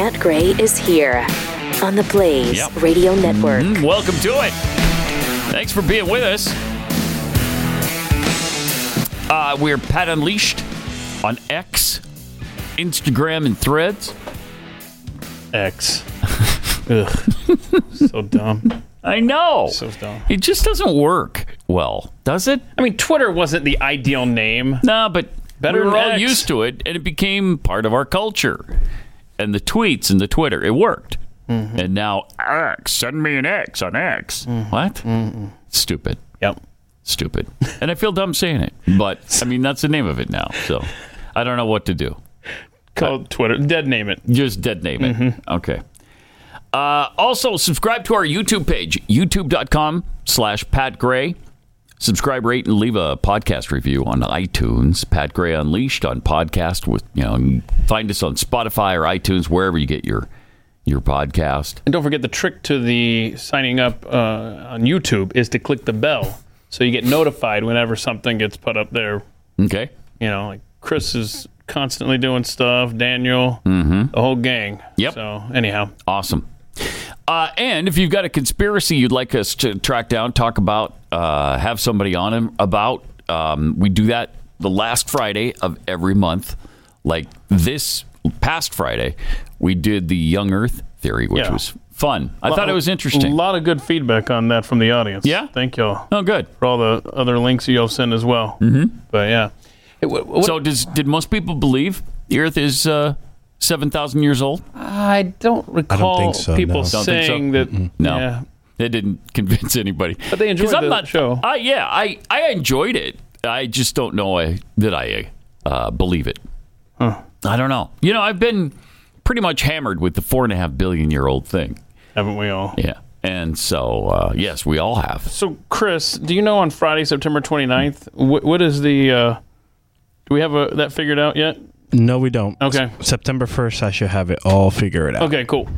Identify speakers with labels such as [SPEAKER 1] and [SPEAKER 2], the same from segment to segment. [SPEAKER 1] is here on the Blaze
[SPEAKER 2] Yep.
[SPEAKER 1] Radio Network.
[SPEAKER 2] Mm, Welcome to it. Thanks for being with us. Uh, we're Pat Unleashed on X, Instagram, and Threads.
[SPEAKER 3] X. Ugh. so dumb.
[SPEAKER 2] I know.
[SPEAKER 3] So dumb.
[SPEAKER 2] It just doesn't work well, does it?
[SPEAKER 3] I mean, Twitter wasn't the ideal name.
[SPEAKER 2] No, but
[SPEAKER 3] Better
[SPEAKER 2] we were
[SPEAKER 3] than
[SPEAKER 2] all
[SPEAKER 3] X.
[SPEAKER 2] used to it, and it became part of our culture. And the tweets and the Twitter, it worked.
[SPEAKER 3] Mm-hmm.
[SPEAKER 2] And now X, send me an X on X. What? Stupid.
[SPEAKER 3] Mm-hmm. Yep.
[SPEAKER 2] stupid. And I feel dumb saying it, but I mean that's the name of it now. So I don't know what to do.
[SPEAKER 3] Called Twitter. Dead name it. Mm-hmm.
[SPEAKER 2] Just dead name it. Okay. Uh, also, subscribe to our YouTube page, youtube.com slash Pat Gray. Subscribe, rate, and leave a podcast review on iTunes. Pat Gray Unleashed on podcast with you know. you Find us on Spotify or iTunes wherever you get your your podcast.
[SPEAKER 3] And don't forget the trick to the signing up uh, on YouTube is to click the bell so you get notified whenever something gets put up there.
[SPEAKER 2] Okay.
[SPEAKER 3] You know, like Chris is constantly doing stuff, Daniel, mm-hmm. the whole gang.
[SPEAKER 2] Yep.
[SPEAKER 3] So, anyhow,
[SPEAKER 2] Awesome. Uh, and if you've got a conspiracy you'd like us to track down, talk about, uh, have somebody on him about, um, we do that the last Friday of every month. Like this past Friday, we did the young Earth theory, which
[SPEAKER 3] Yeah.
[SPEAKER 2] was fun. I thought it was
[SPEAKER 3] a
[SPEAKER 2] interesting.
[SPEAKER 3] lot of good feedback on that from the audience.
[SPEAKER 2] Yeah?
[SPEAKER 3] Thank y'all
[SPEAKER 2] Oh, good.
[SPEAKER 3] for all the other links you all sent as well. Mm-hmm. But yeah. Hey, wh- what-
[SPEAKER 2] So, does did most people believe the Earth is uh, seven thousand years old?
[SPEAKER 3] I don't recall
[SPEAKER 4] think so,
[SPEAKER 3] people
[SPEAKER 4] no. Don't
[SPEAKER 2] think so?
[SPEAKER 3] saying that.
[SPEAKER 2] No.
[SPEAKER 3] Yeah.
[SPEAKER 2] That didn't convince anybody.
[SPEAKER 3] But they enjoyed
[SPEAKER 2] 'Cause I'm
[SPEAKER 3] the
[SPEAKER 2] not-
[SPEAKER 3] show.
[SPEAKER 2] I, yeah, I, I enjoyed it. I just don't know I, that I uh, believe it. I don't know. You know, I've been pretty much hammered with the four and a half billion year old thing.
[SPEAKER 3] Haven't we all?
[SPEAKER 2] Yeah. And so, uh, yes, we all have.
[SPEAKER 3] So, Chris, do you know on Friday, September 29th, wh- what is the. Uh, do we have a, that figured out yet?
[SPEAKER 4] No, we don't.
[SPEAKER 3] Okay.
[SPEAKER 4] S- September 1st, I should have it all figured out.
[SPEAKER 3] Okay, cool.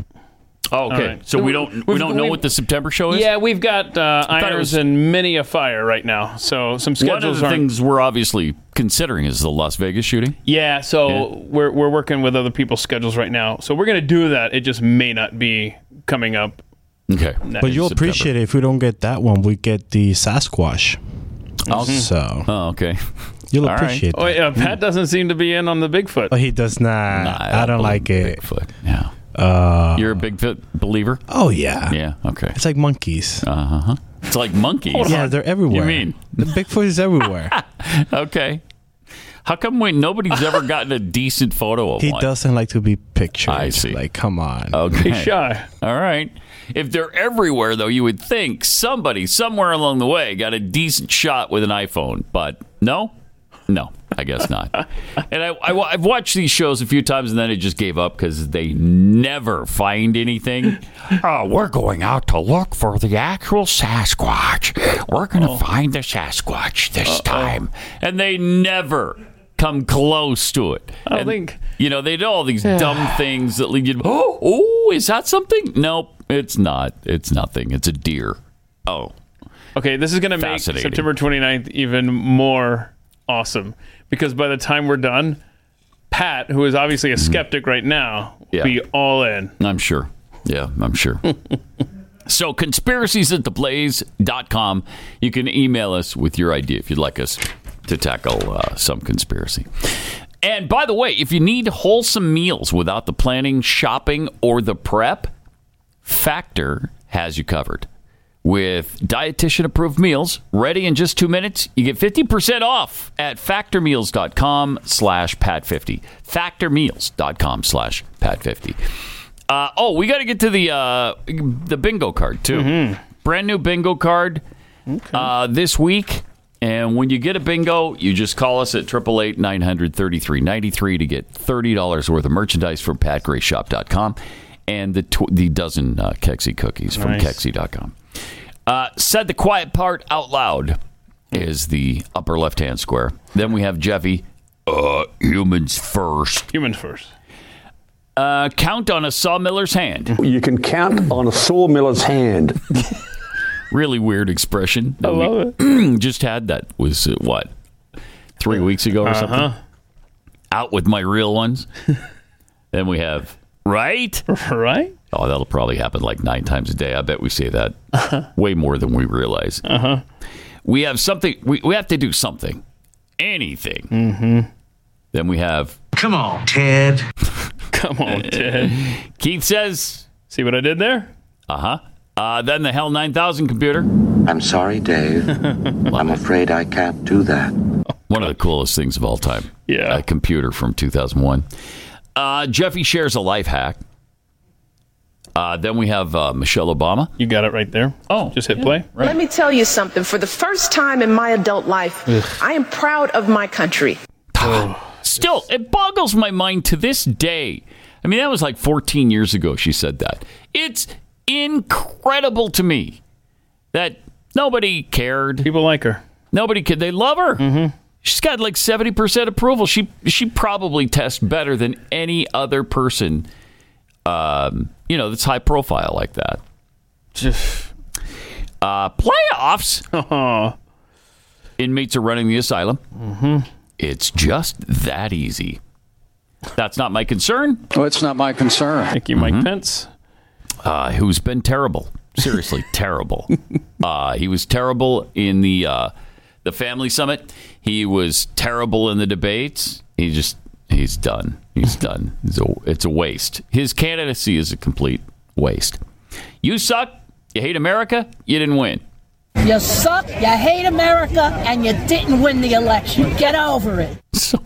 [SPEAKER 2] Oh, okay.
[SPEAKER 3] right.
[SPEAKER 2] So we don't we
[SPEAKER 3] We've-
[SPEAKER 2] don't know
[SPEAKER 3] we've-
[SPEAKER 2] what the September show is.
[SPEAKER 3] Yeah, we've got uh,
[SPEAKER 2] thought it
[SPEAKER 3] irons
[SPEAKER 2] was-
[SPEAKER 3] and many a fire right now. So,
[SPEAKER 2] One
[SPEAKER 3] some
[SPEAKER 2] of
[SPEAKER 3] schedules
[SPEAKER 2] the
[SPEAKER 3] are.
[SPEAKER 2] things we're obviously considering is the Las Vegas shooting.
[SPEAKER 3] Yeah, so We're, we're working with other people's schedules right now. So, we're going to do that. It just may not be coming up.
[SPEAKER 2] Okay.
[SPEAKER 4] But you'll appreciate it if we don't get that one. We get the Sasquatch.
[SPEAKER 3] Mm-hmm.
[SPEAKER 4] So
[SPEAKER 2] Oh, okay.
[SPEAKER 4] you'll
[SPEAKER 2] all right.
[SPEAKER 4] appreciate
[SPEAKER 3] Oh,
[SPEAKER 4] that.
[SPEAKER 3] yeah, Pat doesn't seem to be in on the Bigfoot.
[SPEAKER 4] But he does not. I don't like
[SPEAKER 2] believe
[SPEAKER 4] it.
[SPEAKER 2] Bigfoot. Yeah. You're a Bigfoot believer?
[SPEAKER 4] Oh, yeah.
[SPEAKER 2] Yeah. Okay.
[SPEAKER 4] It's like monkeys.
[SPEAKER 2] Uh-huh. It's like monkeys.
[SPEAKER 4] yeah, they're everywhere.
[SPEAKER 2] mean?
[SPEAKER 4] The Bigfoot is everywhere.
[SPEAKER 2] Okay. How come when nobody's ever gotten a decent photo of
[SPEAKER 4] he
[SPEAKER 2] one?
[SPEAKER 4] doesn't like to be pictured.
[SPEAKER 2] I see.
[SPEAKER 4] Like, come on.
[SPEAKER 2] Okay.
[SPEAKER 3] He's shy.
[SPEAKER 2] All right. If they're everywhere, though, you would think somebody somewhere along the way got a decent shot with an iPhone, but no, no, I guess not. and I, I, wa- I've watched these shows a few times, and then I just gave up because they never find anything. oh, we're going out to look for the actual Sasquatch. We're going to find the Sasquatch this time, Oh. and they never come close to it.
[SPEAKER 3] I don't
[SPEAKER 2] And-
[SPEAKER 3] think.
[SPEAKER 2] you know, they do all these dumb things that lead you to, oh, oh, is that something? Nope, it's not. It's nothing. It's a deer. Oh,
[SPEAKER 3] Okay, this is going to make
[SPEAKER 2] Fascinating.
[SPEAKER 3] September 29th even more awesome because by the time we're done, Pat, who is obviously a skeptic right now, will
[SPEAKER 2] Yeah.
[SPEAKER 3] be all in.
[SPEAKER 2] I'm sure. Yeah, I'm sure. so, conspiracies at theblaze.com. You can email us with your idea if you'd like us to tackle uh, some conspiracy. And by the way, if you need wholesome meals without the planning, shopping, or the prep, Factor has you covered. With dietitian approved meals ready in just two minutes, you get 50% off at factormeals.com slash pat50. Factormeals.com slash pat50. Uh, oh, we got to get to the uh, the bingo card too.
[SPEAKER 3] Mm-hmm.
[SPEAKER 2] Brand new bingo card uh, this week. And when you get a bingo, you just call us at 888 900 3393 to get $30 worth of merchandise from patgrayshop.com and the, tw- the dozen uh, Kexi cookies from
[SPEAKER 3] Nice.
[SPEAKER 2] kexi.com. Uh, said the quiet part out loud is the upper left hand square. Then we have Jeffy. Uh, humans first.
[SPEAKER 3] Humans first.
[SPEAKER 2] Uh, count on a sawmiller's hand.
[SPEAKER 5] You can count on a sawmiller's hand.
[SPEAKER 2] really weird expression. I
[SPEAKER 3] love
[SPEAKER 2] it. just had that was uh, what Uh-huh. three weeks ago or something. Out with my real ones. then we have right?
[SPEAKER 3] right?
[SPEAKER 2] Oh, that'll probably happen like nine times a day. I bet we say that way more than we realize. Uh-huh. We have something. We, we have to do something, anything. Mm-hmm. Then we have
[SPEAKER 6] Come on, Ted.
[SPEAKER 3] Come on, Ted.
[SPEAKER 2] Keith says,
[SPEAKER 3] See what I did there?
[SPEAKER 2] uh huh. Uh, then the Hell nine thousand computer.
[SPEAKER 7] I'm sorry, Dave. I'm afraid I can't do that.
[SPEAKER 2] One of the coolest things of all time.
[SPEAKER 3] Yeah.
[SPEAKER 2] A computer from 2001. Uh, Jeffy shares a life hack. Uh, then we have uh, Michelle Obama.
[SPEAKER 3] You got it right there.
[SPEAKER 2] Oh,
[SPEAKER 3] Just hit play.
[SPEAKER 8] Let me tell you something. For the first time in my adult life, I am proud of my country.
[SPEAKER 2] Still, it boggles my mind to this day. I mean, that was like 14 years ago she said that. It's incredible to me that nobody cared.
[SPEAKER 3] People like her. Mm-hmm.
[SPEAKER 2] Nobody could. They love her. She's got like seventy percent approval. She she probably tests better than any other person. Um, you know, that's high profile like that. Uh, playoffs. Inmates are running the asylum. Mm-hmm. It's just that easy. That's not my concern. Mm-hmm.
[SPEAKER 9] Oh, it's not my concern.
[SPEAKER 3] Thank you, Mike Pence.
[SPEAKER 2] uh, who's been terrible. Seriously, terrible. Uh, he was terrible in the uh, the family summit. He was terrible in the debates. He just he's done. He's done. It's a, it's a waste. His candidacy is a complete waste. You suck. You hate America. You didn't win.
[SPEAKER 10] You suck, you hate America, and you didn't win the election. Get over it.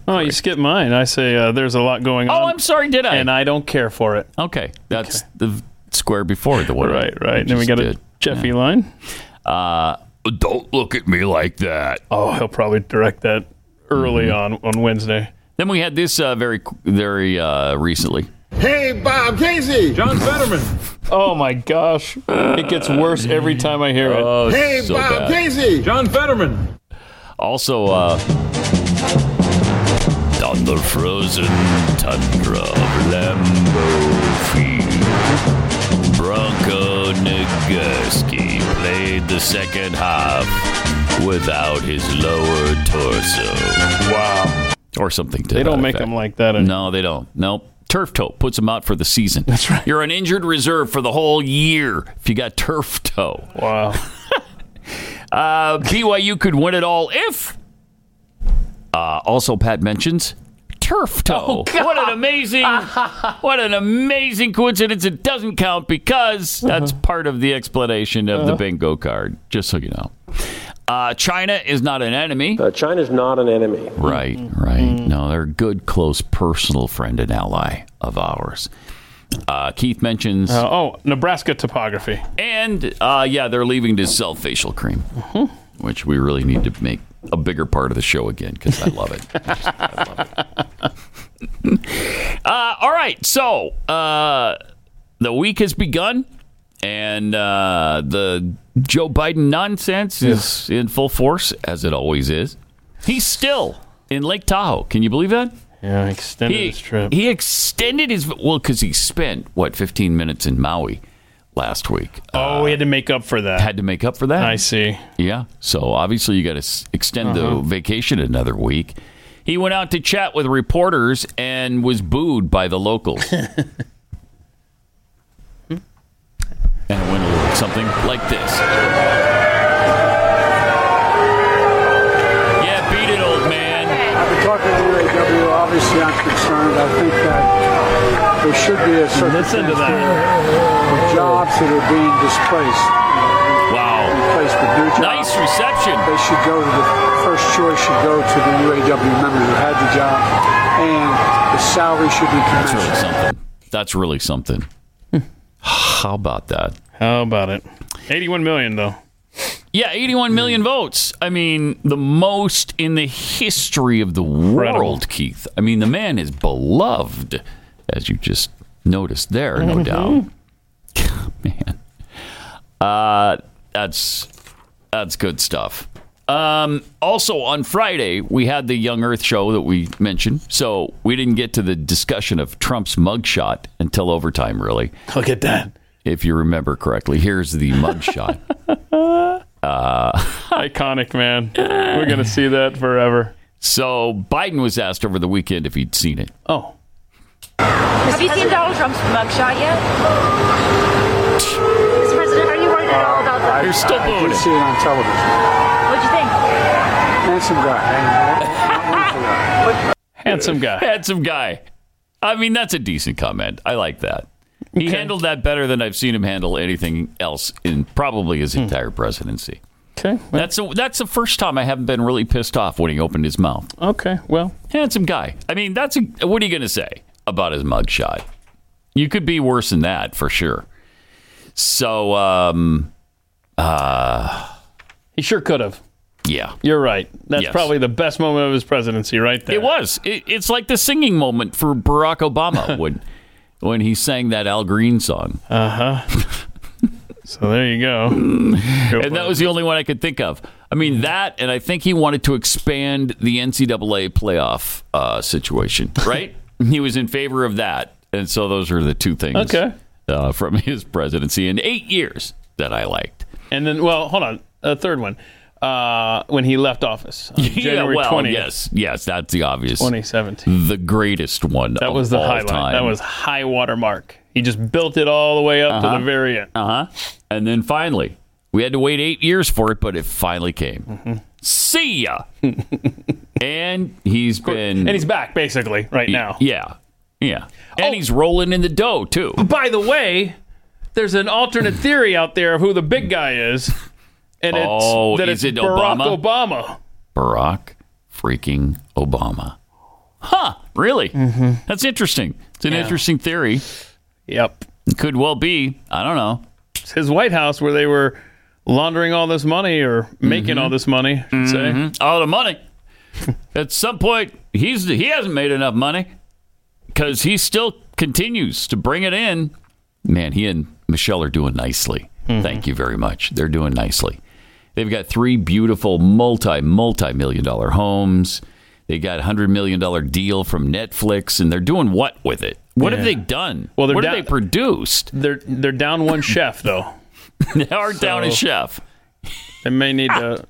[SPEAKER 3] Oh, you skipped mine. I say uh, there's a lot going on.
[SPEAKER 2] Oh, I'm sorry. Did I?
[SPEAKER 3] And I don't care for it.
[SPEAKER 2] okay, that's the square before the one.
[SPEAKER 3] Right, right.
[SPEAKER 2] we
[SPEAKER 3] Then we
[SPEAKER 2] just
[SPEAKER 3] got a
[SPEAKER 2] did. Uh,
[SPEAKER 3] Jeffy line.
[SPEAKER 2] Don't look at me like that.
[SPEAKER 3] Oh, he'll probably direct that early on on Wednesday.
[SPEAKER 2] Then we had this uh, very very uh, recently.
[SPEAKER 3] Oh my gosh, it gets worse every time I hear it.
[SPEAKER 2] hey, Bob Casey! John Fetterman! Also, uh, on the frozen tundra of Lambeau Field, Bronco Nagurski played the second half without his lower torso. Wow. Or something to
[SPEAKER 3] They don't
[SPEAKER 2] that
[SPEAKER 3] make
[SPEAKER 2] effect.
[SPEAKER 3] them like that.
[SPEAKER 2] No, they don't. Nope. Turf toe puts them out for the season. That's right. You're an injured reserve for the whole year if you got turf toe.
[SPEAKER 3] Wow.
[SPEAKER 2] Uh, BYU could win it all if. Uh, also, Pat mentions turf
[SPEAKER 3] Oh,
[SPEAKER 2] toe. what an amazing, what an amazing coincidence! It doesn't count because that's part of the explanation of the bingo card. Just so you know, uh, China is not an enemy.
[SPEAKER 11] Uh, China's not an enemy.
[SPEAKER 2] Right, right. No, they're a good, close, personal friend and ally of ours. Uh, Keith mentions,
[SPEAKER 3] Uh, oh, Nebraska topography.
[SPEAKER 2] and uh, yeah, they're leaving to sell facial cream, which we really need to make a bigger part of the show again because I love it. I just- I love it. uh, all right, so uh, the week has begun, and uh, the Joe Biden nonsense is in full force as it always is. He's still in Lake Tahoe. Can you believe that?
[SPEAKER 3] Yeah, extended his trip.
[SPEAKER 2] he extended his well because he spent what 15 minutes in Maui last week. Uh,
[SPEAKER 3] oh, we had to make up for that.
[SPEAKER 2] had to make up for that.
[SPEAKER 3] I see.
[SPEAKER 2] Yeah. So obviously you got to extend the vacation another week. He went out to chat with reporters and was booed by the locals. and it went a little something like this. Yeah, beat it, old man.
[SPEAKER 7] I've been talking to the UAW. Obviously, I'm concerned. I think that there should be a certain
[SPEAKER 3] Listen to that.
[SPEAKER 7] jobs that are being displaced,
[SPEAKER 2] Wow.
[SPEAKER 7] replaced with new jobs.
[SPEAKER 2] Nice reception.
[SPEAKER 7] They should go to the first choice should go to the UAW members who had the job, and the salary should be
[SPEAKER 2] That's really
[SPEAKER 7] commensurate.
[SPEAKER 2] something. That's really something. How about that?
[SPEAKER 3] How about it? 81 million though. Hmm.
[SPEAKER 2] Yeah, 81 million votes. I mean, the most in the history of the world, Keith. I mean, the man is beloved, as you just noticed there, no
[SPEAKER 3] Mm-hmm.
[SPEAKER 2] doubt. man, uh, that's that's good stuff. Um, also, on Friday, we had the Young Earth show that we mentioned, so we didn't get to the discussion of Trump's mugshot until overtime, really
[SPEAKER 3] Look at that.
[SPEAKER 2] if you remember correctly. Here's the mugshot.
[SPEAKER 3] Uh, Iconic man. We're gonna see that forever.
[SPEAKER 2] so Biden was asked over the weekend if he'd seen it.
[SPEAKER 3] Oh.
[SPEAKER 6] Have you seen Donald Trump's mugshot yet? Mr. President, are you worried at all about that?
[SPEAKER 2] You're still
[SPEAKER 7] I
[SPEAKER 2] booing
[SPEAKER 7] did
[SPEAKER 2] it.
[SPEAKER 7] see it on television.
[SPEAKER 6] What'd you think?
[SPEAKER 7] Handsome guy.
[SPEAKER 3] Handsome guy.
[SPEAKER 2] handsome guy. I mean, that's a decent comment. I like that. He handled that better than I've seen him handle anything else in probably his entire presidency.
[SPEAKER 3] Hmm. Okay. Well,
[SPEAKER 2] That's a, that's the first time I haven't been really pissed off when he opened his mouth.
[SPEAKER 3] okay. Well,
[SPEAKER 2] Handsome guy. I mean, that's a, what are you going to say about his mugshot? You could be worse than that for sure. So, um, uh,
[SPEAKER 3] he sure could have.
[SPEAKER 2] yeah,
[SPEAKER 3] You're right. That's
[SPEAKER 2] Yes.
[SPEAKER 3] probably the best moment of his presidency, right there.
[SPEAKER 2] it was. It, it's like the singing moment for Barack Obama when when he sang that Al Green song.
[SPEAKER 3] Uh-huh. So there you go.
[SPEAKER 2] Mm.
[SPEAKER 3] Mm-hmm.
[SPEAKER 2] And that was the only one I could think of. I mean, that, and I think he wanted to expand the NCAA playoff uh, situation, right? he was in favor of that. And so those are the two things
[SPEAKER 3] Okay.
[SPEAKER 2] uh, from his presidency in eight years that I liked.
[SPEAKER 3] And then, well, hold on. A third one. Uh, when he left office, on January
[SPEAKER 2] yeah, well,
[SPEAKER 3] 20th,
[SPEAKER 2] yes, yes, that's the obvious.
[SPEAKER 3] 2017.
[SPEAKER 2] The greatest one.
[SPEAKER 3] That was the highlight. That was high water mark. He just built it all the way up to the very end.
[SPEAKER 2] Uh huh. And then finally, we had to wait eight years for it, but it finally came.
[SPEAKER 3] Mm-hmm.
[SPEAKER 2] See ya. and he's been.
[SPEAKER 3] And he's back basically right now.
[SPEAKER 2] Yeah. Yeah. And
[SPEAKER 3] Oh.
[SPEAKER 2] he's rolling in the dough, too.
[SPEAKER 3] By the way, there's an alternate theory out there of who the big guy is, and it's
[SPEAKER 2] Oh,
[SPEAKER 3] that
[SPEAKER 2] is
[SPEAKER 3] it's
[SPEAKER 2] it
[SPEAKER 3] Barack
[SPEAKER 2] Obama?
[SPEAKER 3] Obama.
[SPEAKER 2] Barack freaking Obama. Huh. Really? Mm-hmm. That's interesting. It's an interesting theory.
[SPEAKER 3] Yep,
[SPEAKER 2] It could well be. I don't know.
[SPEAKER 3] it's his White House where they were laundering all this money or making
[SPEAKER 2] Mm-hmm.
[SPEAKER 3] all this money. I should say.
[SPEAKER 2] All the money. At some point, he's he hasn't made enough money because he still continues to bring it in. Man, he and Michelle are doing nicely. Thank you very much. They're doing nicely. They've got three beautiful multi multi million dollar homes. They got a hundred million dollar deal from Netflix, and they're doing what with it? What have they done?
[SPEAKER 3] Well, they're
[SPEAKER 2] what have
[SPEAKER 3] down-
[SPEAKER 2] they produced?
[SPEAKER 3] They're they're down one chef though.
[SPEAKER 2] They are down a chef.
[SPEAKER 3] They may need to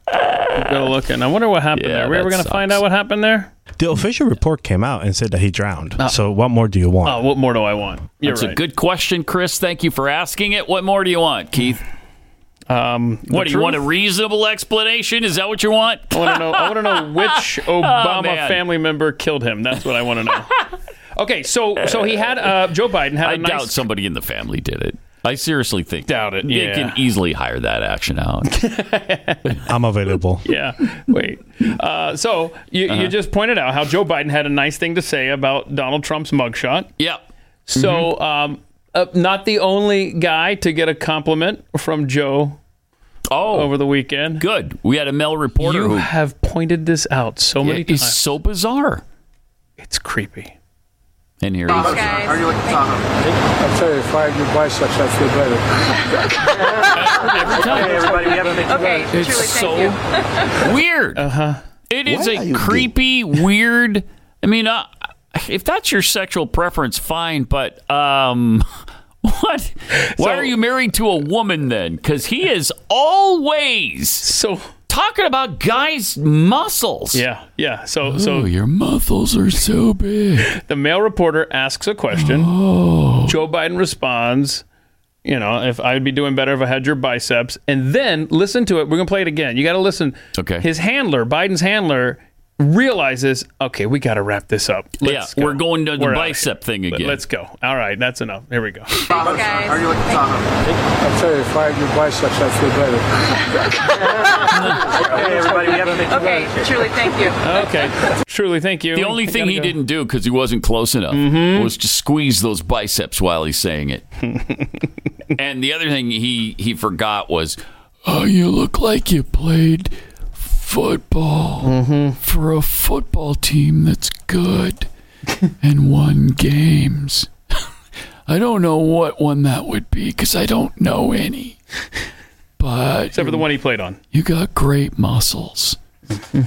[SPEAKER 3] go look. And I wonder what happened
[SPEAKER 2] Yeah,
[SPEAKER 3] there. We
[SPEAKER 2] that
[SPEAKER 3] were going to
[SPEAKER 2] sucks.
[SPEAKER 3] find out what happened there. Ah.
[SPEAKER 4] The official report came out and said that he drowned. so what more do you want?
[SPEAKER 2] uh,
[SPEAKER 3] Oh, what more do I want? You're
[SPEAKER 2] That's
[SPEAKER 3] right.
[SPEAKER 2] a good question, Chris. Thank you for asking it. What more do you want, Keith?
[SPEAKER 3] um,
[SPEAKER 2] What do you want? A
[SPEAKER 3] to?
[SPEAKER 2] reasonable explanation? Is that what you want?
[SPEAKER 3] I want to know. I want to know which Obama
[SPEAKER 2] Oh, man.
[SPEAKER 3] family member killed him. That's what I want to know. Okay, so so he had uh, Joe Biden had a
[SPEAKER 2] I
[SPEAKER 3] nice
[SPEAKER 2] doubt somebody in the family did it. I seriously think
[SPEAKER 3] Doubt it,
[SPEAKER 2] They
[SPEAKER 3] yeah.
[SPEAKER 2] can easily hire that action out.
[SPEAKER 4] I'm available.
[SPEAKER 3] yeah. Wait. Uh, so you,
[SPEAKER 2] Uh-huh.
[SPEAKER 3] you just pointed out how Joe Biden had a nice thing to say about Donald Trump's mugshot.
[SPEAKER 2] yep. Mm-hmm.
[SPEAKER 3] So um, uh, not the only guy to get a compliment from Joe
[SPEAKER 2] Oh,
[SPEAKER 3] over the weekend.
[SPEAKER 2] good. We had a male reporter
[SPEAKER 3] You
[SPEAKER 2] who
[SPEAKER 3] have pointed this out so many
[SPEAKER 2] is
[SPEAKER 3] times.
[SPEAKER 2] so bizarre.
[SPEAKER 3] It's creepy.
[SPEAKER 2] And here he is.
[SPEAKER 7] I tell you, if I had your biceps, I'd feel better.
[SPEAKER 2] It's so weird. Uh
[SPEAKER 3] Uh-huh.
[SPEAKER 2] huh. It is a creepy, weird. I mean, uh, if that's your sexual preference, fine. But um, what? Why
[SPEAKER 3] So-
[SPEAKER 2] are you married to a woman then? Because he is always
[SPEAKER 3] So
[SPEAKER 2] talking about guys' muscles.
[SPEAKER 3] yeah, yeah. So so
[SPEAKER 2] Oh, your muscles are so big. Oh.
[SPEAKER 3] the male reporter asks a question. Joe Biden responds, you know, if I'd be doing better if I had your biceps. And then listen to it. We're going to play it again. You got to listen.
[SPEAKER 2] Okay.
[SPEAKER 3] His handler, Biden's handler, realizes, okay, we got to wrap this up. Let's
[SPEAKER 2] yeah, we're going to the
[SPEAKER 3] We're out of
[SPEAKER 2] bicep thing
[SPEAKER 3] here.
[SPEAKER 2] again.
[SPEAKER 3] Let's go. All right, that's enough. Here we go.
[SPEAKER 7] I tell you, if I had your biceps, I'd feel better.
[SPEAKER 6] Okay, truly, thank you.
[SPEAKER 3] Okay. Truly, thank you.
[SPEAKER 2] the only
[SPEAKER 3] I
[SPEAKER 2] thing
[SPEAKER 3] gotta
[SPEAKER 2] he
[SPEAKER 3] go. Mm-hmm.
[SPEAKER 2] didn't do because he wasn't close enough was to squeeze those biceps while he's saying it. and the other thing he he forgot was, "Oh, you look like you played football for a football team that's good and won games." I don't know what one that would be because I don't know any. But
[SPEAKER 3] Except for the one he played on.
[SPEAKER 2] You got great muscles.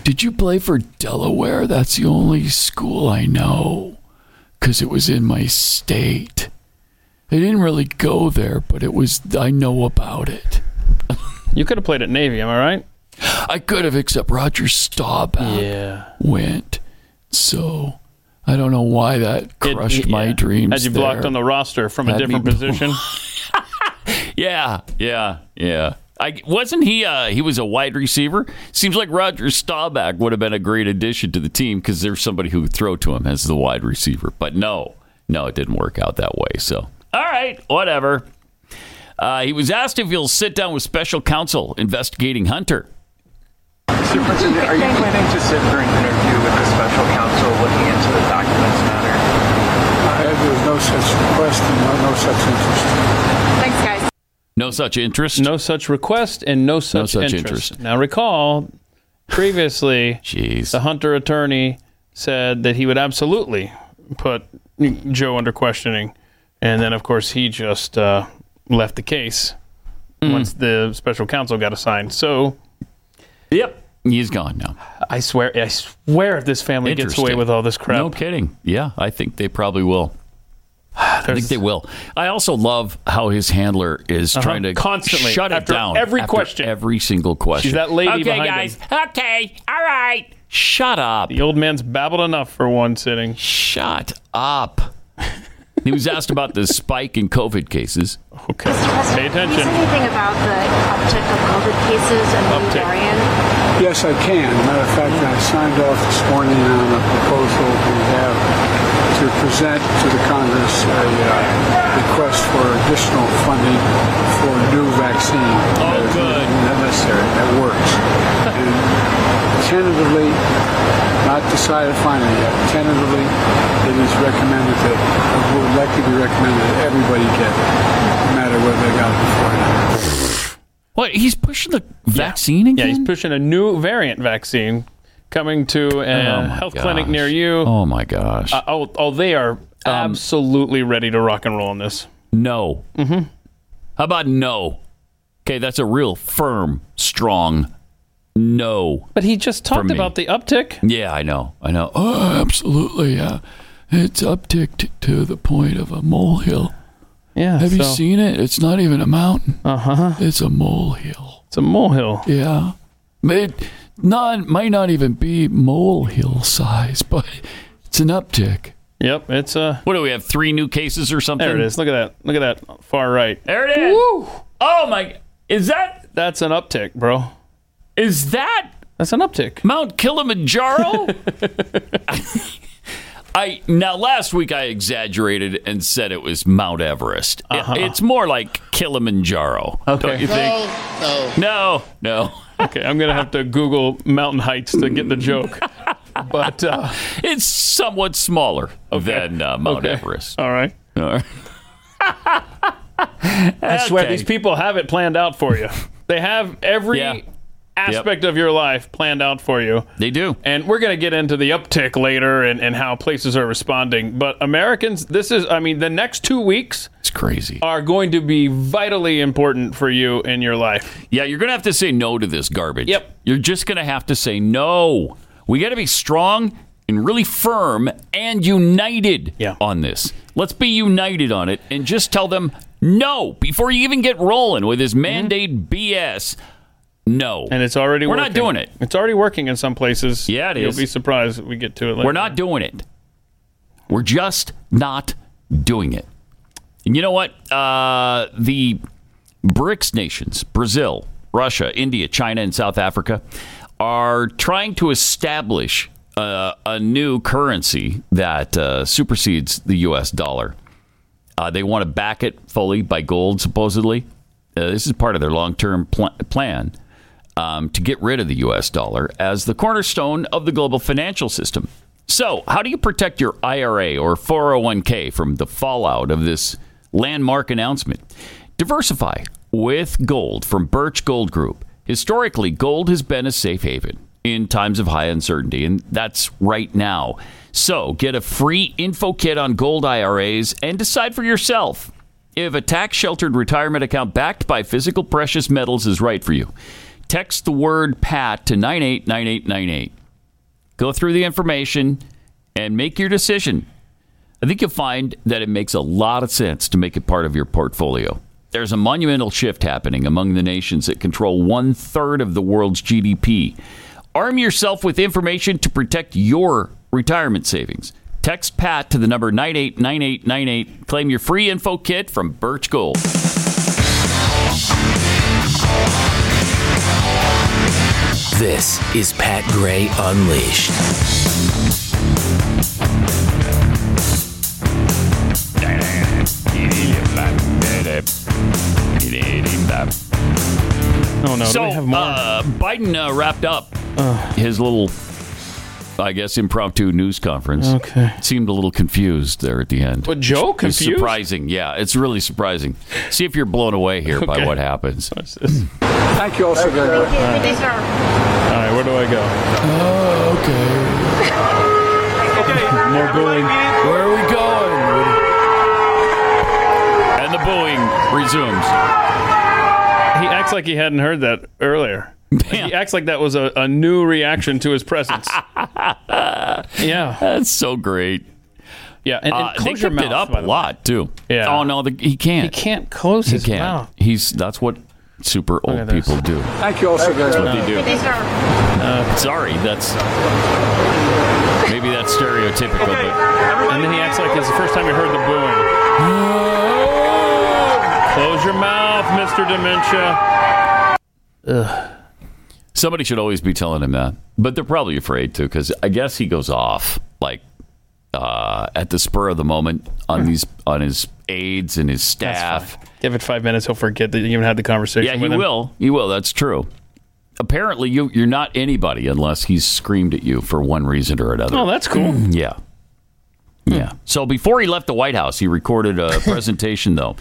[SPEAKER 2] Did you play for Delaware? That's the only school I know because it was in my state. I didn't really go there, but it was, I know about it.
[SPEAKER 3] You could have played at Navy, am I right?
[SPEAKER 2] I could have, except Roger Staubach
[SPEAKER 3] Yeah.
[SPEAKER 2] went. So I don't know why that
[SPEAKER 3] It-
[SPEAKER 2] crushed
[SPEAKER 3] yeah.
[SPEAKER 2] my dreams.
[SPEAKER 3] Had you blocked
[SPEAKER 2] there.
[SPEAKER 3] on the roster from a
[SPEAKER 2] Had me
[SPEAKER 3] different
[SPEAKER 2] blocked.
[SPEAKER 3] position?
[SPEAKER 2] Yeah, yeah, yeah. I, wasn't he? Uh, he was a wide receiver. Seems like Roger Staubach would have been a great addition to the team because there's somebody who would throw to him as the wide receiver. But no, no, it didn't work out that way. So, all right, whatever. Uh, he was asked if he'll sit down with special counsel investigating Hunter.
[SPEAKER 9] Superintendent, are you planning to sit for an interview with the special counsel looking into the documents matter?
[SPEAKER 7] There's no such request and no- no such interest.
[SPEAKER 6] Thanks, guys.
[SPEAKER 2] No such interest.
[SPEAKER 3] No such request and no such,
[SPEAKER 2] such
[SPEAKER 3] interest.
[SPEAKER 2] interest.
[SPEAKER 3] Now recall, previously
[SPEAKER 2] Jeez.
[SPEAKER 3] the Hunter attorney said that he would absolutely put Joe under questioning, and then of course he just uh, left the case
[SPEAKER 2] Mm.
[SPEAKER 3] once the special counsel got assigned. So
[SPEAKER 2] Yep. He's gone now.
[SPEAKER 3] I swear, I swear, if this family gets away
[SPEAKER 2] Interesting.
[SPEAKER 3] with all this crap,
[SPEAKER 2] No kidding. Yeah, I think they probably will. I think they will. I also love how his handler is trying to
[SPEAKER 3] Uh-huh. Constantly.
[SPEAKER 2] shut it
[SPEAKER 3] After
[SPEAKER 2] down
[SPEAKER 3] every
[SPEAKER 2] after
[SPEAKER 3] question.
[SPEAKER 2] every single question.
[SPEAKER 3] that lady
[SPEAKER 2] Okay,
[SPEAKER 3] behind
[SPEAKER 2] guys. Okay, all right. Shut up.
[SPEAKER 3] the old man's babbled enough for one sitting.
[SPEAKER 2] Shut up. he was asked about the spike in COVID cases. Oh
[SPEAKER 3] Okay, pay attention.
[SPEAKER 6] anything about the uptick of COVID cases and
[SPEAKER 3] the Uptick.
[SPEAKER 7] Yes, I can. Matter of fact, I signed off this morning on a proposal we have to present to the Congress a uh, request for additional funding for new vaccine.
[SPEAKER 3] Oh, good.
[SPEAKER 7] Necessary. That works. and tentatively, not decided finally yet, tentatively, it is recommended that, it would likely be recommended that everybody get it, no matter whether they got it before or not.
[SPEAKER 2] What? He's pushing the vaccine
[SPEAKER 3] Yeah,
[SPEAKER 2] again?
[SPEAKER 3] he's pushing a new variant vaccine coming to a
[SPEAKER 2] Oh, my
[SPEAKER 3] health clinic
[SPEAKER 2] gosh.
[SPEAKER 3] near you.
[SPEAKER 2] Oh, my gosh.
[SPEAKER 3] Uh, oh, oh, they are absolutely ready to rock and roll on this.
[SPEAKER 2] No. Mm-hmm. How about no? Okay, that's a real firm, strong no.
[SPEAKER 3] But he just talked
[SPEAKER 2] me.
[SPEAKER 3] about the uptick.
[SPEAKER 2] Yeah, I know. I know. Oh, absolutely. Yeah. It's upticked to the point of a molehill.
[SPEAKER 3] Yeah,
[SPEAKER 2] Have you
[SPEAKER 3] so Uh-huh.
[SPEAKER 2] seen it? It's not even a mountain. Uh huh. It's a molehill.
[SPEAKER 3] It's a molehill.
[SPEAKER 2] Yeah. It not, might not even be molehill size, but it's an uptick.
[SPEAKER 3] Yep, it's a.
[SPEAKER 2] What do we have? Three new cases or something?
[SPEAKER 3] There it is. Look at that. Look at that far right.
[SPEAKER 2] There it is. Woo! Oh, my. Is that.
[SPEAKER 3] That's an uptick, bro.
[SPEAKER 2] Is that
[SPEAKER 3] That's an uptick.
[SPEAKER 2] Mount Kilimanjaro? I now last week I exaggerated and said it was Mount Everest. It-
[SPEAKER 3] Uh-huh.
[SPEAKER 2] it's more like Kilimanjaro. Don't you think? No, no.
[SPEAKER 3] Okay, I'm gonna have to Google mountain heights to get the joke. But uh,
[SPEAKER 2] It's somewhat smaller than uh, Mount
[SPEAKER 3] okay.
[SPEAKER 2] Everest.
[SPEAKER 3] All right.
[SPEAKER 2] All right.
[SPEAKER 3] I swear
[SPEAKER 2] Okay.
[SPEAKER 3] these people have it planned out for you. They have every
[SPEAKER 2] Yeah.
[SPEAKER 3] aspect of your life planned out for you.
[SPEAKER 2] They do.
[SPEAKER 3] And we're going to get into the uptick later and, and how places are responding. But Americans, this is, I mean, the next two weeks
[SPEAKER 2] It's crazy.
[SPEAKER 3] are going to be vitally important for you in your life.
[SPEAKER 2] Yeah, you're going to have to say no to this garbage.
[SPEAKER 3] Yep.
[SPEAKER 2] You're just going to have to say no. We got to be strong and really firm and united
[SPEAKER 3] Yeah.
[SPEAKER 2] on this. Let's be united on it and just tell them no before you even get rolling with his mandate BS. No.
[SPEAKER 3] Mm-hmm. And it's already
[SPEAKER 2] We're not
[SPEAKER 3] working.
[SPEAKER 2] doing it.
[SPEAKER 3] It's already working in some places.
[SPEAKER 2] Yeah, it
[SPEAKER 3] You'll
[SPEAKER 2] is.
[SPEAKER 3] be surprised if we get to it later.
[SPEAKER 2] We're not doing it. We're just not doing it. And you know what? Uh, the BRICS nations, Brazil, Russia, India, China, and South Africa, are trying to establish uh, a new currency that uh, supersedes the U.S. dollar. Uh, they want to back it fully by gold, supposedly. Uh, this is part of their long term pl- plan um, to get rid of the U.S. dollar as the cornerstone of the global financial system. So, how do you protect your IRA or 401k from the fallout of this landmark announcement? Diversify with gold from Birch Gold Group. Historically, gold has been a safe haven in times of high uncertainty, and that's right now. So, get a free info kit on gold IRAs and decide for yourself if a tax sheltered retirement account backed by physical precious metals is right for you. Text the word PAT to 989898. Go through the information and make your decision. I think you'll find that it makes a lot of sense to make it part of your portfolio. There's a monumental shift happening among the nations that control one third of the world's GDP. Arm yourself with information to protect your retirement savings. Text Pat to the number 989898. Claim your free info kit from Birch Gold.
[SPEAKER 11] This is Pat Gray Unleashed.
[SPEAKER 3] Oh, no.
[SPEAKER 2] So,
[SPEAKER 3] do we have more?
[SPEAKER 2] Uh, Biden uh, wrapped up his little, I guess, impromptu news conference.
[SPEAKER 3] Okay.
[SPEAKER 2] Seemed a little confused there at the end.
[SPEAKER 3] But Joe
[SPEAKER 2] It's- it's
[SPEAKER 3] confused?
[SPEAKER 2] surprising. Yeah, it's really surprising. See if you're blown away here by
[SPEAKER 3] Okay.
[SPEAKER 2] what happens.
[SPEAKER 7] Thank you all so very much.
[SPEAKER 6] These are
[SPEAKER 3] All right, where do I go?
[SPEAKER 11] Oh, okay.
[SPEAKER 3] More booing.
[SPEAKER 11] Where are we going?
[SPEAKER 2] And the booing resumes.
[SPEAKER 3] He acts like he hadn't heard that earlier. He acts like that was a, a new reaction to his presence. yeah.
[SPEAKER 2] That's so great.
[SPEAKER 3] Yeah. And, and
[SPEAKER 2] Uh, they
[SPEAKER 3] close
[SPEAKER 2] kept
[SPEAKER 3] your mouth.
[SPEAKER 2] it up
[SPEAKER 3] by
[SPEAKER 2] a
[SPEAKER 3] the way.
[SPEAKER 2] lot too.
[SPEAKER 3] Yeah.
[SPEAKER 2] Oh no, the, he
[SPEAKER 3] He
[SPEAKER 2] can't.
[SPEAKER 3] can't close his
[SPEAKER 2] can't.
[SPEAKER 3] mouth.
[SPEAKER 2] He's that's what super old
[SPEAKER 3] at this.
[SPEAKER 2] people do.
[SPEAKER 7] Thank you all so very much.
[SPEAKER 2] They do.
[SPEAKER 6] these are.
[SPEAKER 3] Uh,
[SPEAKER 2] Sorry, that's maybe that's stereotypical, but
[SPEAKER 3] And then he acts like it's the first time he heard the booing. Close your mouth, Mr. Dementia.
[SPEAKER 2] somebody should always be telling him that. But they're probably afraid to because I guess he goes off like uh, at the spur of the moment on these on his aides and his staff.
[SPEAKER 3] Hmm. Give it five minutes, he'll forget that you even had the conversation.
[SPEAKER 2] Yeah, he
[SPEAKER 3] with him.
[SPEAKER 2] will. He will. That's true. Apparently, you you're not anybody unless he's screamed at you for one reason or another. Mm,
[SPEAKER 3] Oh, that's cool. Hmm.
[SPEAKER 2] Yeah. Yeah. So before he left the White House, he recorded a presentation, though,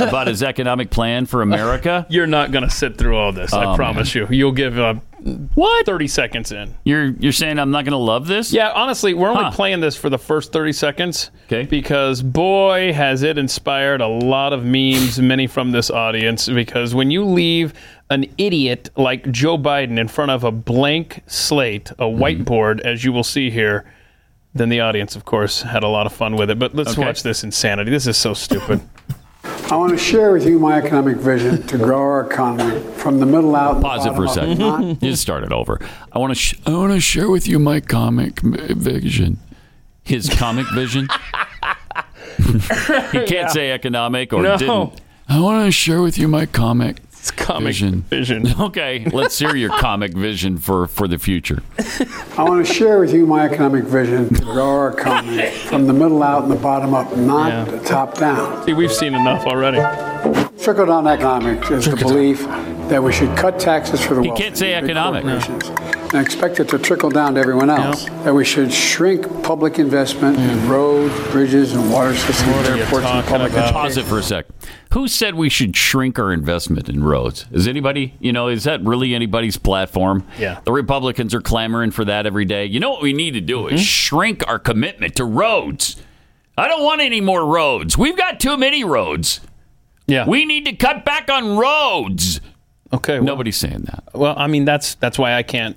[SPEAKER 2] about his economic plan for America. Oh,
[SPEAKER 3] You're not going to sit through all this. I promise you. You'll give uh,
[SPEAKER 2] What?
[SPEAKER 3] 30 seconds in.
[SPEAKER 2] You're you're saying I'm not going to love this?
[SPEAKER 3] Yeah, honestly, we're only
[SPEAKER 2] Huh.
[SPEAKER 3] playing this for the first 30 seconds.
[SPEAKER 2] 'Kay.
[SPEAKER 3] Because boy, has it inspired a lot of memes, many from this audience. Because when you leave an idiot like Joe Biden in front of a blank slate, a
[SPEAKER 2] Mm-hmm.
[SPEAKER 3] whiteboard, as you will see here, then the audience, of course, had a lot of fun with it. But let's
[SPEAKER 2] Okay.
[SPEAKER 3] watch this insanity. This is so stupid.
[SPEAKER 7] I want to share with you my economic vision to grow our economy from the middle out. and the
[SPEAKER 2] Pause it for a
[SPEAKER 7] bottom up,
[SPEAKER 2] second.
[SPEAKER 7] not
[SPEAKER 2] Just start it over. I want to sh- I want to share with you my comic m- vision. His comic vision. he can't say economic or
[SPEAKER 3] No.
[SPEAKER 2] didn't. I want to share with you my comic.
[SPEAKER 3] It's comic
[SPEAKER 2] Vision.
[SPEAKER 3] vision.
[SPEAKER 2] Okay, let's hear your comic vision for for the future.
[SPEAKER 7] I want to share with you my economic vision to grow our economy from the middle out and the bottom up, not
[SPEAKER 3] Yeah.
[SPEAKER 7] top down.
[SPEAKER 3] See, we've seen enough already.
[SPEAKER 7] Trickle down economics is the belief that we should cut taxes for the
[SPEAKER 2] He
[SPEAKER 7] wealthy.
[SPEAKER 2] can't say
[SPEAKER 7] and big
[SPEAKER 2] economic.
[SPEAKER 7] corporations, And expect it to trickle down to everyone else. That we should shrink public investment
[SPEAKER 2] Mm.
[SPEAKER 7] in roads, bridges, and water systems,
[SPEAKER 3] are you
[SPEAKER 7] airports, and
[SPEAKER 3] talking
[SPEAKER 7] public
[SPEAKER 3] about?
[SPEAKER 2] Pause it for a sec. Who said we should shrink our investment in roads? Is anybody, you know, is that really anybody's platform?
[SPEAKER 3] Yeah.
[SPEAKER 2] The Republicans are clamoring for that every day. You know what we need to do
[SPEAKER 3] Mm-hmm.
[SPEAKER 2] is shrink our commitment to roads. I don't want any more roads. We've got too many roads.
[SPEAKER 3] Yeah.
[SPEAKER 2] We need to cut back on roads.
[SPEAKER 3] okay. well-
[SPEAKER 2] Nobody's saying that.
[SPEAKER 3] Well, I mean that's that's why I can't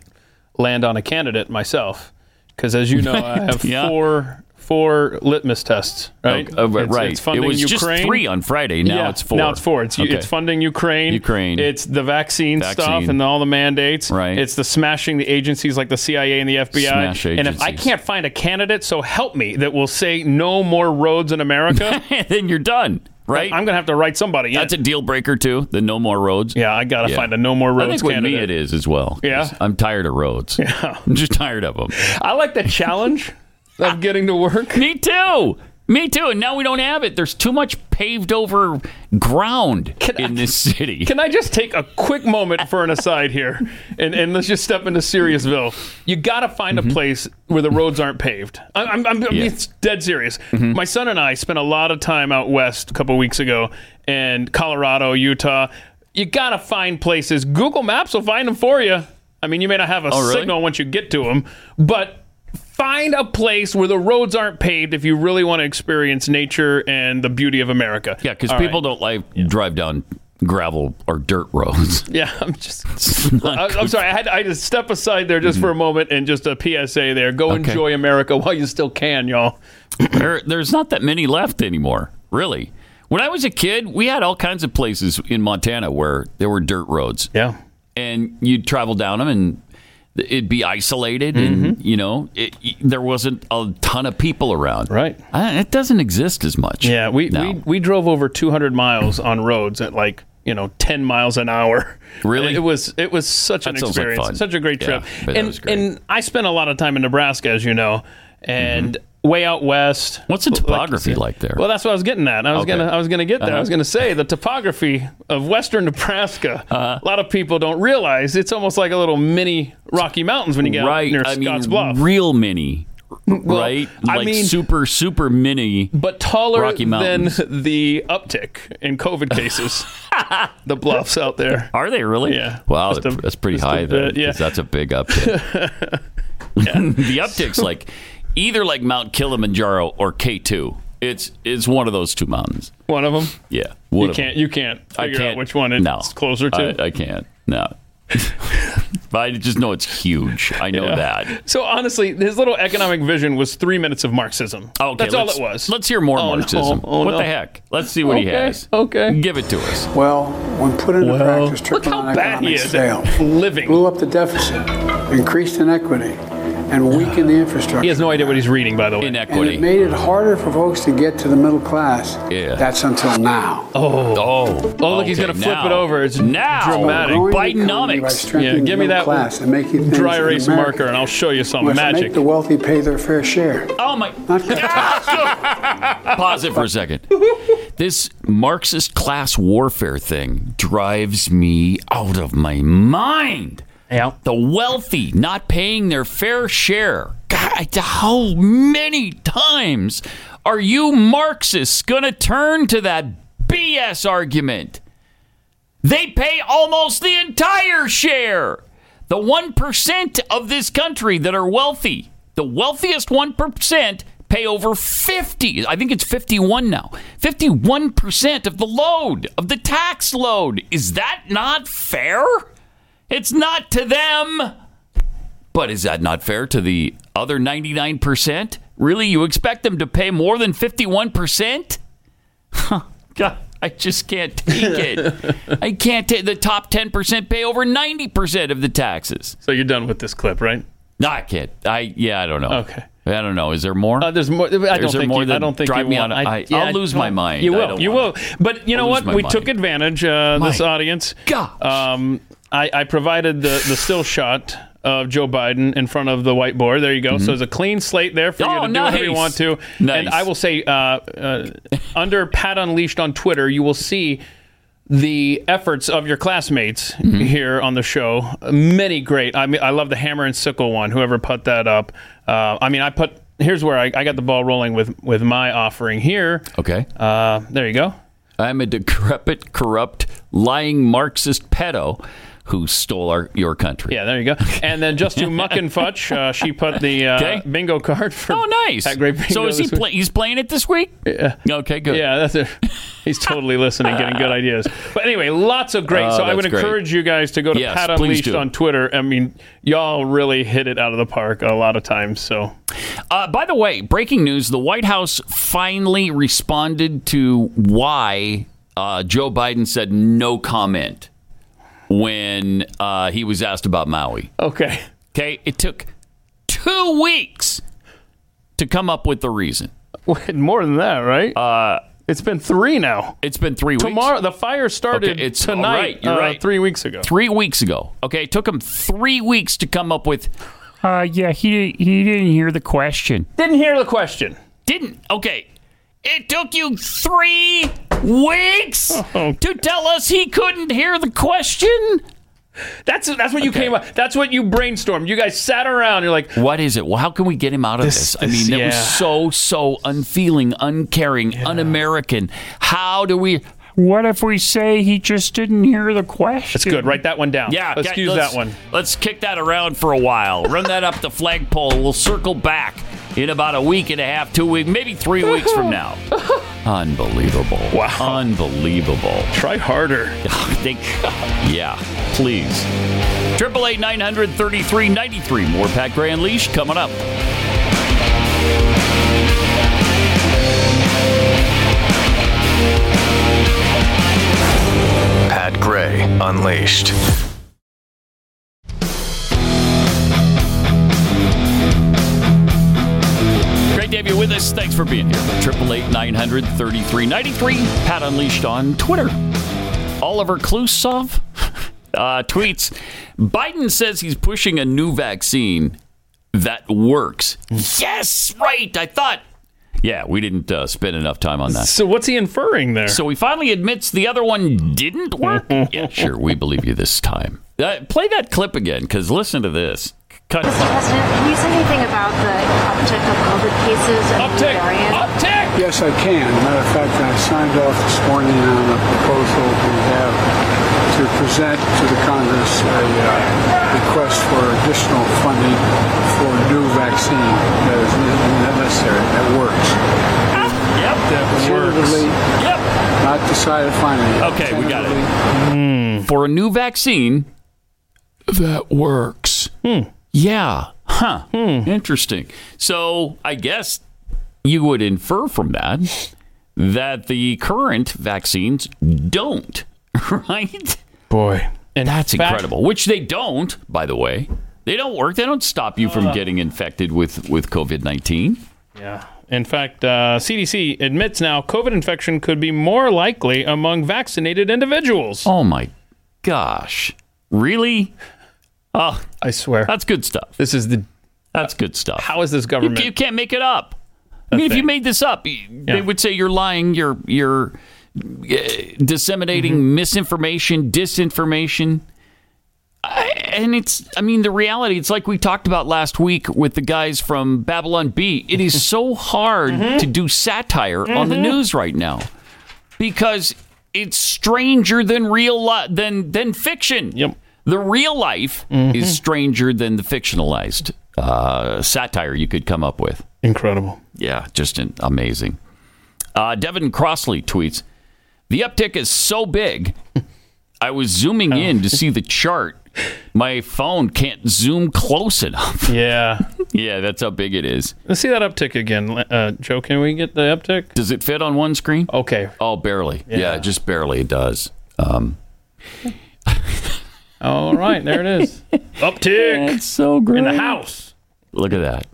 [SPEAKER 3] land on a candidate myself because as you know, I have
[SPEAKER 2] Yeah.
[SPEAKER 3] four four litmus tests. Right,
[SPEAKER 2] Oh, right.
[SPEAKER 3] It's, it's funding
[SPEAKER 2] it was
[SPEAKER 3] Ukraine.
[SPEAKER 2] just three on Friday. Now
[SPEAKER 3] yeah,
[SPEAKER 2] it's four.
[SPEAKER 3] Now it's four. It's,
[SPEAKER 2] Okay.
[SPEAKER 3] it's funding Ukraine.
[SPEAKER 2] Ukraine.
[SPEAKER 3] It's the vaccine,
[SPEAKER 2] Vaccine.
[SPEAKER 3] stuff and all the mandates.
[SPEAKER 2] Right.
[SPEAKER 3] It's the smashing the agencies like the CIA and the FBI.
[SPEAKER 2] Smash
[SPEAKER 3] and if I
[SPEAKER 2] agencies.
[SPEAKER 3] can't find a candidate, so help me, that will say no more roads in America,
[SPEAKER 2] then you're done, right?
[SPEAKER 3] I'm gonna have to write somebody. in.
[SPEAKER 2] That's a deal breaker, too. The no more roads.
[SPEAKER 3] yeah, I gotta
[SPEAKER 2] Yeah.
[SPEAKER 3] find a no more roads
[SPEAKER 2] I think with
[SPEAKER 3] candidate.
[SPEAKER 2] me it is as well. 'cause
[SPEAKER 3] Yeah?
[SPEAKER 2] I'm tired of roads. I'm just tired of them.
[SPEAKER 3] I like the challenge of getting to work.
[SPEAKER 2] me too. Me too. And now we don't have it. There's too much paved over ground in this city.
[SPEAKER 3] Can I just take a quick moment for an aside here? And, and let's just step into Seriousville. You got to find a place where the roads aren't paved. I- I'm, I'm, I'm
[SPEAKER 2] Mm-hmm. Yeah. Mm-hmm.
[SPEAKER 3] it's dead serious. My son and I spent a lot of time out west a couple weeks ago in Colorado, Utah. You got to find places. Google Maps will find them for you. I mean, you may not have a
[SPEAKER 2] Oh, really?
[SPEAKER 3] signal once you get to them, but find a place where the roads aren't paved if you really want to experience nature and the beauty of America.
[SPEAKER 2] yeah, because
[SPEAKER 3] All right.
[SPEAKER 2] people don't like drive down gravel or dirt roads.
[SPEAKER 3] Yeah, I'm just.
[SPEAKER 2] It's not
[SPEAKER 3] I, I'm
[SPEAKER 2] good. Mm-hmm.
[SPEAKER 3] sorry. I had I had to step aside there just for a moment and just a PSA there. Go
[SPEAKER 2] Okay.
[SPEAKER 3] enjoy America while you still can, y'all.
[SPEAKER 2] There, there's not that many left anymore, really. When I was a kid, we had all kinds of places in Montana where there were dirt roads.
[SPEAKER 3] Yeah.
[SPEAKER 2] and you'd travel down them and it'd be isolated, and
[SPEAKER 3] Mm-hmm.
[SPEAKER 2] you know, it, there wasn't a ton of people around. Right. I, it doesn't exist as much.
[SPEAKER 3] Yeah, we,
[SPEAKER 2] now.
[SPEAKER 3] we we drove over 200 miles on roads at like you know 10 miles an hour.
[SPEAKER 2] Really?
[SPEAKER 3] it was it was such an
[SPEAKER 2] That sounds like
[SPEAKER 3] experience,
[SPEAKER 2] fun.
[SPEAKER 3] such a great
[SPEAKER 2] Yeah,
[SPEAKER 3] trip.
[SPEAKER 2] I bet that
[SPEAKER 3] and
[SPEAKER 2] was great.
[SPEAKER 3] and I spent a lot of time in Nebraska, as you know, and way out west.
[SPEAKER 2] Mm-hmm. What's the topography like there?
[SPEAKER 3] Well, that's what I was getting at. I was
[SPEAKER 2] Okay.
[SPEAKER 3] gonna I was gonna get there. I was
[SPEAKER 2] Uh-huh.
[SPEAKER 3] gonna say the topography of western Nebraska.
[SPEAKER 2] Uh-huh.
[SPEAKER 3] A lot of people don't realize it's almost like a little mini Rocky Mountains when you get out
[SPEAKER 2] right.
[SPEAKER 3] near
[SPEAKER 2] I mean,
[SPEAKER 3] Scotts Bluff.
[SPEAKER 2] real mini, right?
[SPEAKER 3] I
[SPEAKER 2] Like
[SPEAKER 3] mean-
[SPEAKER 2] super super mini,
[SPEAKER 3] but taller
[SPEAKER 2] Rocky Mountains.
[SPEAKER 3] than the uptick in COVID cases. the bluffs out there.
[SPEAKER 2] Are they really?
[SPEAKER 3] Yeah.
[SPEAKER 2] Wow, that's, that's pretty high there.
[SPEAKER 3] bit, yeah.
[SPEAKER 2] that's a big uptick. the uptick's like either like Mount Kilimanjaro or K two. It's it's one of those two mountains.
[SPEAKER 3] One of them.
[SPEAKER 2] Yeah, one
[SPEAKER 3] you
[SPEAKER 2] of 'em.
[SPEAKER 3] can't. You can't
[SPEAKER 2] I
[SPEAKER 3] figure out
[SPEAKER 2] can't-
[SPEAKER 3] which one it's
[SPEAKER 2] no.
[SPEAKER 3] closer to.
[SPEAKER 2] I, I can't. No. but I just know it's huge. I know
[SPEAKER 3] Yeah.
[SPEAKER 2] that.
[SPEAKER 3] So honestly, his little economic vision was three minutes of Marxism. Okay, that's all
[SPEAKER 2] let's-
[SPEAKER 3] it was.
[SPEAKER 2] Let's hear more
[SPEAKER 3] Oh, no.
[SPEAKER 2] Marxism.
[SPEAKER 3] Oh,
[SPEAKER 2] what
[SPEAKER 3] no.
[SPEAKER 2] the heck? Let's see what he
[SPEAKER 3] Okay,
[SPEAKER 2] has.
[SPEAKER 3] Okay.
[SPEAKER 2] Give it to us.
[SPEAKER 7] Well, when put into practice,
[SPEAKER 3] look how
[SPEAKER 7] trickle-down
[SPEAKER 3] bad he
[SPEAKER 7] economics
[SPEAKER 3] is
[SPEAKER 7] failed.
[SPEAKER 3] at living.
[SPEAKER 7] Blew up the deficit, increased inequity, and weakened the infrastructure.
[SPEAKER 3] He has no idea what he's reading, by the way.
[SPEAKER 7] and it
[SPEAKER 2] Inequity.
[SPEAKER 7] made it harder for folks to get to the middle class.
[SPEAKER 2] Yeah.
[SPEAKER 7] That's until now.
[SPEAKER 3] Oh,
[SPEAKER 2] Oh.
[SPEAKER 3] oh! Look, he's
[SPEAKER 2] Okay,
[SPEAKER 3] gonna flip
[SPEAKER 2] now.
[SPEAKER 3] it over. It's
[SPEAKER 2] Now.
[SPEAKER 3] dramatic.
[SPEAKER 7] Growing the economy by
[SPEAKER 2] Bidenomics.
[SPEAKER 7] strengthening
[SPEAKER 3] Yeah, give me
[SPEAKER 7] the middle
[SPEAKER 3] that
[SPEAKER 7] class and making things
[SPEAKER 3] Dry
[SPEAKER 7] in
[SPEAKER 3] erase
[SPEAKER 7] America
[SPEAKER 3] marker, and I'll show you some
[SPEAKER 7] must
[SPEAKER 3] magic.
[SPEAKER 7] Make the wealthy pay their fair share.
[SPEAKER 2] Oh my!
[SPEAKER 7] Not cut
[SPEAKER 2] Pause it for a second. This Marxist class warfare thing drives me out of my mind.
[SPEAKER 3] Yeah.
[SPEAKER 2] The wealthy not paying their fair share. God, I- how many times are you Marxists going to turn to that BS argument? They pay almost the entire share. The 1% of this country that are wealthy, the wealthiest 1% pay over 50. I think it's 51 now. 51% of the load, of the tax load. Is that not fair? It's not to them. But is that not fair to the other 99%? Really, you expect them to pay more than 51%? God, I just can't take it. I can't take the top 10% pay over 90% of the taxes.
[SPEAKER 3] So you're done with this clip, right?
[SPEAKER 2] No, I can't. I yeah, I don't know.
[SPEAKER 3] Okay.
[SPEAKER 2] I don't know. Is there more?
[SPEAKER 3] Uh, there's more. I don't
[SPEAKER 2] Is there
[SPEAKER 3] think.
[SPEAKER 2] more
[SPEAKER 3] you, I
[SPEAKER 2] that
[SPEAKER 3] don't think
[SPEAKER 2] drive
[SPEAKER 3] you
[SPEAKER 2] me
[SPEAKER 3] want.
[SPEAKER 2] on- I- I'll
[SPEAKER 3] I
[SPEAKER 2] lose
[SPEAKER 3] don't-
[SPEAKER 2] my mind.
[SPEAKER 3] You
[SPEAKER 2] I
[SPEAKER 3] will.
[SPEAKER 2] don't
[SPEAKER 3] You will.
[SPEAKER 2] wanna-
[SPEAKER 3] But you know
[SPEAKER 2] I'll lose
[SPEAKER 3] what?
[SPEAKER 2] my
[SPEAKER 3] We
[SPEAKER 2] mind.
[SPEAKER 3] took advantage. Uh, this
[SPEAKER 2] My
[SPEAKER 3] audience.
[SPEAKER 2] gosh.
[SPEAKER 3] Um, I, I provided the the still shot of Joe Biden in front of the whiteboard. There you go. So there's a clean slate there for
[SPEAKER 2] Mm-hmm. Oh,
[SPEAKER 3] you to do whatever you
[SPEAKER 2] nice.
[SPEAKER 3] want to.
[SPEAKER 2] Nice.
[SPEAKER 3] And I will say, uh, uh, under Pat Unleashed on Twitter, you will see the efforts of your classmates
[SPEAKER 2] Mm-hmm.
[SPEAKER 3] here on the show. Many great. I mean, I love the hammer and sickle one. Whoever put that up. Uh, I mean, I put. Here's where I, I got the ball rolling with with my offering here.
[SPEAKER 2] Okay.
[SPEAKER 3] Uh, there you go.
[SPEAKER 2] I'm a decrepit, corrupt, lying Marxist pedo who stole our, your country.
[SPEAKER 3] Yeah, there you go. And then just to muck and fudge, uh, she put the uh,
[SPEAKER 2] Okay.
[SPEAKER 3] bingo card for.
[SPEAKER 2] Oh, nice.
[SPEAKER 3] That great bingo
[SPEAKER 2] so is he
[SPEAKER 3] this week.
[SPEAKER 2] play, he's playing it this week? Yeah. Okay, good.
[SPEAKER 3] Yeah, that's it. He's totally listening, getting good ideas. But anyway, lots of great.
[SPEAKER 2] Oh,
[SPEAKER 3] so I would
[SPEAKER 2] that's great.
[SPEAKER 3] encourage you guys to go to
[SPEAKER 2] Yes,
[SPEAKER 3] Pat
[SPEAKER 2] please
[SPEAKER 3] Unleashed
[SPEAKER 2] do.
[SPEAKER 3] on Twitter. I mean, y'all really hit it out of the park a lot of times. So
[SPEAKER 2] Uh, by the way, breaking news: the White House finally responded to why uh, Joe Biden said no comment when uh, he was asked about Maui.
[SPEAKER 3] okay,
[SPEAKER 2] Okay, it took two weeks to come up with the reason.
[SPEAKER 3] Wait, more than that, right? Uh, it's been three now.
[SPEAKER 2] It's been three weeks.
[SPEAKER 3] Tomorrow, the fire started
[SPEAKER 2] Okay, it's- all
[SPEAKER 3] tonight.
[SPEAKER 2] right, you're
[SPEAKER 3] uh,
[SPEAKER 2] right.
[SPEAKER 3] Three weeks ago.
[SPEAKER 2] three weeks ago. Okay, it took him three weeks to come up with. Uh, yeah, he he didn't hear the question.
[SPEAKER 3] Didn't hear the question.
[SPEAKER 2] Didn't okay. It took you three weeks to tell us he couldn't hear the question.
[SPEAKER 3] That's that's what you came up. That's what you brainstormed. You guys sat around. You're like,
[SPEAKER 2] What is it? Well, how can we get him out of this?
[SPEAKER 3] This-
[SPEAKER 2] I mean,
[SPEAKER 3] this-
[SPEAKER 2] that
[SPEAKER 3] yeah.
[SPEAKER 2] was so so unfeeling, uncaring, un-American. How do we? What if we say he just didn't hear the question?
[SPEAKER 3] That's good. Write that one down.
[SPEAKER 2] Yeah,
[SPEAKER 3] let's
[SPEAKER 2] okay,
[SPEAKER 3] use
[SPEAKER 2] let's-
[SPEAKER 3] that one.
[SPEAKER 2] Let's kick that around for a while. Run that up the flagpole. We'll circle back in about a week and a half, two weeks, maybe three weeks from now. Unbelievable!
[SPEAKER 3] Wow.
[SPEAKER 2] Unbelievable!
[SPEAKER 3] Try harder.
[SPEAKER 2] They- yeah, please. Triple eight nine hundred thirty three ninety three. More Pat Gray Unleashed coming up.
[SPEAKER 11] Pat Gray Unleashed.
[SPEAKER 2] Chris, thanks for being here. Triple eight nine hundred thirty three ninety three. Pat Unleashed on Twitter. Oliver Klusov uh, tweets: Biden says he's pushing a new vaccine that works. Yes, right. I thought. Yeah, we didn't uh, spend enough time on that.
[SPEAKER 3] So what's he inferring there?
[SPEAKER 2] So he finally admits the other one didn't work. yeah, sure, we believe you this time. Uh, play that clip again, because listen to this. Cut.
[SPEAKER 6] Mr. President, can you say anything about the uptick of COVID cases and uptick, variant?
[SPEAKER 2] Uptick!
[SPEAKER 7] Yes, I can. Matter of fact, I signed off this morning on a proposal we have to present to the Congress a uh, request for additional funding for a new vaccine that is ne- necessary, that works.
[SPEAKER 2] Yep,
[SPEAKER 7] that Tentatively,
[SPEAKER 2] Yep.
[SPEAKER 7] Not decided finally. yet.
[SPEAKER 2] Okay, we got it.
[SPEAKER 7] Tentatively,
[SPEAKER 3] Hmm.
[SPEAKER 2] For a new vaccine that works.
[SPEAKER 3] Hmm.
[SPEAKER 2] Yeah. Huh. Interesting. So I guess you would infer from that that the current vaccines don't, right?
[SPEAKER 3] Boy.
[SPEAKER 2] And that's
[SPEAKER 3] fact-
[SPEAKER 2] incredible. Which they don't, by the way. They don't work. They don't stop you from getting infected with, with COVID 19.
[SPEAKER 3] Uh. Yeah. In fact, uh, CDC admits now COVID infection could be more likely among vaccinated individuals.
[SPEAKER 2] Oh my gosh. Really? Oh,
[SPEAKER 3] I swear.
[SPEAKER 2] that's good stuff.
[SPEAKER 3] This is the
[SPEAKER 2] That's good stuff.
[SPEAKER 3] how is this
[SPEAKER 2] You,
[SPEAKER 3] government?
[SPEAKER 2] you can't make it up. I mean, if you
[SPEAKER 3] thing.
[SPEAKER 2] made this up, y- they would say you're lying. You're you're uh, disseminating
[SPEAKER 3] Mm-hmm.
[SPEAKER 2] misinformation, disinformation. I, and it's, I mean, the reality. It's like we talked about last week with the guys from Babylon B. It is so hard
[SPEAKER 3] Mm-hmm.
[SPEAKER 2] to do satire on the news right now because it's stranger than real li- than than fiction.
[SPEAKER 3] Yep. Mm-hmm.
[SPEAKER 2] The real life is stranger than the fictionalized uh, satire you could come up with.
[SPEAKER 3] Incredible.
[SPEAKER 2] Yeah, just an- amazing. Uh, Devin Crossley tweets The uptick is so big. I was zooming
[SPEAKER 3] Oh.
[SPEAKER 2] in to see the chart. My phone can't zoom close enough.
[SPEAKER 3] Yeah.
[SPEAKER 2] yeah, that's how big it is.
[SPEAKER 3] Let's see that uptick again. Uh, Joe, can we get the uptick?
[SPEAKER 2] Does it fit on one screen?
[SPEAKER 3] Okay.
[SPEAKER 2] Oh, barely. Yeah,
[SPEAKER 3] Yeah.
[SPEAKER 2] just barely it does. Um,
[SPEAKER 3] All right. There it is. uptick
[SPEAKER 2] it's so great.
[SPEAKER 3] in the house.
[SPEAKER 2] Look at that.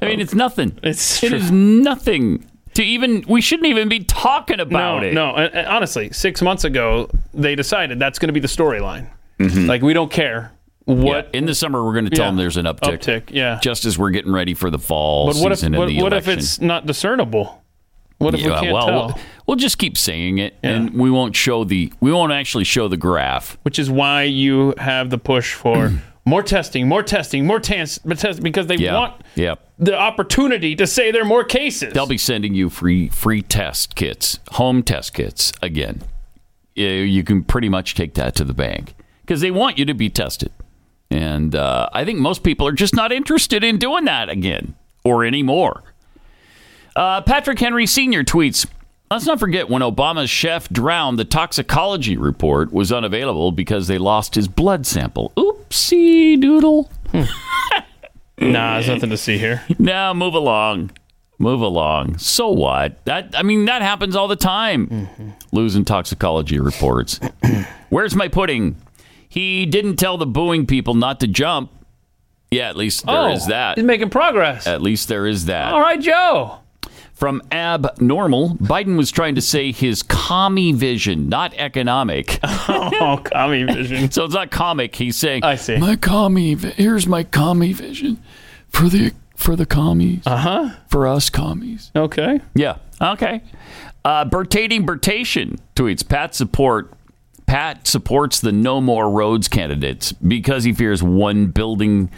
[SPEAKER 2] I mean, it's nothing.
[SPEAKER 3] It's
[SPEAKER 2] It
[SPEAKER 3] true.
[SPEAKER 2] is nothing to even. We shouldn't even be talking
[SPEAKER 3] No,
[SPEAKER 2] about it.
[SPEAKER 3] no. And, and honestly, six months ago, they decided that's going to be the storyline. Like, we don't care
[SPEAKER 2] What
[SPEAKER 3] what
[SPEAKER 2] Mm-hmm. in the summer we're going to tell
[SPEAKER 3] Yeah.
[SPEAKER 2] them there's an uptick.
[SPEAKER 3] uptick. Yeah.
[SPEAKER 2] Just as we're getting ready for the fall
[SPEAKER 3] but what if
[SPEAKER 2] season
[SPEAKER 3] what,
[SPEAKER 2] and the
[SPEAKER 3] what if
[SPEAKER 2] election.
[SPEAKER 3] it's not discernible? What if
[SPEAKER 2] Yeah,
[SPEAKER 3] we can't
[SPEAKER 2] well,
[SPEAKER 3] tell?
[SPEAKER 2] we'll, we'll just keep saying it, and we won't show the. We won't actually show the graph.
[SPEAKER 3] which is why you have the push for more testing, more testing, more tans- but test because they
[SPEAKER 2] Yeah.
[SPEAKER 3] want
[SPEAKER 2] Yeah.
[SPEAKER 3] the opportunity to say there are more cases.
[SPEAKER 2] They'll be sending you free free test kits, home test kits again. You- You can pretty much take that to the bank because they want you to be tested, and uh, I think most people are just not interested in doing that again or anymore. Uh, Patrick Henry Sr. tweets. Let's not forget when Obama's chef drowned, the toxicology report was unavailable because they lost his blood sample. Oopsie doodle.
[SPEAKER 3] Hmm, nah, there's nothing to see here.
[SPEAKER 2] Now move along. Move along. So what? That I mean that happens all the time. Losing toxicology reports. Where's my pudding? He didn't tell the booing people not to jump. Yeah, at least there is that.
[SPEAKER 3] Oh, He's making progress.
[SPEAKER 2] At least there is that.
[SPEAKER 3] All right, Joe.
[SPEAKER 2] From abnormal, Biden was trying to say his commie vision, not economic.
[SPEAKER 3] Oh, commie vision.
[SPEAKER 2] so it's not comic. He's saying
[SPEAKER 3] I see.
[SPEAKER 2] my commie. vi- Here's my commie vision for the for the commies. Uh huh. For us commies.
[SPEAKER 3] Uh-huh. Okay.
[SPEAKER 2] Yeah. Okay. Uh, Bertating Bertation tweets Pat support. Pat supports the no more roads candidates because he fears one building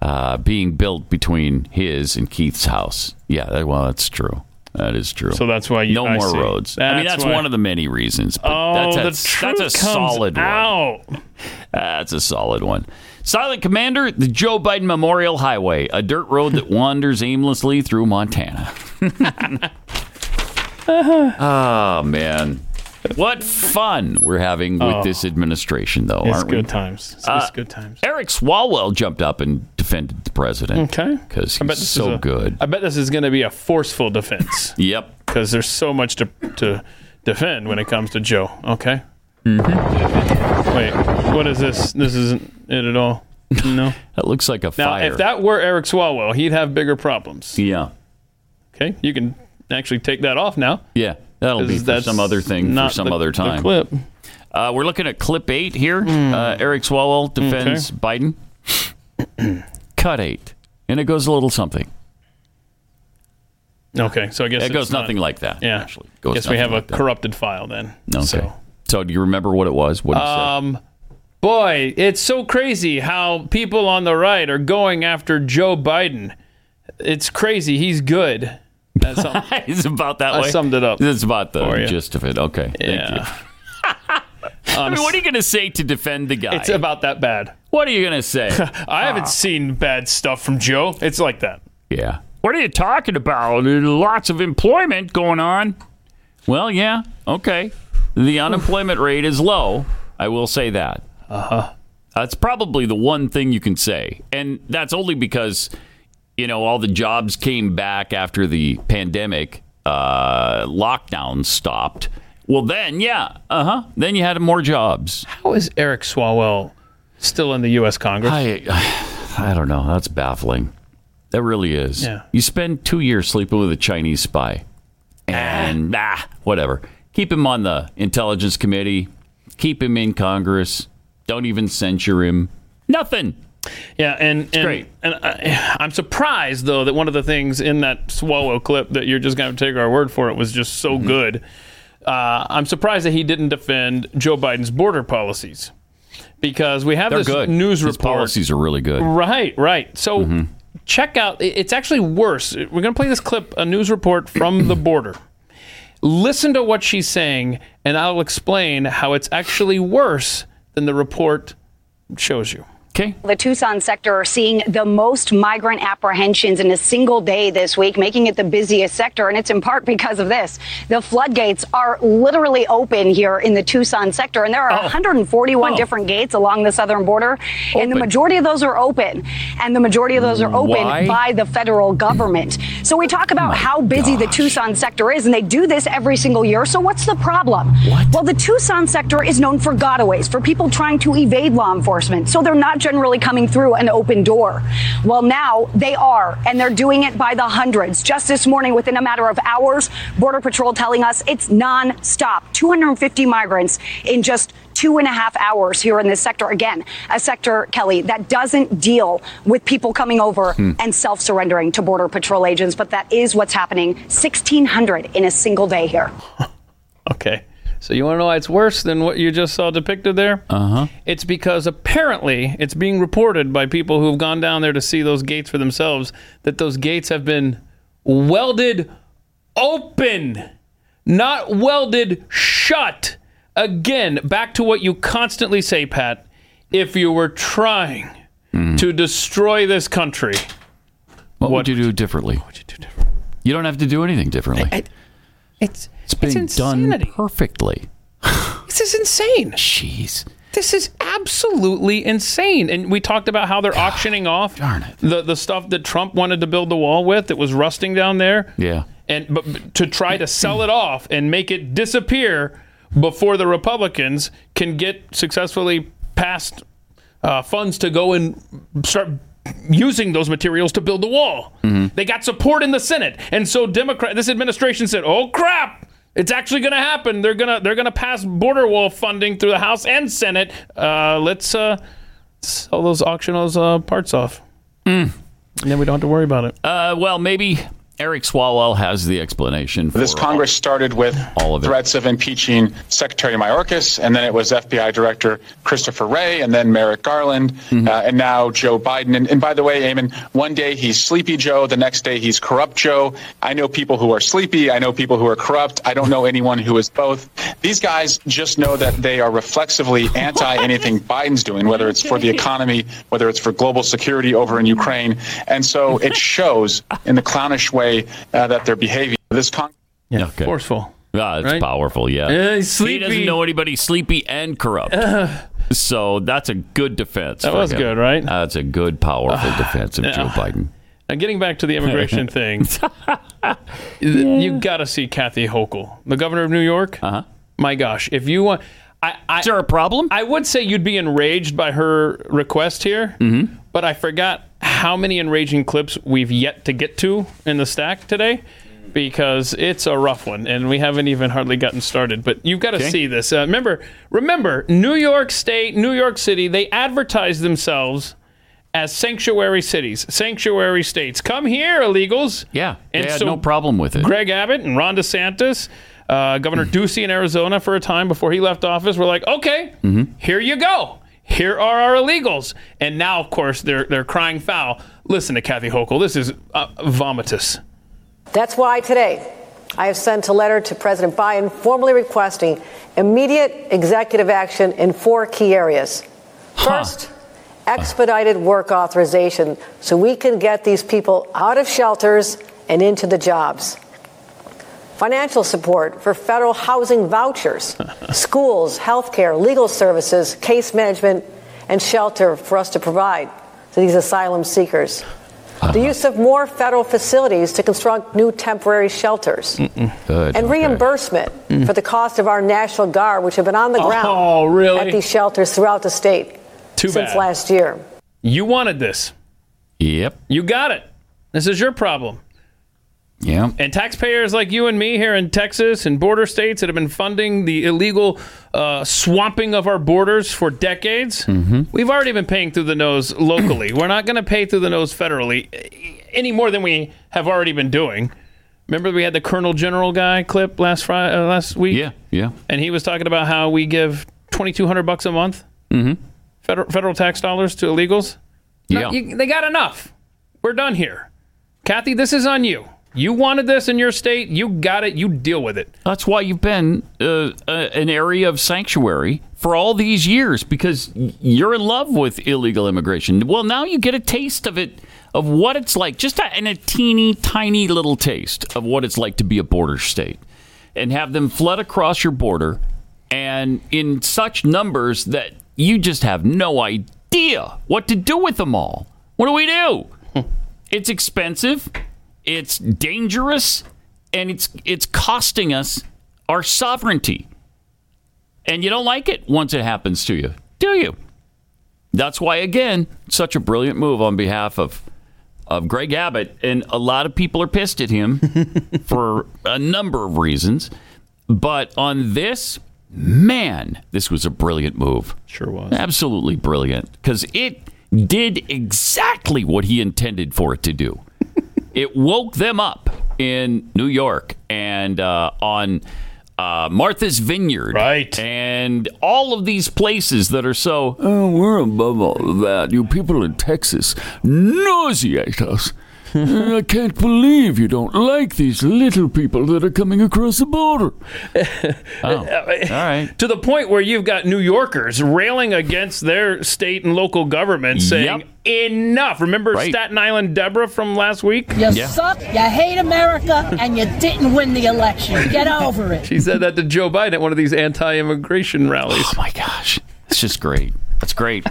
[SPEAKER 2] uh, being built between his and Keith's house. Yeah. That, well, that's true. That is true.
[SPEAKER 3] So that's why you
[SPEAKER 2] no
[SPEAKER 3] I
[SPEAKER 2] more
[SPEAKER 3] see.
[SPEAKER 2] roads. I mean, that's
[SPEAKER 3] why-
[SPEAKER 2] one of the many reasons. But
[SPEAKER 3] Oh,
[SPEAKER 2] that's a,
[SPEAKER 3] the truth
[SPEAKER 2] that's a solid
[SPEAKER 3] comes
[SPEAKER 2] one.
[SPEAKER 3] out.
[SPEAKER 2] That's a solid one. Silent Commander, the Joe Biden Memorial Highway, a dirt road that wanders aimlessly through Montana. oh, man. What fun we're having with this administration, though,
[SPEAKER 3] Oh. It's
[SPEAKER 2] aren't
[SPEAKER 3] good
[SPEAKER 2] we? Uh,
[SPEAKER 3] times. It's good times.
[SPEAKER 2] Eric Swalwell jumped up and defended the president.
[SPEAKER 3] Okay.
[SPEAKER 2] Because
[SPEAKER 3] I bet
[SPEAKER 2] he's
[SPEAKER 3] this
[SPEAKER 2] so
[SPEAKER 3] is a-
[SPEAKER 2] good.
[SPEAKER 3] I bet this is going to be a forceful defense
[SPEAKER 2] Yep.
[SPEAKER 3] because there's so much to to defend when it comes to Joe. Okay.
[SPEAKER 2] Mm-hmm.
[SPEAKER 3] Wait, what is this? This isn't it at all. No.
[SPEAKER 2] That looks like a
[SPEAKER 3] Now,
[SPEAKER 2] fire.
[SPEAKER 3] if that were Eric Swalwell, he'd have bigger problems.
[SPEAKER 2] yeah.
[SPEAKER 3] Okay, you can actually take that off now.
[SPEAKER 2] Yeah, that'll be
[SPEAKER 3] 'Cause
[SPEAKER 2] for
[SPEAKER 3] that's
[SPEAKER 2] some other thing for
[SPEAKER 3] not
[SPEAKER 2] some
[SPEAKER 3] the-
[SPEAKER 2] other
[SPEAKER 3] the
[SPEAKER 2] time.
[SPEAKER 3] clip.
[SPEAKER 2] Uh, we're looking at clip eight here.
[SPEAKER 3] Hmm.
[SPEAKER 2] Uh, Eric Swalwell defends Biden. Cut eight, and it goes a little something.
[SPEAKER 3] Okay, so I guess
[SPEAKER 2] It goes
[SPEAKER 3] it's not-
[SPEAKER 2] nothing like that.
[SPEAKER 3] Yeah,
[SPEAKER 2] actually, Goes
[SPEAKER 3] guess we
[SPEAKER 2] nothing
[SPEAKER 3] have
[SPEAKER 2] like
[SPEAKER 3] a
[SPEAKER 2] that.
[SPEAKER 3] corrupted file then.
[SPEAKER 2] Okay. So. do you remember what it was? What did you say?
[SPEAKER 3] Um, boy, it's so crazy how people on the right are going after Joe Biden. It's crazy. He's good. That's something.
[SPEAKER 2] it's about that
[SPEAKER 3] I
[SPEAKER 2] way.
[SPEAKER 3] summed it up.
[SPEAKER 2] That's about the
[SPEAKER 3] for you.
[SPEAKER 2] gist of it. Okay.
[SPEAKER 3] Yeah.
[SPEAKER 2] I mean, what are you going to say to defend the guy?
[SPEAKER 3] It's about that bad.
[SPEAKER 2] What are you going to say? Ah.
[SPEAKER 3] I haven't seen bad stuff from Joe. It's like that.
[SPEAKER 2] yeah. What are you talking about? There's lots of employment going on. Well, yeah. Okay. The unemployment rate is low. I will say that. Uh huh. That's probably the one thing you can say. And that's only because, you know, all the jobs came back after the pandemic uh, lockdown stopped. Well, then, yeah. Uh huh. Then you had more jobs.
[SPEAKER 3] How is Eric Swalwell still in the U.S. Congress?
[SPEAKER 2] I, I don't know. That's baffling. That really is.
[SPEAKER 3] Yeah.
[SPEAKER 2] You spend two years sleeping with a Chinese spy, and ah, whatever. Keep him on the intelligence committee. Keep him in Congress. Don't even censure him. Nothing.
[SPEAKER 3] Yeah, and and, and I, I'm surprised though that one of the things in that swallow clip that you're just gonna have to take our word for it was just so
[SPEAKER 2] Mm-hmm.
[SPEAKER 3] good. Uh, I'm surprised that he didn't defend Joe Biden's border policies because we have
[SPEAKER 2] They're
[SPEAKER 3] this
[SPEAKER 2] good.
[SPEAKER 3] news
[SPEAKER 2] His
[SPEAKER 3] report.
[SPEAKER 2] policies are really good. Mm-hmm.
[SPEAKER 3] Right, right. So check out. it- It's actually worse. We're going to play this clip, a news report from the border. Listen to what she's saying, and I'll explain how it's actually worse than the report shows you.
[SPEAKER 2] Okay.
[SPEAKER 12] The Tucson sector are seeing the most migrant apprehensions in a single day this week, making it the busiest sector. And it's in part because of this. The floodgates are literally open here in the Tucson sector, and there are 141 different gates along the southern border. And the majority of those are open. And the majority of those are open
[SPEAKER 13] Why?
[SPEAKER 12] by the federal government. So we talk about how busy the Tucson sector is, and they do this every single year. So what's the problem? Well, the Tucson sector is known for gotaways, for people trying to evade law enforcement. So they're not generally coming through an open door. Well, now they are, and they're doing it by the hundreds. Just this morning, within a matter of hours, Border Patrol telling us it's nonstop 250 migrants in just two and a half hours here in this sector. Again, a sector, Kelly, that doesn't deal with people coming over
[SPEAKER 14] Hmm.
[SPEAKER 12] and self surrendering to Border Patrol agents, but that is what's happening 1,600 in a single day here.
[SPEAKER 3] Okay. So you want to know why it's worse than what you just saw depicted there?
[SPEAKER 2] Uh huh.
[SPEAKER 3] It's because apparently it's being reported by people who have gone down there to see those gates for themselves that those gates have been welded open, not welded shut. Again, back to what you constantly say, Pat. If you were trying to destroy this country,
[SPEAKER 2] What, would you do differently? What would you do differently? You don't have to do anything differently.
[SPEAKER 3] it's
[SPEAKER 2] it's been done perfectly.
[SPEAKER 3] This is insane.
[SPEAKER 2] Jeez.
[SPEAKER 3] This is absolutely insane. And we talked about how they're auctioning off the the stuff that Trump wanted to build the wall with that was rusting down there.
[SPEAKER 2] Yeah.
[SPEAKER 3] And but but to try to sell it off and make it disappear before the Republicans can get successfully past uh, funds to go and start using those materials to build the wall. They got support in the Senate, and so Democrat this administration said, "Oh crap." It's actually going to happen. They're gonna they're gonna pass border wall funding through the House and Senate. Uh, let's uh, sell those auction those uh, parts off, Mm. and then we don't have to worry about it.
[SPEAKER 2] Uh, well, maybe Eric Swalwell has the explanation for
[SPEAKER 15] This Congress started with
[SPEAKER 2] of it.
[SPEAKER 15] threats of impeaching Secretary Mayorkas, and then it was FBI Director Christopher Wray, and then Merrick Garland, uh, and now Joe Biden. And, and by the way, Eamon, one day he's Sleepy Joe, the next day he's Corrupt Joe. I know people who are sleepy. I know people who are corrupt. I don't know anyone who is both. These guys just know that they are reflexively anti anything Biden's doing, whether it's for the economy, whether it's for global security over in Ukraine. And so it shows in the clownish way uh, that they're behaving. This Congress.
[SPEAKER 3] Yeah,
[SPEAKER 2] forceful. Ah, it's
[SPEAKER 15] Right?
[SPEAKER 2] powerful. Yeah,
[SPEAKER 15] Yeah, he's
[SPEAKER 2] He doesn't
[SPEAKER 15] sleepy.
[SPEAKER 2] know anybody sleepy and corrupt. so that's a good defense.
[SPEAKER 3] Uh. That
[SPEAKER 2] for
[SPEAKER 3] was
[SPEAKER 2] him.
[SPEAKER 3] good, right?
[SPEAKER 2] That's a good, powerful defense of
[SPEAKER 3] yeah.
[SPEAKER 2] Joe Biden.
[SPEAKER 3] Now, getting back to the immigration thing, th- you got to see Kathy Hochul, the governor of New York. Uh-huh. My gosh, if you want, I, I, is there
[SPEAKER 2] a problem?
[SPEAKER 3] I would say you'd be enraged by her request here, but I forgot how many enraging clips we've yet to get to in the stack today. because it's a rough one, and we haven't even hardly gotten started. But you've got to
[SPEAKER 13] Okay.
[SPEAKER 3] see this. Uh, remember, remember, New York State, New York City, they advertise themselves as sanctuary cities, sanctuary states. Come here, illegals. Yeah,
[SPEAKER 2] they had no problem with it.
[SPEAKER 3] Greg Abbott and Ron DeSantis, uh, Governor Ducey in Arizona for a time before he left office, were like, okay, here you go. Here are our illegals. And now, of course, they're, they're crying foul. Listen to Kathy Hochul. This is uh, vomitous.
[SPEAKER 14] That's why today I have sent a letter to President Biden formally requesting immediate executive action in four key areas. First, expedited work authorization so we can get these people out of shelters and into the jobs. Financial support for federal housing vouchers, schools, healthcare, legal services, case management, and shelter for us to provide to these asylum seekers.
[SPEAKER 3] Uh-huh.
[SPEAKER 14] The use of more federal facilities to construct new temporary shelters.
[SPEAKER 3] Mm,
[SPEAKER 2] Good.
[SPEAKER 14] And reimbursement
[SPEAKER 2] Mm.
[SPEAKER 14] for the cost of our National Guard, which have been on the
[SPEAKER 3] Oh,
[SPEAKER 14] ground
[SPEAKER 3] really?
[SPEAKER 14] at these shelters throughout the state
[SPEAKER 3] Too
[SPEAKER 14] since
[SPEAKER 3] bad.
[SPEAKER 14] last year.
[SPEAKER 3] You wanted this.
[SPEAKER 2] Yep.
[SPEAKER 3] You got it. This is your problem.
[SPEAKER 2] Yeah.
[SPEAKER 3] And taxpayers like you and me here in Texas and border states that have been funding the illegal uh, swamping of our borders for decades, we've already been paying through the nose locally. We're not going to pay through the nose federally eh, any more than we have already been doing. Remember, we had the Colonel General guy clip last Friday, uh, last week. Yeah,
[SPEAKER 2] yeah.
[SPEAKER 3] And he was talking about how we give twenty two hundred bucks a month
[SPEAKER 2] Mm-hmm.
[SPEAKER 3] federal, federal tax dollars to illegals.
[SPEAKER 2] Yeah.
[SPEAKER 3] you- they got enough. We're done here. Kathy, this is on you. You wanted this in your state. You got it. You deal with it.
[SPEAKER 2] That's why you've been uh, uh, an area of sanctuary for all these years because you're in love with illegal immigration. Well, now you get a taste of it, of what it's like, just a, and a teeny tiny little taste of what it's like to be a border state and have them flood across your border and in such numbers that you just have no idea what to do with them all. What do we do? it's expensive, it's dangerous, and it's it's costing us our sovereignty. And you don't like it once it happens to you, do you? That's why again, such a brilliant move on behalf of of Greg Abbott and a lot of people are pissed at him for a number of reasons. But on this, man, this was a brilliant move.
[SPEAKER 3] Sure was.
[SPEAKER 2] Absolutely brilliant cuz it did exactly what he intended for it to do. it woke them up in New York and uh, on uh, Martha's Vineyard, right? And all of these places that are so oh, we're above all of that. You people in Texas nauseate us. Uh, I can't believe you don't like these little people that are coming across the border.
[SPEAKER 3] Oh. All right. to the point where you've got New Yorkers railing against their state and local government saying, enough. Remember
[SPEAKER 10] Right.
[SPEAKER 3] Staten Island Deborah from last week?
[SPEAKER 10] You suck, you hate America, and you didn't win the election. Get over it.
[SPEAKER 3] She said that to Joe Biden at one of these anti immigration rallies. Oh,
[SPEAKER 2] my gosh. It's just great. That's great.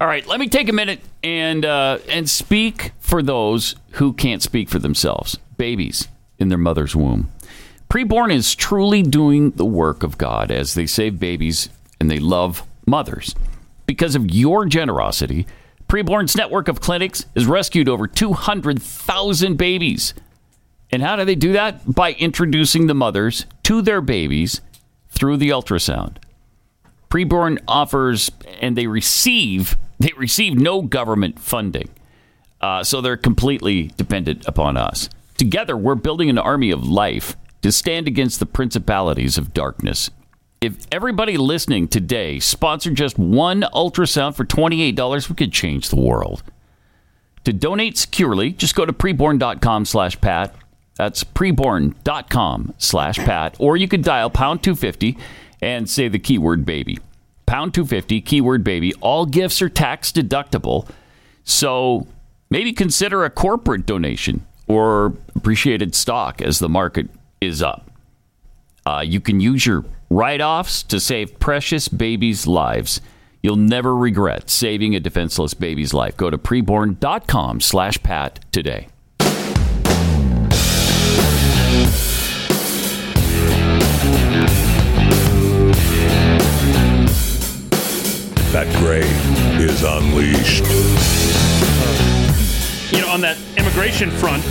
[SPEAKER 2] All right, let me take a minute and uh, and speak for those who can't speak for themselves, babies in their mother's womb. Preborn is truly doing the work of God as they save babies and they love mothers. Because of your generosity, Preborn's network of clinics has rescued over 200,000 babies. And how do they do that? By introducing the mothers to their babies through the ultrasound. Preborn offers and they receive they receive no government funding, uh, so they're completely dependent upon us. Together, we're building an army of life to stand against the principalities of darkness. If everybody listening today sponsored just one ultrasound for twenty eight dollars, we could change the world. To donate securely, just go to preborn.com slash Pat. That's preborn.com slash Pat. Or you could dial pound 250 and say the keyword baby. Pound 250, keyword baby. All gifts are tax deductible. So maybe consider a corporate donation or appreciated stock as the market is up. Uh, you can use your write offs to save precious babies' lives. You'll never regret saving a defenseless baby's life. Go to preborn.com slash Pat today.
[SPEAKER 16] That Gray is unleashed.
[SPEAKER 3] you know, on that immigration front,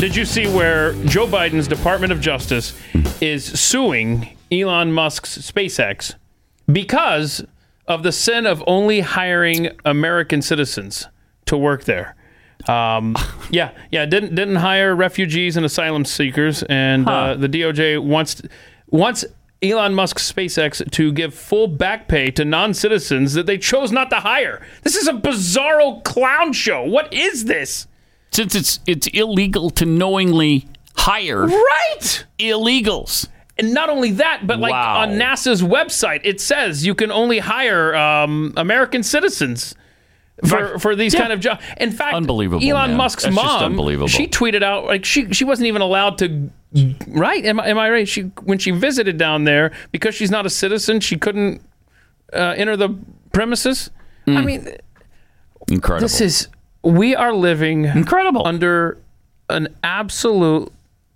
[SPEAKER 3] Did you see where Joe Biden's Department of Justice is suing Elon Musk's SpaceX because of the sin of only hiring American citizens to work there? Um, yeah, yeah, didn't didn't hire refugees and asylum seekers, and uh, the DOJ wants wants Elon Musk's SpaceX to give full back pay to non citizens that they chose not to hire. This is a bizarro clown show. What is this?
[SPEAKER 2] Since it's it's illegal to knowingly hire
[SPEAKER 3] right
[SPEAKER 2] illegals.
[SPEAKER 3] And not only that, but like
[SPEAKER 2] Wow.
[SPEAKER 3] on NASA's website, it says you can only hire um, American citizens for,
[SPEAKER 2] Right.
[SPEAKER 3] for these
[SPEAKER 2] Yeah.
[SPEAKER 3] kind of jobs. In fact,
[SPEAKER 2] Unbelievable,
[SPEAKER 3] Elon
[SPEAKER 2] man.
[SPEAKER 3] Musk's
[SPEAKER 2] That's
[SPEAKER 3] mom,
[SPEAKER 2] just unbelievable.
[SPEAKER 3] she tweeted out like she she wasn't even allowed to. Right? Am I, am I right? She when she visited down there because she's not a citizen, she couldn't uh, enter the premises. I
[SPEAKER 2] Hmm.
[SPEAKER 3] mean,
[SPEAKER 2] Incredible.
[SPEAKER 3] this is we are living incredible under an absolute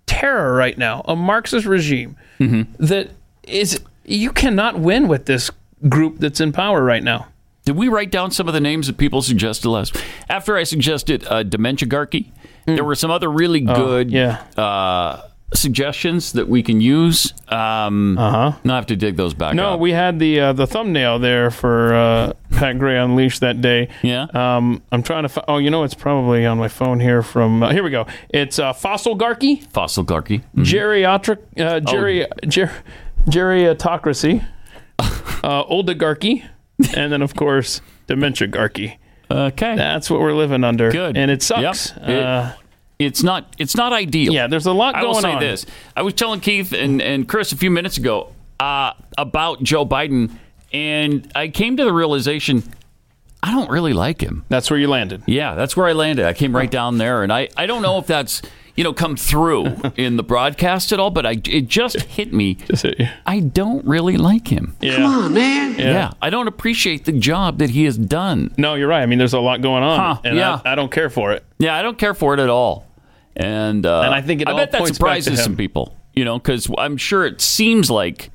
[SPEAKER 3] terror right now, a Marxist regime that is you cannot win with this group that's in power right now.
[SPEAKER 2] Did we write down some of the names that people suggested last? After I suggested uh, Dementiagarchy,
[SPEAKER 3] Hmm.
[SPEAKER 2] there were some other really
[SPEAKER 3] Oh,
[SPEAKER 2] good uh, suggestions that we can use. Um, uh-huh. I'll have to dig those back
[SPEAKER 3] No,
[SPEAKER 2] up.
[SPEAKER 3] we had the uh, the thumbnail there for uh, Pat Gray Unleashed that day.
[SPEAKER 2] Yeah.
[SPEAKER 3] Um, I'm trying to. Fi- oh, you know, it's probably on my phone here. From uh, here we go. It's uh, Fossil Garkey,
[SPEAKER 2] Fossil Garkey.
[SPEAKER 3] geriatric,
[SPEAKER 2] Oh.
[SPEAKER 3] uh, geri- ger- geriatocracy, uh, oligarchy, and then of course dementiagarchy.
[SPEAKER 2] Okay.
[SPEAKER 3] That's what we're living under.
[SPEAKER 2] Good.
[SPEAKER 3] And it sucks.
[SPEAKER 2] Yep. It-
[SPEAKER 3] uh,
[SPEAKER 2] it's not it's not ideal.
[SPEAKER 3] Yeah, there's a lot
[SPEAKER 2] I will
[SPEAKER 3] going
[SPEAKER 2] say
[SPEAKER 3] on.
[SPEAKER 2] this. I was telling Keith and, and Chris a few minutes ago uh, about Joe Biden, and I came to the realization I don't really like him.
[SPEAKER 3] That's where you landed.
[SPEAKER 2] Yeah, that's where I landed. I came right down there, and I, I don't know if that's you know come through in the broadcast at all, but I it just hit me. I don't really like him.
[SPEAKER 3] Yeah. Come on,
[SPEAKER 2] man.
[SPEAKER 3] Yeah.
[SPEAKER 2] Yeah. I don't appreciate the job that he has done.
[SPEAKER 3] No, you're right. I mean, there's a lot going on,
[SPEAKER 2] Huh,
[SPEAKER 3] and
[SPEAKER 2] yeah.
[SPEAKER 3] I, I don't care for it.
[SPEAKER 2] Yeah, I don't care for it at all. And uh,
[SPEAKER 3] And I think it all
[SPEAKER 2] bet that
[SPEAKER 3] points back to
[SPEAKER 2] surprises
[SPEAKER 3] him.
[SPEAKER 2] some people, you know, because I'm sure it seems like,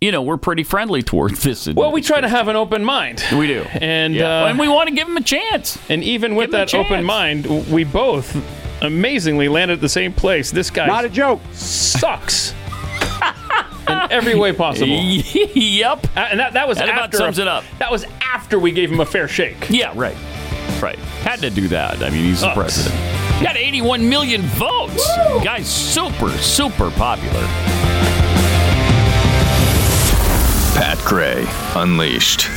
[SPEAKER 2] you know, we're pretty friendly toward this.
[SPEAKER 3] Well, we try to have an open mind.
[SPEAKER 2] we do,
[SPEAKER 3] And,
[SPEAKER 2] Yeah.
[SPEAKER 3] uh,
[SPEAKER 2] and we want to give him a chance.
[SPEAKER 3] And even with
[SPEAKER 2] Give him a
[SPEAKER 3] that open
[SPEAKER 2] chance.
[SPEAKER 3] mind, w- we both amazingly landed at the same place. This guy
[SPEAKER 2] Not a
[SPEAKER 3] joke sucks in every way possible. Uh,
[SPEAKER 2] yep.
[SPEAKER 3] And that, that was
[SPEAKER 2] That about
[SPEAKER 3] after
[SPEAKER 2] sums it up.
[SPEAKER 3] That was after we gave him a fair shake.
[SPEAKER 2] Yeah, right, right. Had to do that. I mean, he's the
[SPEAKER 3] Sucks.
[SPEAKER 2] president. Got 81 million votes. Guy's super, super popular.
[SPEAKER 11] Pat Gray Unleashed.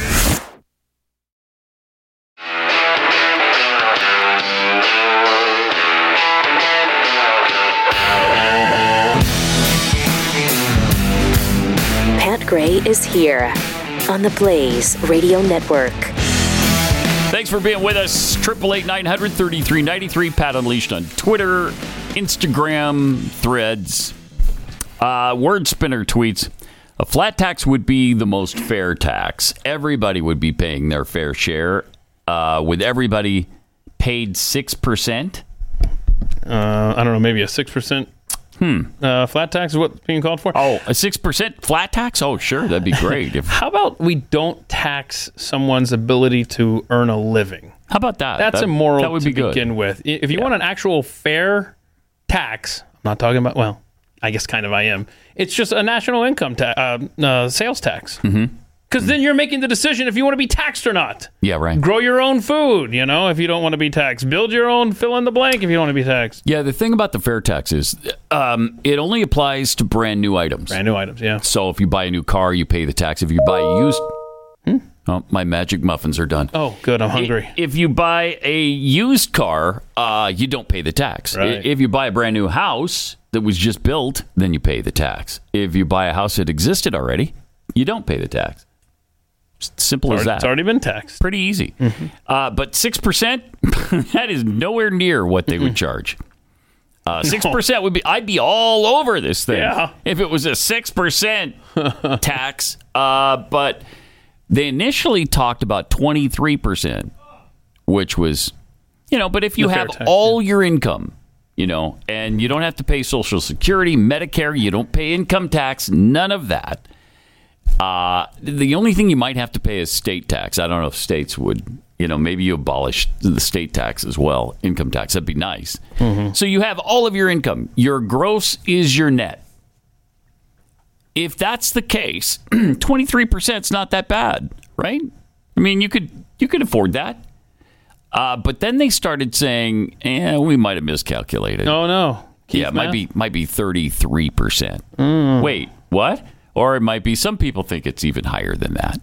[SPEAKER 1] Pat Gray is here on the Blaze Radio Network.
[SPEAKER 2] Thanks for being with us. Triple eight nine hundred thirty three ninety three. Pat Unleashed on Twitter, Instagram, Threads. Uh, Word spinner tweets: A flat tax would be the most fair tax. Everybody would be paying their fair share. Uh, with everybody paid six percent.
[SPEAKER 3] Uh, I don't know, maybe a six percent
[SPEAKER 2] Hmm.
[SPEAKER 3] uh, flat tax is what's being called for.
[SPEAKER 2] Oh, a six percent flat tax. Oh, sure, that'd be great. If,
[SPEAKER 3] How about we don't tax someone's ability to earn a living?
[SPEAKER 2] how about that?
[SPEAKER 3] That's
[SPEAKER 2] that,
[SPEAKER 3] immoral
[SPEAKER 2] That would
[SPEAKER 3] to
[SPEAKER 2] be good.
[SPEAKER 3] begin with. I- If you want an actual fair tax, I'm not talking about. Well, I guess kind of I am. It's just a national income tax, uh, uh, sales tax.
[SPEAKER 2] Hmm.
[SPEAKER 3] Because
[SPEAKER 2] Mm-hmm.
[SPEAKER 3] then you're making the decision if you want to be taxed or not.
[SPEAKER 2] Yeah, right.
[SPEAKER 3] Grow your own food, you know, if you don't want to be taxed. Build your own fill in the blank if you don't want to be taxed.
[SPEAKER 2] Yeah, the thing about the fair tax is um, it only applies to brand new items. Brand
[SPEAKER 3] new items, yeah.
[SPEAKER 2] So if you buy a new car, you pay the tax. If you buy a used, oh, my magic muffins are done.
[SPEAKER 3] Hmm? Oh, good, I'm hungry.
[SPEAKER 2] If you buy a used car, uh, you don't pay the tax.
[SPEAKER 3] Right.
[SPEAKER 2] If you buy a brand new house that was just built, then you pay the tax. If you buy a house that existed already, you don't pay the tax. S- Simple
[SPEAKER 3] It's
[SPEAKER 2] as
[SPEAKER 3] already-
[SPEAKER 2] that.
[SPEAKER 3] It's already been taxed.
[SPEAKER 2] Pretty easy. Uh, but 6%, that is nowhere near what they would charge. Uh, 6% would be, I'd be all over this thing
[SPEAKER 3] Yeah.
[SPEAKER 2] if it was a 6% tax. Uh, but they initially talked about 23%, which was, you know, but if you
[SPEAKER 3] The fair
[SPEAKER 2] have
[SPEAKER 3] tax,
[SPEAKER 2] all your income, you know, and you don't have to pay Social Security, Medicare, you don't pay income tax, none of that. Uh, the only thing you might have to pay is state tax. I don't know if states would You know, maybe you abolish the state tax as well, income tax. That'd be nice.
[SPEAKER 3] Mm-hmm.
[SPEAKER 2] So you have all of your income. Your gross is your net. If that's the case, twenty three percent is not that bad, right? I mean, you could you could afford that. Uh, but then they started saying, "Eh, we might have miscalculated."
[SPEAKER 3] Oh no!
[SPEAKER 2] yeah, it might
[SPEAKER 3] math.
[SPEAKER 2] be
[SPEAKER 3] Mm.
[SPEAKER 2] might be thirty three percent. Wait, what? Or it might be some people think it's even higher than that.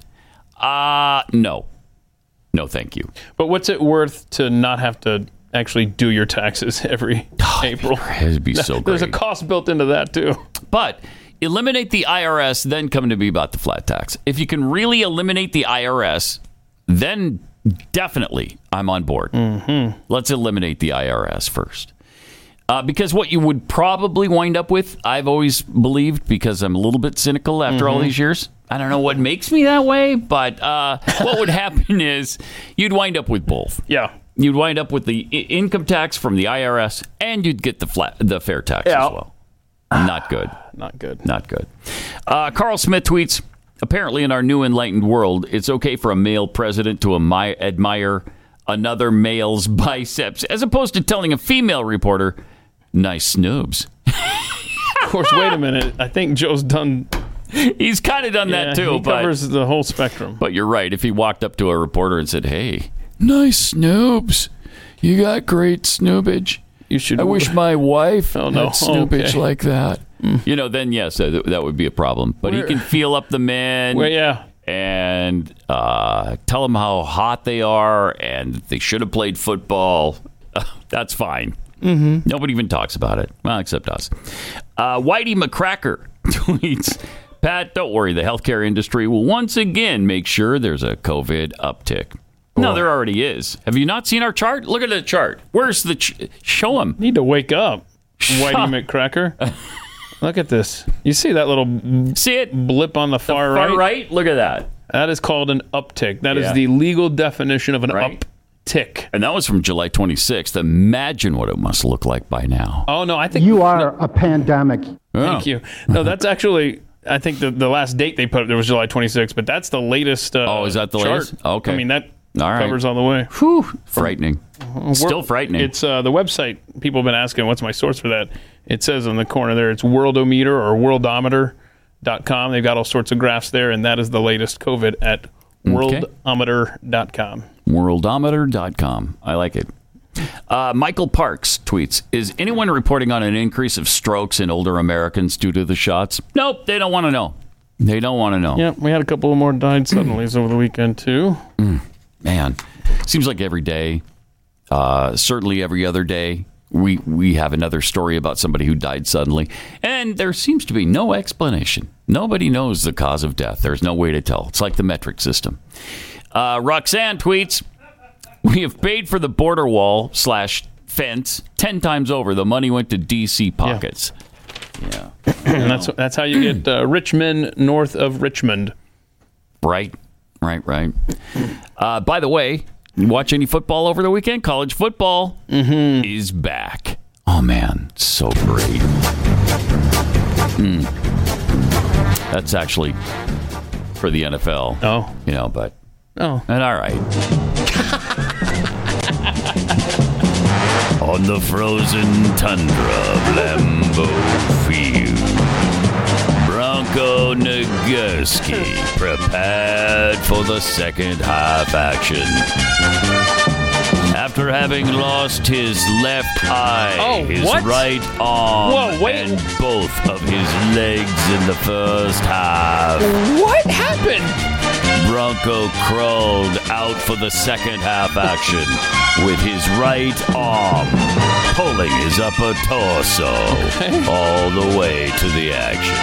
[SPEAKER 2] Uh no, no, thank you.
[SPEAKER 3] But what's it worth to not have to actually do your taxes every April?
[SPEAKER 2] Oh, It'd be so
[SPEAKER 3] There's a
[SPEAKER 2] great.
[SPEAKER 3] cost built into that too.
[SPEAKER 2] But eliminate the IRS, then come to me about the flat tax. If you can really eliminate the IRS, then definitely I'm on board. Mm-hmm. Let's eliminate the IRS first. Uh, because what you would probably wind up with, I've always believed, because I'm a little bit cynical after all
[SPEAKER 3] Mhm.
[SPEAKER 2] these years. I don't know what makes me that way, but uh, what would happen is you'd wind up with both.
[SPEAKER 3] Yeah.
[SPEAKER 2] You'd wind up with the i- income tax from the IRS, and you'd get the flat, the fair tax as well. Not good.
[SPEAKER 3] Not good.
[SPEAKER 2] Not good. Uh, Carl Smith tweets Apparently, in our new enlightened world, it's okay for a male president to ami- admire another male's biceps, as opposed to telling a female reporter, nice snoobs.
[SPEAKER 3] Of course. wait a minute. I think Joe's done.
[SPEAKER 2] He's kind of done that too,
[SPEAKER 3] He
[SPEAKER 2] but-
[SPEAKER 3] covers the whole spectrum.
[SPEAKER 2] But you're right. If he walked up to a reporter and said, hey, nice snoobs, you got great snoobage.
[SPEAKER 3] You should.
[SPEAKER 2] I wish my wife
[SPEAKER 3] Oh, no.
[SPEAKER 2] had snoobage
[SPEAKER 3] Okay.
[SPEAKER 2] like that. You know, then yes, uh, th- that would be a problem. But
[SPEAKER 3] Mm. Where-
[SPEAKER 2] he can feel up the men.
[SPEAKER 3] Well, yeah.
[SPEAKER 2] And uh, tell them how hot they are and they should have played football. That's fine.
[SPEAKER 3] Mhm.
[SPEAKER 2] Nobody even talks about it. Well, except us. Uh, Whitey McCracker tweets Pat, don't worry. The healthcare industry will once again make sure there's a COVID uptick. No, there already is. Have you not seen our chart? Look at the chart. Where's the. Ch- show them.
[SPEAKER 3] Need to wake up, Whitey McCracker. Look at this. You see that little
[SPEAKER 2] see it
[SPEAKER 3] blip on the far,
[SPEAKER 2] far
[SPEAKER 3] right?
[SPEAKER 2] right? Look at that.
[SPEAKER 3] That is called an uptick. That is
[SPEAKER 2] Yeah.
[SPEAKER 3] the legal definition of an uptick.
[SPEAKER 2] And that was from July 26th. Imagine what it must look like by now.
[SPEAKER 3] Oh no, I think
[SPEAKER 13] you are a pandemic.
[SPEAKER 2] Oh.
[SPEAKER 3] Thank you. No, that's actually. I think the, the last date they put up there was July 26th, but that's the latest. Uh, oh, is that
[SPEAKER 2] the latest? Okay.
[SPEAKER 3] I mean that
[SPEAKER 2] All right.
[SPEAKER 3] covers all the way.
[SPEAKER 2] Whew, frightening. Still frightening.
[SPEAKER 3] It's uh, the website. People have been asking, what's my source for that? It says on the corner there, it's Worldometer or Worldometer.com. They've got all sorts of graphs there, and that is the latest COVID at Worldometer.com.
[SPEAKER 2] Worldometer.com. I like it. Uh, Michael Parks tweets Is anyone reporting on an increase of strokes in older Americans due to the shots? Nope, they don't want to know. They don't want to know.
[SPEAKER 3] Yeah, we had a couple more died suddenly over the weekend, too.
[SPEAKER 2] Mm, Man, seems like every day, uh, certainly every other day, we, we have another story about somebody who died suddenly. And there seems to be no explanation. Nobody knows the cause of death. There's no way to tell. It's like the metric system. Uh, Roxanne tweets We have paid for the border wall slash fence 10 times over. The money went to D.C. pockets. Yeah.
[SPEAKER 3] and that's, that's how you get uh, rich men north of Richmond.
[SPEAKER 2] Right, right, right. Uh, by the way, you watch any football over the weekend? College football is back. Oh man, so great. Mm. That's actually for the NFL.
[SPEAKER 3] Oh,
[SPEAKER 2] you know, but
[SPEAKER 3] Oh.
[SPEAKER 2] and all right. On the frozen tundra of Lambeau Field, Bronco Nagurski prepared for the second half action. After having lost his left eye,
[SPEAKER 3] Oh,
[SPEAKER 2] his
[SPEAKER 3] what?
[SPEAKER 2] right arm,
[SPEAKER 3] Whoa, wait.
[SPEAKER 2] and both of his legs in the first half.
[SPEAKER 3] What happened?
[SPEAKER 2] Bronco crawled out for the second half action with his right arm pulling his upper torso all the way to the action.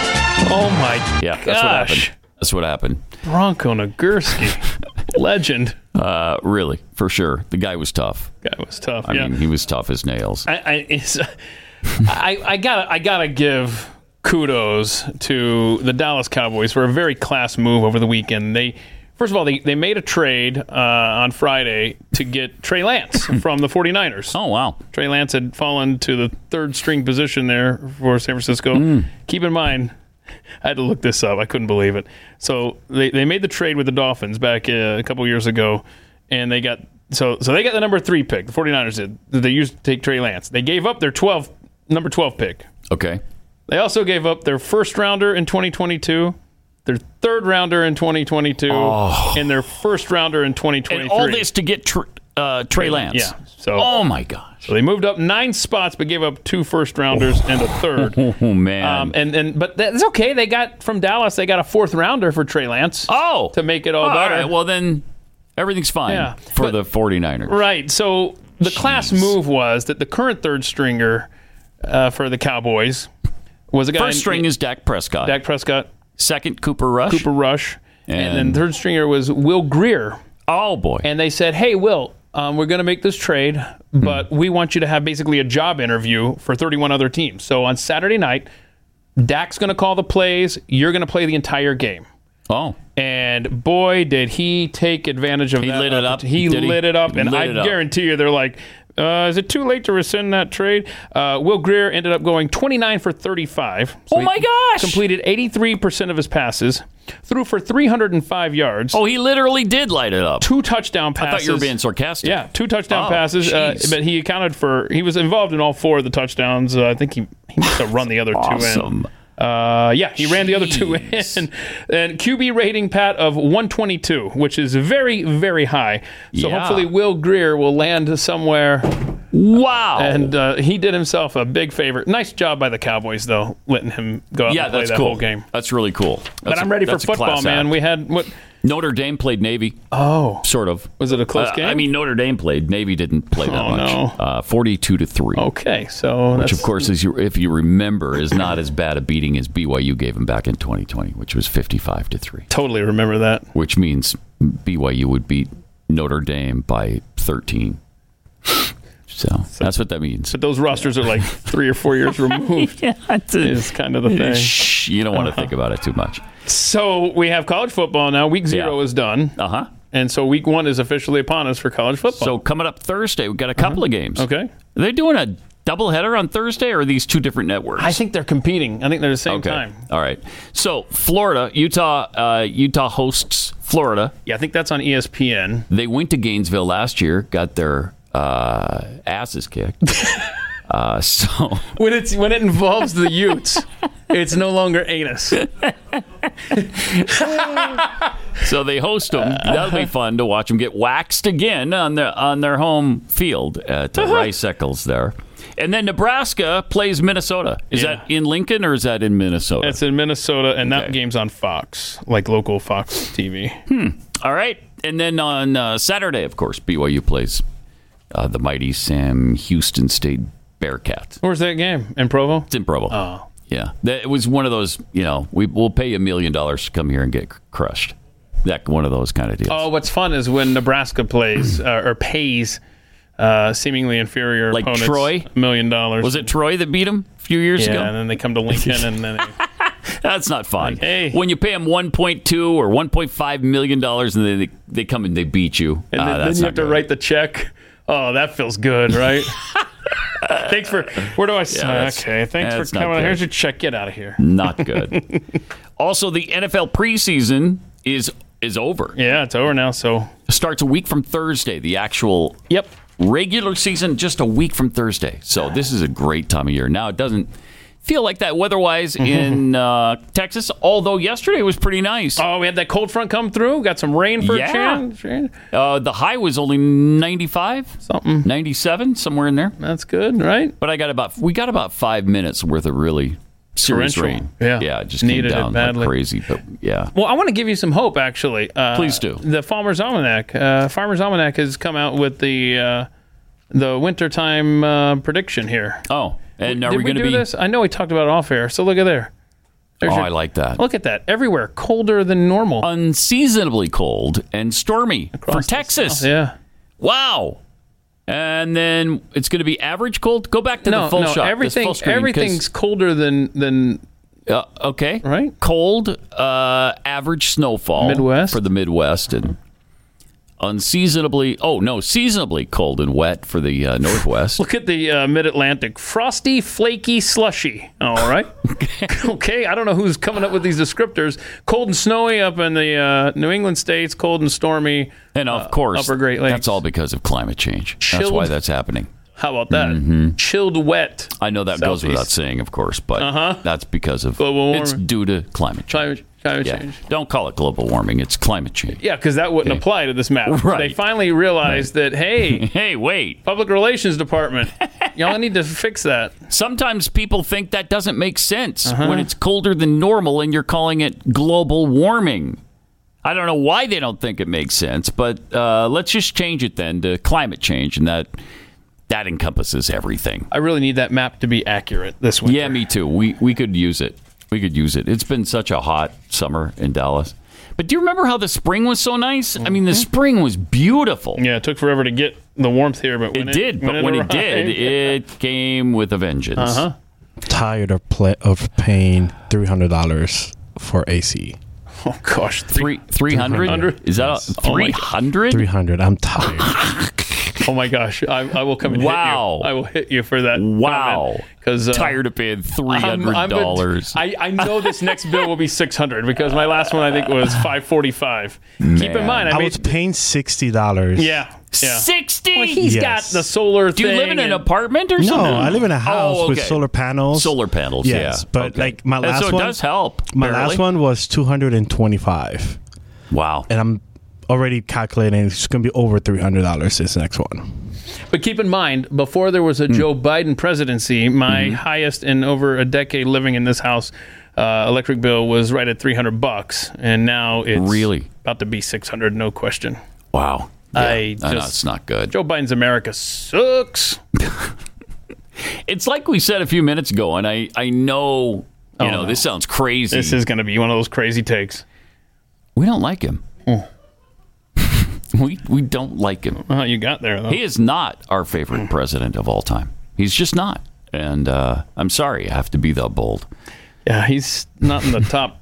[SPEAKER 3] Oh my
[SPEAKER 2] Yeah, that's what
[SPEAKER 3] gosh.
[SPEAKER 2] happened. That's what happened.
[SPEAKER 3] Bronco Nagurski. Legend.
[SPEAKER 2] Uh, really, for sure. The guy was tough.
[SPEAKER 3] Guy was tough.
[SPEAKER 2] I
[SPEAKER 3] yeah.
[SPEAKER 2] mean, he was tough as nails.
[SPEAKER 3] I, I, it's, I, I gotta, I gotta give kudos to the Dallas Cowboys for a very class move over the weekend. They, first of all, they, they made a trade uh, on Friday to get Trey Lance from the 49ers.
[SPEAKER 2] Oh wow,
[SPEAKER 3] Trey Lance had fallen to the third string position there for San Francisco.
[SPEAKER 2] Hmm.
[SPEAKER 3] Keep in mind. I had to look this up. I couldn't believe it. So they, they made the trade with the Dolphins back uh, a couple years ago, and they got so so they got the number three pick. The 49ers did. that They used to take Trey Lance. They gave up their 12 number 12 pick.
[SPEAKER 2] Okay.
[SPEAKER 3] They also gave up their first rounder in 2022, their third rounder in 2022,
[SPEAKER 2] Oh.
[SPEAKER 3] and their first rounder in 2023.
[SPEAKER 2] And all this to get tr- uh, Trey Lance.
[SPEAKER 3] Yeah. So
[SPEAKER 2] oh my gosh.
[SPEAKER 3] So they moved up nine spots, but gave up two first rounders and a third.
[SPEAKER 2] Oh man.
[SPEAKER 3] Um, and and but that's okay. They got from Dallas. They got a fourth rounder for Trey Lance.
[SPEAKER 2] Oh,
[SPEAKER 3] to make it all
[SPEAKER 2] All
[SPEAKER 3] better.
[SPEAKER 2] right, well then everything's fine
[SPEAKER 3] Yeah.
[SPEAKER 2] for the 49ers.
[SPEAKER 3] Right. So the class move was that the current third stringer uh, for the Cowboys was a guy.
[SPEAKER 2] First string is Dak Prescott.
[SPEAKER 3] Dak Prescott.
[SPEAKER 2] Second, Cooper Rush.
[SPEAKER 3] Cooper Rush. And, then
[SPEAKER 2] And-
[SPEAKER 3] third stringer was Will Greer.
[SPEAKER 2] Oh, boy. Hmm.
[SPEAKER 3] And they said, hey, Will, um, we're going to make this trade, but we want you to have basically a job interview for 31 other teams. So on Saturday night, Dak's going to call the plays. You're going to play the entire game.
[SPEAKER 2] Oh.
[SPEAKER 3] And boy, did he take advantage of
[SPEAKER 2] He
[SPEAKER 3] that.
[SPEAKER 2] lit it up,
[SPEAKER 3] opportu- He
[SPEAKER 2] did he?
[SPEAKER 3] lit it up. And
[SPEAKER 2] Lit
[SPEAKER 3] I
[SPEAKER 2] it up.
[SPEAKER 3] guarantee you, they're like, uh, is it too late to rescind that trade? Uh, Will Greer ended up going 29 for 35.
[SPEAKER 2] Oh
[SPEAKER 3] he
[SPEAKER 2] my gosh!
[SPEAKER 3] Completed 83% of his passes, threw for 305 yards.
[SPEAKER 2] Oh, he literally did light it up.
[SPEAKER 3] Two touchdown
[SPEAKER 2] I
[SPEAKER 3] passes.
[SPEAKER 2] thought you were being sarcastic.
[SPEAKER 3] Yeah, two touchdown
[SPEAKER 2] Oh,
[SPEAKER 3] passes, uh,
[SPEAKER 2] jeez.
[SPEAKER 3] but he accounted for. He was involved in all four of the touchdowns. Uh, I think he he must have run the other
[SPEAKER 2] Awesome.
[SPEAKER 3] two in. Uh, yeah, he ran the other two in, and QB rating Pat of 122, which is very very high. So
[SPEAKER 2] Yeah.
[SPEAKER 3] hopefully Will Greer will land somewhere.
[SPEAKER 2] Wow!
[SPEAKER 3] And uh, he did himself a big favor. Nice job by the Cowboys though, letting him go out
[SPEAKER 2] yeah,
[SPEAKER 3] and play
[SPEAKER 2] that's
[SPEAKER 3] that
[SPEAKER 2] cool.
[SPEAKER 3] whole game.
[SPEAKER 2] That's really cool.
[SPEAKER 3] But
[SPEAKER 2] i
[SPEAKER 3] I'm ready for football, man. We had what?
[SPEAKER 2] Notre Dame played Navy.
[SPEAKER 3] Oh,
[SPEAKER 2] sort of.
[SPEAKER 3] Was it a close
[SPEAKER 2] Uh,
[SPEAKER 3] game?
[SPEAKER 2] I mean, Notre Dame played. Navy didn't play that
[SPEAKER 3] Oh,
[SPEAKER 2] much.
[SPEAKER 3] no.
[SPEAKER 2] Uh, Forty-two to three.
[SPEAKER 3] Okay, so
[SPEAKER 2] which,
[SPEAKER 3] that's-
[SPEAKER 2] of course, is your, if you remember, is not as bad a beating as BYU gave him back in 2020, which was 55 to three.
[SPEAKER 3] Totally remember that.
[SPEAKER 2] Which means BYU would beat Notre Dame by 13. So, that's what that means.
[SPEAKER 3] But those rosters are like three or four years removed.
[SPEAKER 2] yeah,
[SPEAKER 3] is kind of the thing.
[SPEAKER 2] Shh, you don't want to think about it too much.
[SPEAKER 3] So we have college football now. Week zero is done.
[SPEAKER 2] Uh huh.
[SPEAKER 3] And so week one is officially upon us for college football.
[SPEAKER 2] So
[SPEAKER 3] Uh-huh.
[SPEAKER 2] coming up Thursday, we've got a couple of games.
[SPEAKER 3] Okay.
[SPEAKER 2] Are they doing a doubleheader on Thursday, or are these two different networks?
[SPEAKER 3] I think they're competing. I think they're the same time.
[SPEAKER 2] All right. So Florida, Utah, uh, Utah hosts Florida.
[SPEAKER 3] Yeah, I think that's on E ESPN.
[SPEAKER 2] They went to Gainesville last year, got their uh, asses kicked. uh, so
[SPEAKER 3] When it's when it involves the Utes, it's no longer anus.
[SPEAKER 2] so they host them.
[SPEAKER 3] Uh.
[SPEAKER 2] That'll be fun to watch them get waxed again on their on their home field at
[SPEAKER 3] Uh-huh.
[SPEAKER 2] uh, Rice Eccles there. And then Nebraska plays Minnesota. Is that in Lincoln or is that in Minnesota?
[SPEAKER 3] That's in Minnesota, and that game's on Fox, like local Fox TV.
[SPEAKER 2] All right. And then on uh, Saturday, of course, BYU plays uh, the mighty Sam Houston State Bearcats.
[SPEAKER 3] Where's that game? In Provo?
[SPEAKER 2] It's in Provo. Oh. Yeah. That, it was one of those, you know, we, we'll pay you a million dollars to come here and get cr- crushed. That one of those kind of deals.
[SPEAKER 3] Oh, what's fun is when Nebraska plays uh, or pays uh, seemingly inferior
[SPEAKER 2] Like
[SPEAKER 3] opponents
[SPEAKER 2] Troy?
[SPEAKER 3] a million dollars.
[SPEAKER 2] Was it Troy that beat him a few years
[SPEAKER 3] yeah,
[SPEAKER 2] ago?
[SPEAKER 3] and then they come to Lincoln and then they,
[SPEAKER 2] That's not fun. When you pay them 1.2 or 1.5 million dollars and then they, they come and they beat you.
[SPEAKER 3] and
[SPEAKER 2] Ah,
[SPEAKER 3] then, then
[SPEAKER 2] that's
[SPEAKER 3] you
[SPEAKER 2] not
[SPEAKER 3] have to write the check. Oh, that feels good, right? thanks for. Where do I sign?
[SPEAKER 2] that's-
[SPEAKER 3] okay, thanks for
[SPEAKER 2] that's not
[SPEAKER 3] coming.
[SPEAKER 2] good.
[SPEAKER 3] Here's your check. Get out of here.
[SPEAKER 2] Not good. also, the NFL preseason is is over.
[SPEAKER 3] Yeah, it's over now. So
[SPEAKER 2] starts a week from Thursday. The actual
[SPEAKER 3] yep
[SPEAKER 2] regular season just a week from Thursday. So this is a great time of year. Now it doesn't feel like that weather-wise in uh, Texas, although yesterday was pretty nice.
[SPEAKER 3] Oh, we had that cold front come through. Got some rain for
[SPEAKER 2] Yeah.
[SPEAKER 3] a change. Rain.
[SPEAKER 2] Uh, the high was only 95, something 97, somewhere in there.
[SPEAKER 3] That's good, right?
[SPEAKER 2] But I got about we got about five minutes worth of really serious
[SPEAKER 3] Torrential.
[SPEAKER 2] rain.
[SPEAKER 3] Yeah.
[SPEAKER 2] yeah, it just
[SPEAKER 3] Needed it
[SPEAKER 2] came down
[SPEAKER 3] badly.
[SPEAKER 2] like crazy. But yeah,
[SPEAKER 3] Well, I want to give you some hope, actually. Uh,
[SPEAKER 2] Please do.
[SPEAKER 3] The Farmer's Almanac. Uh, Farmer's Almanac has come out with the uh, the wintertime uh, prediction here.
[SPEAKER 2] oh, and are
[SPEAKER 3] Did
[SPEAKER 2] we going to
[SPEAKER 3] do
[SPEAKER 2] be?
[SPEAKER 3] this? I know we talked about it off air. So look at there.
[SPEAKER 2] Oh,
[SPEAKER 3] There's your-
[SPEAKER 2] I like that.
[SPEAKER 3] Look at that. Everywhere colder than normal.
[SPEAKER 2] Unseasonably cold and stormy for Texas.
[SPEAKER 3] yeah.
[SPEAKER 2] Wow. And then it's going to be average cold. Go back to
[SPEAKER 3] No,
[SPEAKER 2] the full
[SPEAKER 3] no.
[SPEAKER 2] shot. this
[SPEAKER 3] everything,
[SPEAKER 2] full screen, 'cause-
[SPEAKER 3] everything's colder than than
[SPEAKER 2] uh, okay.
[SPEAKER 3] Right.
[SPEAKER 2] Cold, uh, average snowfall
[SPEAKER 3] Midwest.
[SPEAKER 2] for the Midwest, and unseasonably, oh no, seasonably cold and wet for the uh, Northwest.
[SPEAKER 3] Look at the uh, Mid Atlantic. Frosty, flaky, slushy. All right. okay. I don't know who's coming up with these descriptors. Cold and snowy up in the uh, New England states, cold and stormy. uh,
[SPEAKER 2] And of course,
[SPEAKER 3] Upper Great Lakes.
[SPEAKER 2] that's all because of climate change. That's
[SPEAKER 3] Chilled-
[SPEAKER 2] why that's happening. Mm-hmm.
[SPEAKER 3] How about that? Chilled wet.
[SPEAKER 2] I know that goes without saying, of course, but
[SPEAKER 3] Uh-huh.
[SPEAKER 2] that's because of
[SPEAKER 3] Global
[SPEAKER 2] it's
[SPEAKER 3] warming.
[SPEAKER 2] due to climate change.
[SPEAKER 3] Climate, climate
[SPEAKER 2] Yeah.
[SPEAKER 3] change.
[SPEAKER 2] Don't call it global warming; it's climate change.
[SPEAKER 3] Yeah, because that wouldn't apply to this map.
[SPEAKER 2] Right.
[SPEAKER 3] They finally realized that, hey,
[SPEAKER 2] hey, wait,
[SPEAKER 3] public relations department, y'all need to fix that. Uh-huh.
[SPEAKER 2] Sometimes people think that doesn't make sense when it's colder than normal and you're calling it global warming. I don't know why they don't think it makes sense, but uh, let's just change it then to climate change, and that that encompasses everything.
[SPEAKER 3] I really need that map to be accurate this
[SPEAKER 2] winter. Yeah, me too. We we could use it. We could use it. It's been such a hot summer in Dallas. But do you remember how the spring was so nice? I mean, the spring was beautiful.
[SPEAKER 3] Mm-hmm. Yeah, it took forever to get the warmth here, but when it,
[SPEAKER 2] did, but when it did,
[SPEAKER 3] arrived-
[SPEAKER 2] it came with a vengeance.
[SPEAKER 3] Uh-huh.
[SPEAKER 4] Tired of pla of paying three hundred dollars for AC.
[SPEAKER 3] Oh gosh,
[SPEAKER 2] three three hundred? Is that three hundred?
[SPEAKER 4] Three hundred. I'm tired.
[SPEAKER 3] Oh my gosh, I, I will come and
[SPEAKER 2] Wow.
[SPEAKER 3] hit you. I will hit you for that. uh,
[SPEAKER 2] Wow.
[SPEAKER 3] because
[SPEAKER 2] Tired of paying $300.
[SPEAKER 3] I, I know this next bill will be six hundred because my last one I think was five forty five. Keep in mind, I,
[SPEAKER 4] I,
[SPEAKER 3] made
[SPEAKER 4] was paying sixty dollars.
[SPEAKER 3] yeah, yeah.
[SPEAKER 2] 60?
[SPEAKER 3] Well, he's
[SPEAKER 4] Yes.
[SPEAKER 3] got the solar.
[SPEAKER 2] Do you live
[SPEAKER 3] thing
[SPEAKER 2] in an
[SPEAKER 3] and-
[SPEAKER 2] apartment or
[SPEAKER 4] No,
[SPEAKER 2] something?
[SPEAKER 4] I live in a house
[SPEAKER 2] Oh,
[SPEAKER 4] with
[SPEAKER 2] okay.
[SPEAKER 4] solar panels.
[SPEAKER 2] Solar panels,
[SPEAKER 4] Yes,
[SPEAKER 2] yeah.
[SPEAKER 4] but
[SPEAKER 2] Okay.
[SPEAKER 4] like my
[SPEAKER 2] And
[SPEAKER 4] last
[SPEAKER 2] so it
[SPEAKER 4] one
[SPEAKER 2] does help.
[SPEAKER 4] My
[SPEAKER 2] barely.
[SPEAKER 4] last one was two hundred and twenty-five,
[SPEAKER 2] Wow.
[SPEAKER 4] and I'm already calculating it's going to be over three hundred dollars. This next one.
[SPEAKER 3] But keep in mind, before there
[SPEAKER 2] Hmm.
[SPEAKER 3] was a Joe Biden presidency, my
[SPEAKER 2] Mm-hmm.
[SPEAKER 3] highest in over a decade living in this house uh, electric bill was right at 300 bucks, and now it's
[SPEAKER 2] Really?
[SPEAKER 3] about to be 600, no question.
[SPEAKER 2] Wow.
[SPEAKER 3] I
[SPEAKER 2] I know
[SPEAKER 3] just-
[SPEAKER 2] it's not good.
[SPEAKER 3] Joe Biden's America sucks.
[SPEAKER 2] It's like we said a few minutes ago, and I, I know, you know, this sounds crazy.
[SPEAKER 3] Oh, This is going to be one of those crazy takes. Hmm.
[SPEAKER 2] we don't like him. we we don't like him.
[SPEAKER 3] Well, you got there though. Hmm.
[SPEAKER 2] He is not our favorite president of all time. He's just not. And uh, I'm sorry, I have to be that bold.
[SPEAKER 3] yeah, he's not in the top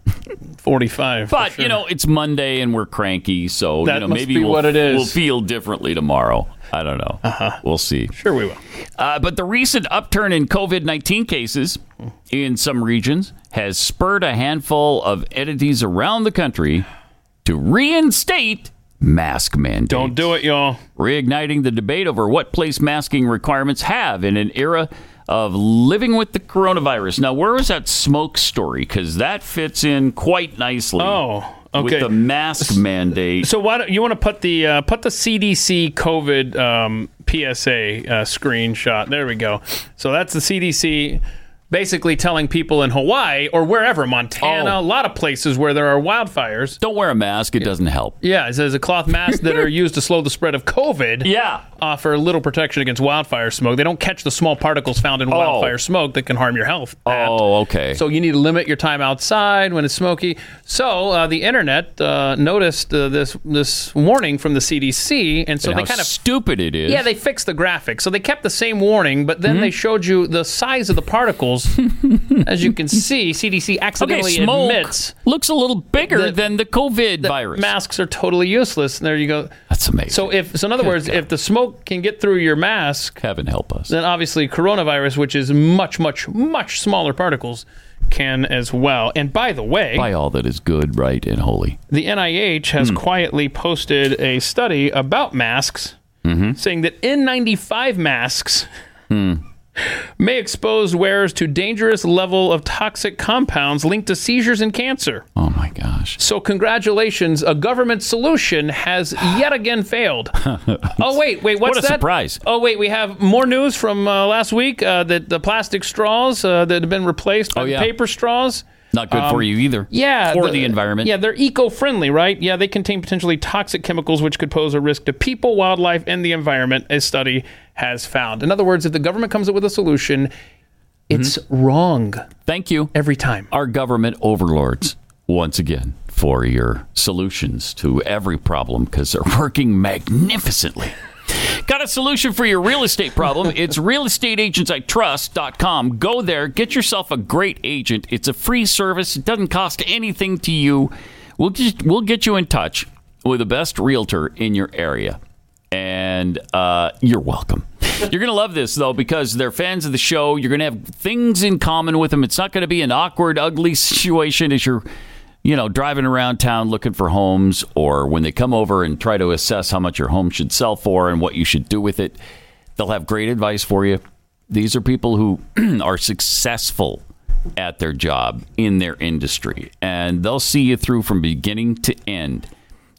[SPEAKER 3] 45. for
[SPEAKER 2] But
[SPEAKER 3] sure.
[SPEAKER 2] you know, it's Monday and we're cranky, so
[SPEAKER 3] That
[SPEAKER 2] you know
[SPEAKER 3] must
[SPEAKER 2] maybe
[SPEAKER 3] be
[SPEAKER 2] we'll,
[SPEAKER 3] what it is.
[SPEAKER 2] We'll feel differently tomorrow. I don't know. We'll see.
[SPEAKER 3] Uh-huh. sure we will.
[SPEAKER 2] Uh, but the recent upturn in COVID 19 cases in some regions has spurred a handful of entities around the country to reinstate mask mandates.
[SPEAKER 3] Don't do it, y'all.
[SPEAKER 2] Reigniting the debate over what place masking requirements have in an era of living with the coronavirus. Now, where was that smoke story? Because that fits in quite nicely.
[SPEAKER 3] Oh, okay.
[SPEAKER 2] With the mask mandate.
[SPEAKER 3] So why don't you want to put the uh, put the CDC COVID um, PSA uh, screenshot? There we go. So that's the CDC basically telling people in Hawaii or wherever Montana,
[SPEAKER 2] Oh.
[SPEAKER 3] a lot of places where there are wildfires.
[SPEAKER 2] Don't wear a mask, it doesn't help.
[SPEAKER 3] Yeah, it says a cloth mask that are used to slow the spread of COVID.
[SPEAKER 2] Yeah.
[SPEAKER 3] Offer little protection against wildfire smoke. They don't catch the small particles found in wildfire smoke that can harm your health. Pat.
[SPEAKER 2] Oh, okay.
[SPEAKER 3] So you need to limit your time outside when it's smoky. So uh, the internet uh, noticed uh, this this warning from the CDC, and so
[SPEAKER 2] And
[SPEAKER 3] they
[SPEAKER 2] how
[SPEAKER 3] kind of
[SPEAKER 2] stupid it is. Mm-hmm.
[SPEAKER 3] yeah they fixed the graphic. So they kept the same warning, but then they showed you the size of the particles. As you can see, CDC
[SPEAKER 2] Okay,
[SPEAKER 3] accidentally
[SPEAKER 2] smoke
[SPEAKER 3] admits
[SPEAKER 2] looks a little bigger
[SPEAKER 3] that-
[SPEAKER 2] than the COVID virus.
[SPEAKER 3] masks are totally useless. And there you go.
[SPEAKER 2] That's amazing.
[SPEAKER 3] So if so, in other words, if the smoke can get through your mask,
[SPEAKER 2] Heaven help us.
[SPEAKER 3] then obviously coronavirus, which is much much much smaller particles, can as well. And by the way,
[SPEAKER 2] By all Hmm. that is good, right, and holy.
[SPEAKER 3] the NIH has quietly posted a study about masks
[SPEAKER 2] Mm-hmm.
[SPEAKER 3] saying that N95 masks
[SPEAKER 2] Hmm.
[SPEAKER 3] may expose wearers to dangerous level of toxic compounds linked to seizures and cancer.
[SPEAKER 2] Oh my gosh.
[SPEAKER 3] So congratulations, a government solution has yet again failed. oh wait, wait, what's
[SPEAKER 2] What a
[SPEAKER 3] that?
[SPEAKER 2] surprise.
[SPEAKER 3] Oh wait, we have more news from uh, last week uh, that the plastic straws uh, that have been replaced by
[SPEAKER 2] Oh, yeah.
[SPEAKER 3] paper straws. Um,
[SPEAKER 2] Not good for you either.
[SPEAKER 3] Yeah.
[SPEAKER 2] For the, environment.
[SPEAKER 3] Yeah, they're eco friendly, right? Yeah, they contain potentially toxic chemicals which could pose a risk to people, wildlife, and the environment, a study has found. In other words, if the government comes up with a solution, it's wrong
[SPEAKER 2] Thank you.
[SPEAKER 3] every time.
[SPEAKER 2] Our government overlords, once again, for your solutions to every problem because they're working magnificently. Got a solution for your real estate problem. It's realestateagentsitrust.com. Go there, get yourself a great agent. It's a free service. It doesn't cost anything to you. We'll just we'll get you in touch with the best realtor in your area. And uh, you're welcome. You're going to love this, though, because they're fans of the show. You're going to have things in common with them. It's not going to be an awkward, ugly situation as you're, you know, driving around town looking for homes or when they come over and try to assess how much your home should sell for and what you should do with it. They'll have great advice for you. These are people who are successful at their job in their industry, and they'll see you through from beginning to end.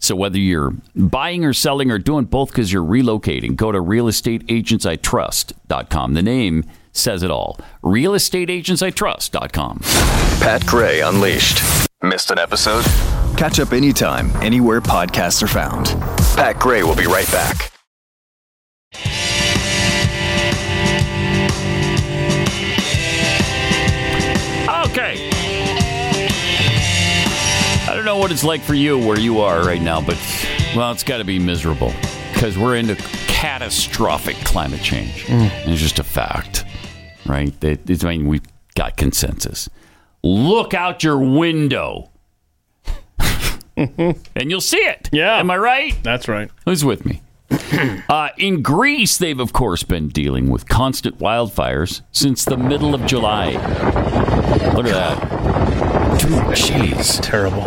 [SPEAKER 2] So whether you're buying or selling or doing both because you're relocating, go to realestateagentsitrust.com. The name says it all. realestateagentsitrust.com.
[SPEAKER 11] Pat Gray Unleashed. Missed an episode? Catch up anytime, anywhere podcasts are found. Pat Gray will be right back.
[SPEAKER 2] Okay. I don't know what it's like for you where you are right now, but well, it's got to be miserable because we're into catastrophic climate change.
[SPEAKER 3] Mm.
[SPEAKER 2] And it's just a fact, right? It, it's, I mean, we've got consensus. Look out your window and you'll see it. Yeah. Am I right?
[SPEAKER 3] That's right.
[SPEAKER 2] Who's with me? uh, in Greece, they've of course been dealing with constant wildfires since the middle of July. Look at that. Dude, jeez.
[SPEAKER 3] Terrible.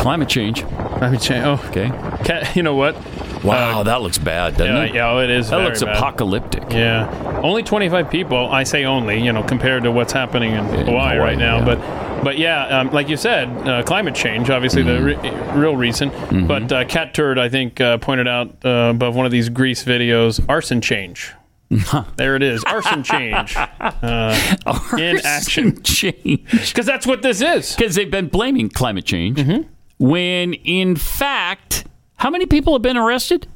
[SPEAKER 2] Climate change.
[SPEAKER 3] Climate change. Oh,
[SPEAKER 2] okay.
[SPEAKER 3] Ca- you know what? Uh,
[SPEAKER 2] Wow, that looks bad, doesn't
[SPEAKER 3] yeah,
[SPEAKER 2] it?
[SPEAKER 3] yeah, oh, it is
[SPEAKER 2] That
[SPEAKER 3] very
[SPEAKER 2] looks
[SPEAKER 3] bad.
[SPEAKER 2] apocalyptic.
[SPEAKER 3] Yeah, only 25 people. I say only, you know, compared to what's happening in, Hawaii,
[SPEAKER 2] Hawaii,
[SPEAKER 3] right now.
[SPEAKER 2] yeah.
[SPEAKER 3] But, but yeah, um, like you said, uh, climate change, obviously the
[SPEAKER 2] Mm-hmm.
[SPEAKER 3] re- real reason. But uh, Cat Turd, I think, uh, pointed out uh, above one of these Greece videos, arson change. there it is, arson change uh, in action.
[SPEAKER 2] Change. Because
[SPEAKER 3] that's what this is. Mm-hmm.
[SPEAKER 2] Because they've been blaming climate change when, in fact, how many people have been arrested?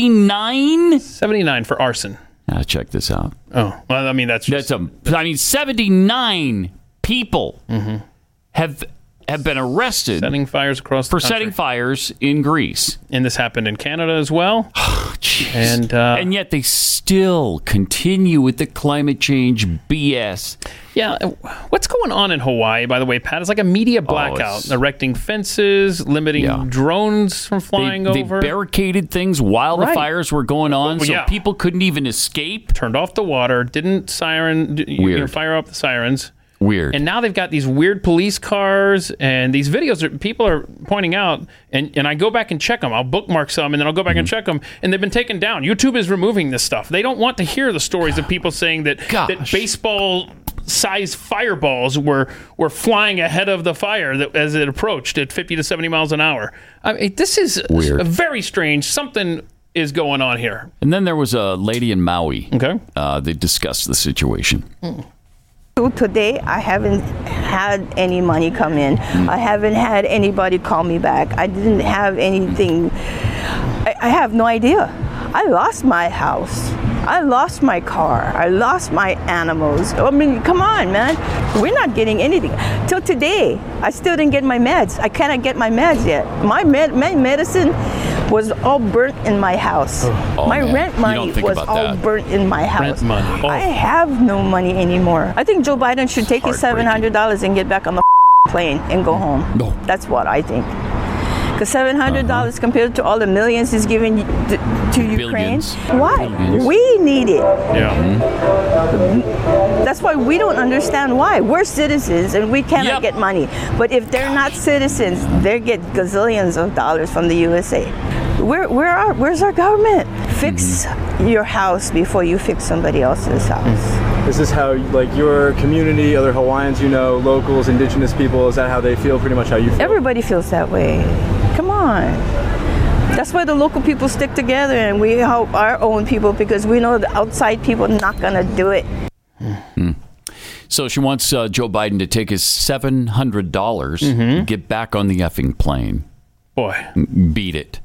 [SPEAKER 2] 79?
[SPEAKER 3] 79 for arson.
[SPEAKER 2] Now, check this out.
[SPEAKER 3] Oh, well, I mean, that's
[SPEAKER 2] That's a, I mean, 79 people
[SPEAKER 3] Mm-hmm.
[SPEAKER 2] have have been arrested
[SPEAKER 3] setting fires across
[SPEAKER 2] for
[SPEAKER 3] the country.
[SPEAKER 2] setting fires in Greece. Oh,
[SPEAKER 3] and this happened in Canada as well. and uh,
[SPEAKER 2] and yet they still continue with the climate change BS.
[SPEAKER 3] Yeah, uh, what's going on in Hawaii, by the way, Pat? It's like a media blackout,
[SPEAKER 2] Oh, it's-
[SPEAKER 3] erecting fences, limiting drones from flying
[SPEAKER 2] they,
[SPEAKER 3] over.
[SPEAKER 2] They barricaded things while
[SPEAKER 3] Right.
[SPEAKER 2] the fires were going on,
[SPEAKER 3] Well,
[SPEAKER 2] so
[SPEAKER 3] yeah.
[SPEAKER 2] people couldn't even escape.
[SPEAKER 3] Turned off the water, didn't siren, d- you
[SPEAKER 2] Weird.
[SPEAKER 3] know, fire up the sirens.
[SPEAKER 2] Weird.
[SPEAKER 3] And now they've got these weird police cars, and these videos are people are pointing out, and, and I go back and check them. I'll bookmark some, and then I'll go back and
[SPEAKER 2] Mm-hmm.
[SPEAKER 3] check them, and they've been taken down. YouTube is removing this stuff. They don't want to hear the stories of people saying that that baseball size fireballs were were flying ahead of the fire that, as it approached at 50 to 70 miles an hour. I mean, this is
[SPEAKER 2] Weird.
[SPEAKER 3] a very strange. Something is going on here.
[SPEAKER 2] And then there was a lady in Maui.
[SPEAKER 3] Okay.
[SPEAKER 2] Uh, they discussed the situation.
[SPEAKER 13] Till Today, I haven't had any money come in.
[SPEAKER 2] Mm.
[SPEAKER 13] I haven't had anybody call me back. I didn't have anything. I, I have no idea. I lost my house. I lost my car. I lost my animals. I mean, come on, man. We're not getting anything. Till today, I still didn't get my meds. I cannot get my meds yet. My, med- my medicine was all burnt in my house.
[SPEAKER 2] Oh,
[SPEAKER 13] my
[SPEAKER 2] man.
[SPEAKER 13] rent
[SPEAKER 2] You don't
[SPEAKER 13] money
[SPEAKER 2] think
[SPEAKER 13] was
[SPEAKER 2] about
[SPEAKER 13] all
[SPEAKER 2] that.
[SPEAKER 13] burnt in my house.
[SPEAKER 2] Rent money.
[SPEAKER 13] I have no money anymore. I think Joe Biden should take his seven hundred dollars and get back on the plane and go home. No. That's what I think. Because seven hundred
[SPEAKER 2] Uh-huh.
[SPEAKER 13] dollars compared to all the millions he's giving to, to Ukraine,
[SPEAKER 2] Billions.
[SPEAKER 13] why?
[SPEAKER 2] Billions.
[SPEAKER 13] We need it.
[SPEAKER 3] Yeah.
[SPEAKER 13] That's why we don't understand why. We're citizens and we
[SPEAKER 2] Yep.
[SPEAKER 13] cannot get money. But if they're not citizens, they get gazillions of dollars from the USA. Where, where are, where's our government? Fix
[SPEAKER 2] Mm-hmm.
[SPEAKER 13] your house before you fix somebody else's house.
[SPEAKER 17] Is this how, like, your community, other Hawaiians you know, locals, indigenous people, is that how they feel? Pretty much how you feel?
[SPEAKER 13] Everybody feels that way. Come on. That's why the local people stick together and we help our own people because we know the outside people not gonna do it.
[SPEAKER 2] So she wants uh, Joe Biden to take his seven hundred dollars, get back on the effing plane,
[SPEAKER 3] Mm-hmm. Boy.
[SPEAKER 2] beat it.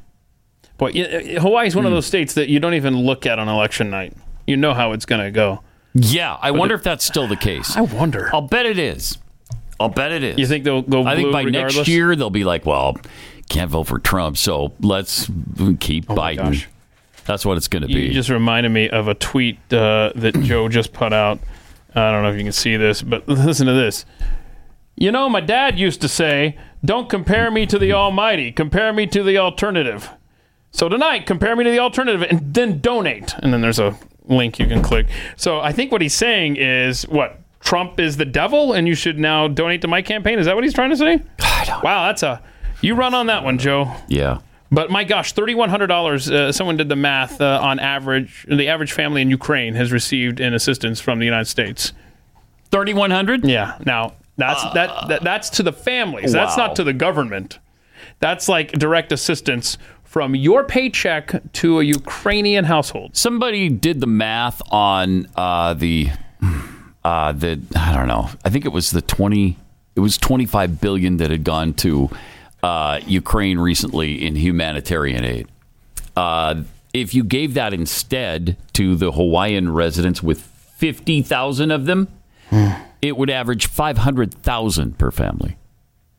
[SPEAKER 3] Boy, y- y- Hawaii is one
[SPEAKER 2] Hmm.
[SPEAKER 3] of those states that you don't even look at on election night. You know how it's going to go.
[SPEAKER 2] Yeah, I wonder if that's still the case. I
[SPEAKER 3] wonder.
[SPEAKER 2] I'll bet it is. I'll bet it is.
[SPEAKER 3] You think they'll go
[SPEAKER 2] I think
[SPEAKER 3] blue
[SPEAKER 2] by
[SPEAKER 3] regardless?
[SPEAKER 2] next year they'll be like, well, can't vote for Trump, so let's keep Biden. That's what it's going to be.
[SPEAKER 3] Oh You just reminded me of a tweet uh, that Joe just put out. I don't know if you can see this, but listen to this. You know, my dad used to say, don't compare me to the Almighty, compare me to the alternative. So tonight, compare me to the alternative and then donate. And then there's a link you can click. So I think what he's saying is what? Trump is the devil and you should now donate to my campaign? Is that what he's trying to say? Wow, that's a. You run on that one, Joe.
[SPEAKER 2] Yeah.
[SPEAKER 3] But my gosh, thirty-one hundred dollars. Uh, someone did the math. Uh, on average, the average family in Ukraine has received in assistance from the United States.
[SPEAKER 2] Thirty-one hundred.
[SPEAKER 3] Yeah. Now that's that, that that's to the families. That's
[SPEAKER 2] Wow.
[SPEAKER 3] not to the government. That's like direct assistance from your paycheck to a Ukrainian household.
[SPEAKER 2] Somebody did the math on uh, the uh, the I don't know. I think it was the twenty. It was twenty five billion that had gone to uh, Ukraine recently in humanitarian aid. Uh, if you gave that instead to the Hawaiian residents with fifty thousand of them, it would average five hundred thousand per family,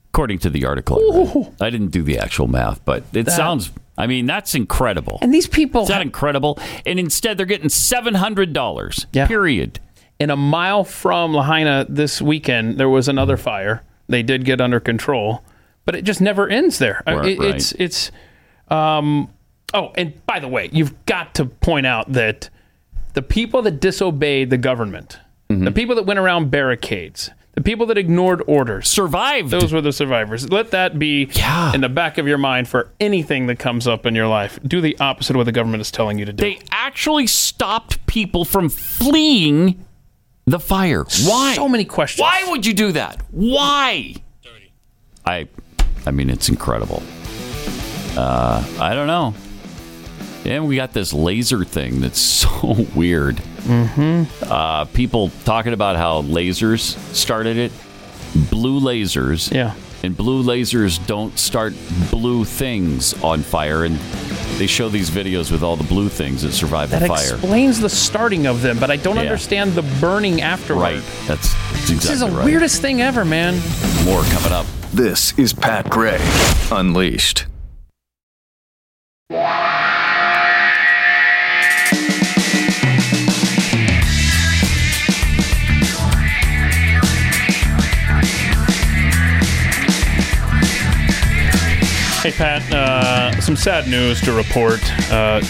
[SPEAKER 2] according to the article. I read. I didn't do the actual math, but it
[SPEAKER 3] That-
[SPEAKER 2] sounds. I mean, that's incredible.
[SPEAKER 3] And these people
[SPEAKER 2] Is that incredible? And instead, they're getting seven hundred dollars. Period.
[SPEAKER 3] In a mile from Lahaina this weekend, there was another fire. They did get under control, but it just never ends there. Uh,
[SPEAKER 2] Right,
[SPEAKER 3] it-
[SPEAKER 2] right.
[SPEAKER 3] It's it's. Um, oh, and by the way, you've got to point out that the people that disobeyed the government,
[SPEAKER 2] Mm-hmm.
[SPEAKER 3] the people that went around barricades, the people that ignored orders,
[SPEAKER 2] survived.
[SPEAKER 3] Those were the survivors. Let that be in the back of your mind for anything that comes up in your life. Do the opposite of what the government is telling you to do.
[SPEAKER 2] They actually stopped people from fleeing the fire. Why? So
[SPEAKER 3] many questions.
[SPEAKER 2] Why would you do that? Why? I, I mean, it's incredible. Uh, I don't know. And we got this laser thing that's so weird. Mm-hmm. Uh, people talking about how lasers started it. Blue lasers.
[SPEAKER 3] Yeah.
[SPEAKER 2] And blue lasers don't start blue things on fire. And they show these videos with all the blue things that survive
[SPEAKER 3] that
[SPEAKER 2] the fire.
[SPEAKER 3] explains the starting of them, but I don't
[SPEAKER 2] Yeah.
[SPEAKER 3] understand the burning afterward.
[SPEAKER 2] Right. That's, that's exactly
[SPEAKER 3] This is the
[SPEAKER 2] right.
[SPEAKER 3] weirdest thing ever, man.
[SPEAKER 2] More coming up.
[SPEAKER 11] This is Pat Gray Unleashed.
[SPEAKER 3] Hey, Pat, uh, some sad news to report. Uh,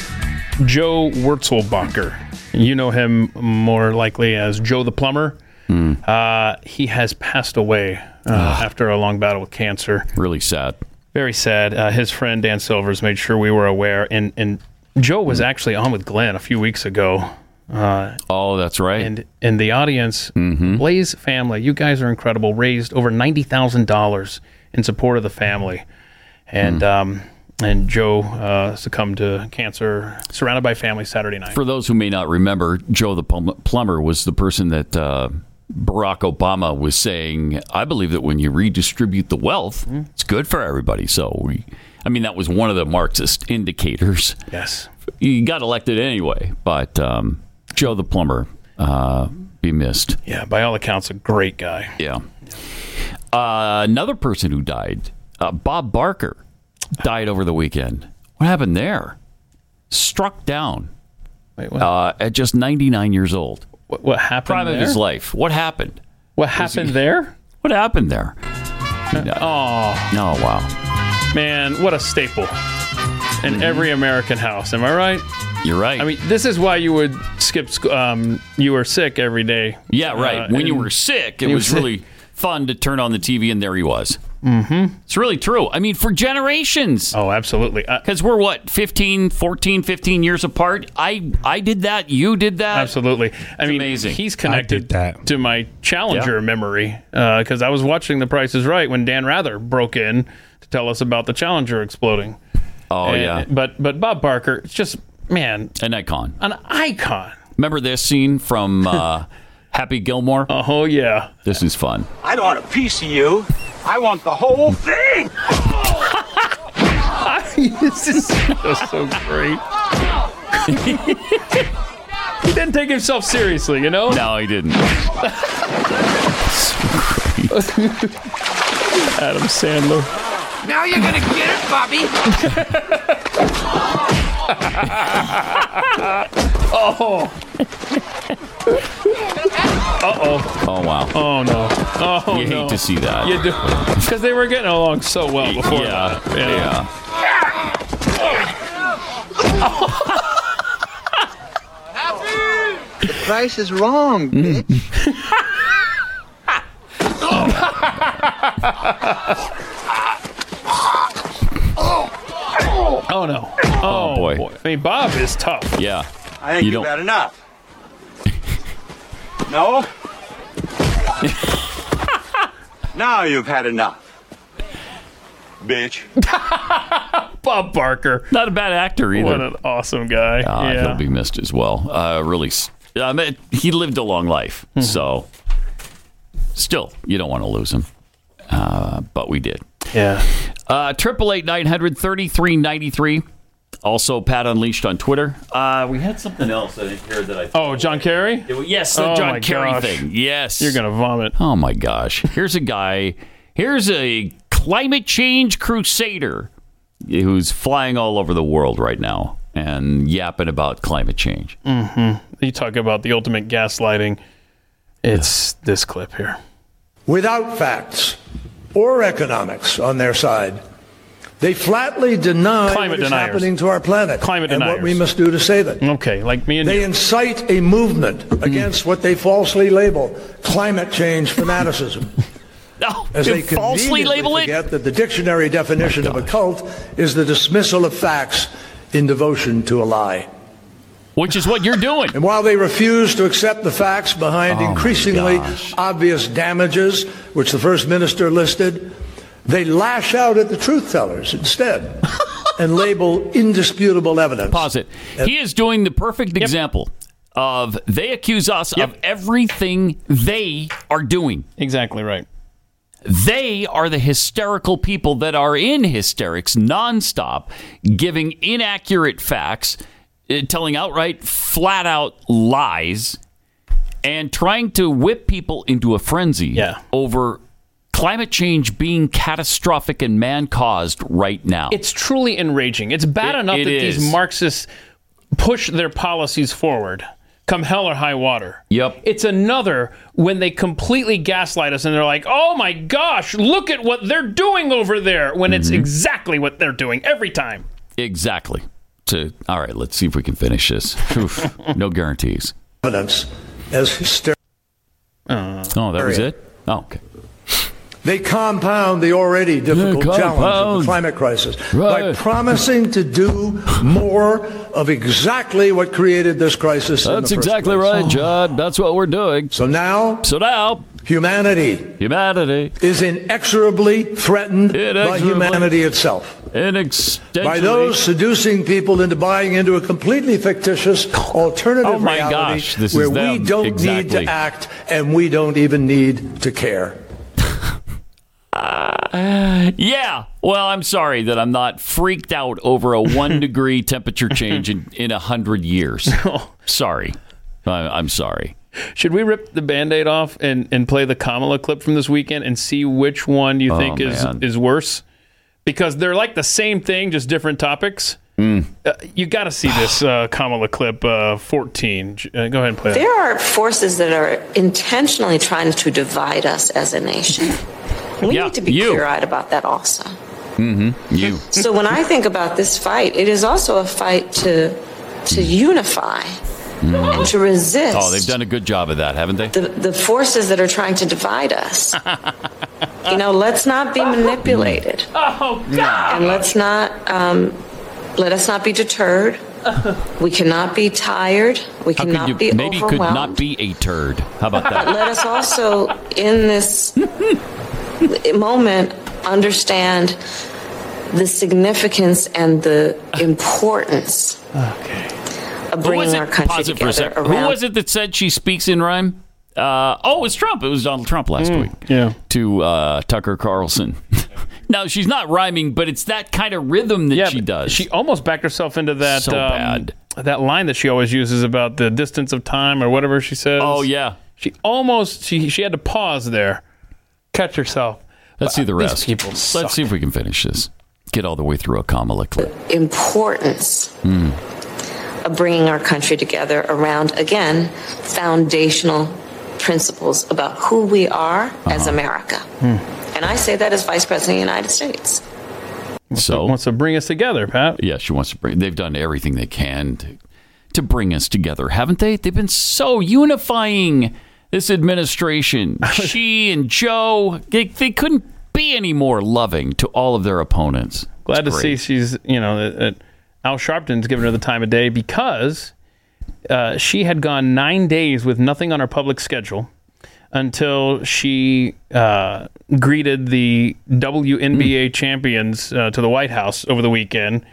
[SPEAKER 3] Joe Wurzelbacher, you know him more likely as Joe the Plumber.
[SPEAKER 2] Hmm.
[SPEAKER 3] Uh, he has passed away uh, after a long battle with cancer.
[SPEAKER 2] Really sad.
[SPEAKER 3] Very sad. Uh, his friend Dan Silvers made sure we were aware, and and Joe
[SPEAKER 2] Hmm.
[SPEAKER 3] was actually on with Glenn a few weeks ago. Uh,
[SPEAKER 2] oh, that's right. Mm-hmm.
[SPEAKER 3] And and the audience, Blaze family, you guys are incredible. Raised over ninety thousand dollars in support of the family, and
[SPEAKER 2] Hmm.
[SPEAKER 3] um, and Joe uh, succumbed to cancer, surrounded by family Saturday night.
[SPEAKER 2] For those who may not remember, Joe the Plum- plumber was the person that uh, Barack Obama was saying, "I believe that when you redistribute the wealth, it's good for everybody." So we, I mean, that was one of the Marxist indicators.
[SPEAKER 3] Yes,
[SPEAKER 2] he got elected anyway, but um, Joe the plumber uh, be missed.
[SPEAKER 3] Yeah, by all accounts, a great guy.
[SPEAKER 2] Yeah. Uh, another person who died, uh, Bob Barker, died over the weekend. What happened there? Struck down Uh, at just 99 years old.
[SPEAKER 3] What, what happened?
[SPEAKER 2] Prime of
[SPEAKER 3] there?
[SPEAKER 2] his life. What happened?
[SPEAKER 3] What happened there?
[SPEAKER 2] What happened there?
[SPEAKER 3] Oh
[SPEAKER 2] No, wow. Mm-hmm.
[SPEAKER 3] man, what a staple in every American house. Am I right?
[SPEAKER 2] You're right.
[SPEAKER 3] I mean, this is why you would skip. sc- Um, you were sick every day.
[SPEAKER 2] Yeah,
[SPEAKER 3] Uh,
[SPEAKER 2] right. when you were sick, it was really fun to turn on the TV, and there he was.
[SPEAKER 3] Mm-hmm.
[SPEAKER 2] It's really true. I mean, for generations.
[SPEAKER 3] Oh, absolutely.
[SPEAKER 2] Because we're what, 15, 14, 15 years apart? I I did that. You did that.
[SPEAKER 3] Absolutely. I mean,
[SPEAKER 2] amazing.
[SPEAKER 3] he's connected to my Challenger
[SPEAKER 2] Yeah.
[SPEAKER 3] memory because uh, I was watching The Price is Right when Dan Rather broke in to tell us about the Challenger exploding.
[SPEAKER 2] Oh,
[SPEAKER 3] And-
[SPEAKER 2] yeah.
[SPEAKER 3] But but Bob Barker, it's just man,
[SPEAKER 2] An icon.
[SPEAKER 3] an icon.
[SPEAKER 2] Remember this scene from uh, Happy Gilmore?
[SPEAKER 3] Oh, yeah.
[SPEAKER 2] This is fun.
[SPEAKER 18] I don't want a piece of you. I want the whole thing.
[SPEAKER 3] this is so great. he didn't take himself seriously, you know?
[SPEAKER 2] No, he didn't.
[SPEAKER 3] Adam Sandler.
[SPEAKER 18] Now you're gonna get it, Bobby.
[SPEAKER 3] oh. Uh oh. Oh.
[SPEAKER 2] Oh wow.
[SPEAKER 3] Oh no. Oh
[SPEAKER 2] You hate
[SPEAKER 3] no.
[SPEAKER 2] to see that.
[SPEAKER 3] You do. Because they were getting along so well before
[SPEAKER 2] Yeah,
[SPEAKER 3] that.
[SPEAKER 2] yeah.
[SPEAKER 18] The price is wrong, bitch.
[SPEAKER 3] Oh no. Oh,
[SPEAKER 2] boy.
[SPEAKER 3] I mean, Bob is tough.
[SPEAKER 2] Yeah.
[SPEAKER 18] I think
[SPEAKER 2] You
[SPEAKER 18] you've
[SPEAKER 2] don't-
[SPEAKER 18] had enough. no? now you've had enough. Bitch.
[SPEAKER 3] Bob Barker.
[SPEAKER 2] Not a bad actor either.
[SPEAKER 3] What an awesome guy.
[SPEAKER 2] Uh,
[SPEAKER 3] yeah.
[SPEAKER 2] He'll be missed as well. Uh, really, s- I mean, he lived a long life,
[SPEAKER 3] Mm-hmm.
[SPEAKER 2] so still, you don't want to lose him. Uh, but we did. Uh,
[SPEAKER 3] Yeah.
[SPEAKER 2] Triple eight nine hundred thirty three ninety three. Also, Pat Unleashed on Twitter. Uh, we had something else I didn't hear that I.
[SPEAKER 3] Oh, John Kerry?
[SPEAKER 2] Yes, the
[SPEAKER 3] Oh,
[SPEAKER 2] John
[SPEAKER 3] my
[SPEAKER 2] Kerry
[SPEAKER 3] gosh.
[SPEAKER 2] thing. Yes.
[SPEAKER 3] You're going to vomit.
[SPEAKER 2] Oh my gosh. Here's a guy, here's a climate change crusader who's flying all over the world right now and yapping about climate change.
[SPEAKER 3] hmm You talk about the ultimate gaslighting. It's this clip here.
[SPEAKER 19] without facts or economics on their side. They flatly deny what
[SPEAKER 3] Climate
[SPEAKER 19] is
[SPEAKER 3] deniers.
[SPEAKER 19] happening to our planet
[SPEAKER 3] Climate
[SPEAKER 19] and
[SPEAKER 3] deniers.
[SPEAKER 19] what we must do to save it.
[SPEAKER 3] Okay, like me and
[SPEAKER 19] They
[SPEAKER 3] you.
[SPEAKER 19] incite a movement
[SPEAKER 2] Mm.
[SPEAKER 19] against what they falsely label climate change fanaticism.
[SPEAKER 2] No,
[SPEAKER 19] As
[SPEAKER 2] you
[SPEAKER 19] they
[SPEAKER 2] falsely
[SPEAKER 19] conveniently
[SPEAKER 2] label it? Oh,
[SPEAKER 19] forget that the dictionary definition of a cult is the dismissal of facts in devotion to a lie.
[SPEAKER 2] Which is what you're doing. Oh,
[SPEAKER 19] And while they refuse to accept the facts behind increasingly obvious damages, which the first minister listed, they lash out at the truth tellers instead and label indisputable evidence.
[SPEAKER 2] Pause it. He is doing the perfect example of they accuse us of everything they are doing.
[SPEAKER 3] Exactly right.
[SPEAKER 2] They are the hysterical people that are in hysterics nonstop, giving inaccurate facts, eh, telling outright, flat out lies, and trying to whip people into a frenzy over climate change being catastrophic and man caused right now.
[SPEAKER 3] It's truly enraging. It's bad enough
[SPEAKER 2] it
[SPEAKER 3] that
[SPEAKER 2] is.
[SPEAKER 3] these Marxists push their policies forward, come hell or high water.
[SPEAKER 2] Yep.
[SPEAKER 3] It's another when they completely gaslight us and they're like, oh my gosh, look at what they're doing over there, when it's exactly what they're doing every time.
[SPEAKER 2] Exactly. To all right, let's see if we can finish this. Oof, no guarantees.
[SPEAKER 19] Evidence as hyster-
[SPEAKER 2] Oh, that was it. Oh, okay.
[SPEAKER 19] They compound the already difficult
[SPEAKER 2] They
[SPEAKER 19] challenge of
[SPEAKER 2] compound.
[SPEAKER 19] the climate crisis by
[SPEAKER 2] Right.
[SPEAKER 19] promising to do more of exactly what created this crisis. in the
[SPEAKER 2] That's
[SPEAKER 19] first
[SPEAKER 2] exactly
[SPEAKER 19] place.
[SPEAKER 2] right, John. That's what we're doing.
[SPEAKER 19] So now,
[SPEAKER 2] so now,
[SPEAKER 19] humanity,
[SPEAKER 2] humanity
[SPEAKER 19] is inexorably threatened by
[SPEAKER 2] Inexorably.
[SPEAKER 19] humanity itself.
[SPEAKER 2] inextensively.
[SPEAKER 19] by those seducing people into buying into a completely fictitious alternative
[SPEAKER 2] Oh my
[SPEAKER 19] reality
[SPEAKER 2] gosh, this is
[SPEAKER 19] where
[SPEAKER 2] them.
[SPEAKER 19] we don't
[SPEAKER 2] Exactly.
[SPEAKER 19] need to act and we don't even need to care.
[SPEAKER 2] Uh, Yeah. Well, I'm sorry that I'm not freaked out over a one degree temperature change in in a hundred years. Sorry, I, I'm sorry.
[SPEAKER 3] Should we rip the band aid off and, and play the Kamala clip from this weekend and see which one you
[SPEAKER 2] Oh,
[SPEAKER 3] think is,
[SPEAKER 2] man.
[SPEAKER 3] is worse? Because they're like the same thing, just different topics.
[SPEAKER 2] Mm.
[SPEAKER 3] Uh, you got to see this uh, Kamala clip uh, 14. J- Uh, go ahead and play that.
[SPEAKER 20] There are forces that are intentionally trying to divide us as a nation. We need to be clear eyed about that also.
[SPEAKER 2] Mm-hmm. You.
[SPEAKER 20] So when I think about this fight, it is also a fight to to unify and to resist
[SPEAKER 2] Oh, they've done a good job of that, haven't they?
[SPEAKER 20] the, the forces that are trying to divide us. you know, let's not be manipulated.
[SPEAKER 3] Oh,
[SPEAKER 20] And let's not um, let us not be deterred. We cannot be tired. We
[SPEAKER 2] How could
[SPEAKER 20] cannot
[SPEAKER 2] you?
[SPEAKER 20] be
[SPEAKER 2] Maybe could
[SPEAKER 20] overwhelmed.
[SPEAKER 2] not be a turd. How about
[SPEAKER 20] But
[SPEAKER 2] that?
[SPEAKER 20] let us also, in this moment, understand the significance and the importance of
[SPEAKER 2] Who was
[SPEAKER 20] bringing
[SPEAKER 2] it?
[SPEAKER 20] our country
[SPEAKER 2] Pause it for a
[SPEAKER 20] together
[SPEAKER 2] sec. Who
[SPEAKER 20] around.
[SPEAKER 2] was it that said she speaks in rhyme? Uh, oh, it was Trump. It was Donald Trump last
[SPEAKER 20] Mm.
[SPEAKER 2] week.
[SPEAKER 3] Hmm. Yeah.
[SPEAKER 2] To uh, Tucker Carlson. no, she's not rhyming, but it's that kind of rhythm that she does.
[SPEAKER 3] She almost backed herself into that um,
[SPEAKER 2] So bad.
[SPEAKER 3] that line that she always uses about the distance of time or whatever she says.
[SPEAKER 2] Oh, yeah.
[SPEAKER 3] She almost she she had to pause there, catch herself.
[SPEAKER 2] Let's see the
[SPEAKER 3] These
[SPEAKER 2] rest.
[SPEAKER 3] people
[SPEAKER 2] Let's
[SPEAKER 3] suck.
[SPEAKER 2] see if we can finish this. Get all the way through a Kamala clip.
[SPEAKER 20] importance
[SPEAKER 2] Hmm.
[SPEAKER 20] of bringing our country together around, again, foundational principles about who we are as
[SPEAKER 2] Uh-huh.
[SPEAKER 20] America. And I say that as Vice President of the United States.
[SPEAKER 2] So
[SPEAKER 3] wants to bring us together, Pat.
[SPEAKER 2] Yeah, she wants to bring. They've done everything they can to, to bring us together, haven't they? They've been so unifying this administration. she and Joe, they, they couldn't be any more loving to all of their opponents.
[SPEAKER 3] Glad to see she's, you know, that, that Al Sharpton's given her the time of day because uh, she had gone nine days with nothing on her public schedule until she uh, greeted the WNBA
[SPEAKER 2] Hmm.
[SPEAKER 3] champions uh, to the White House over the weekend.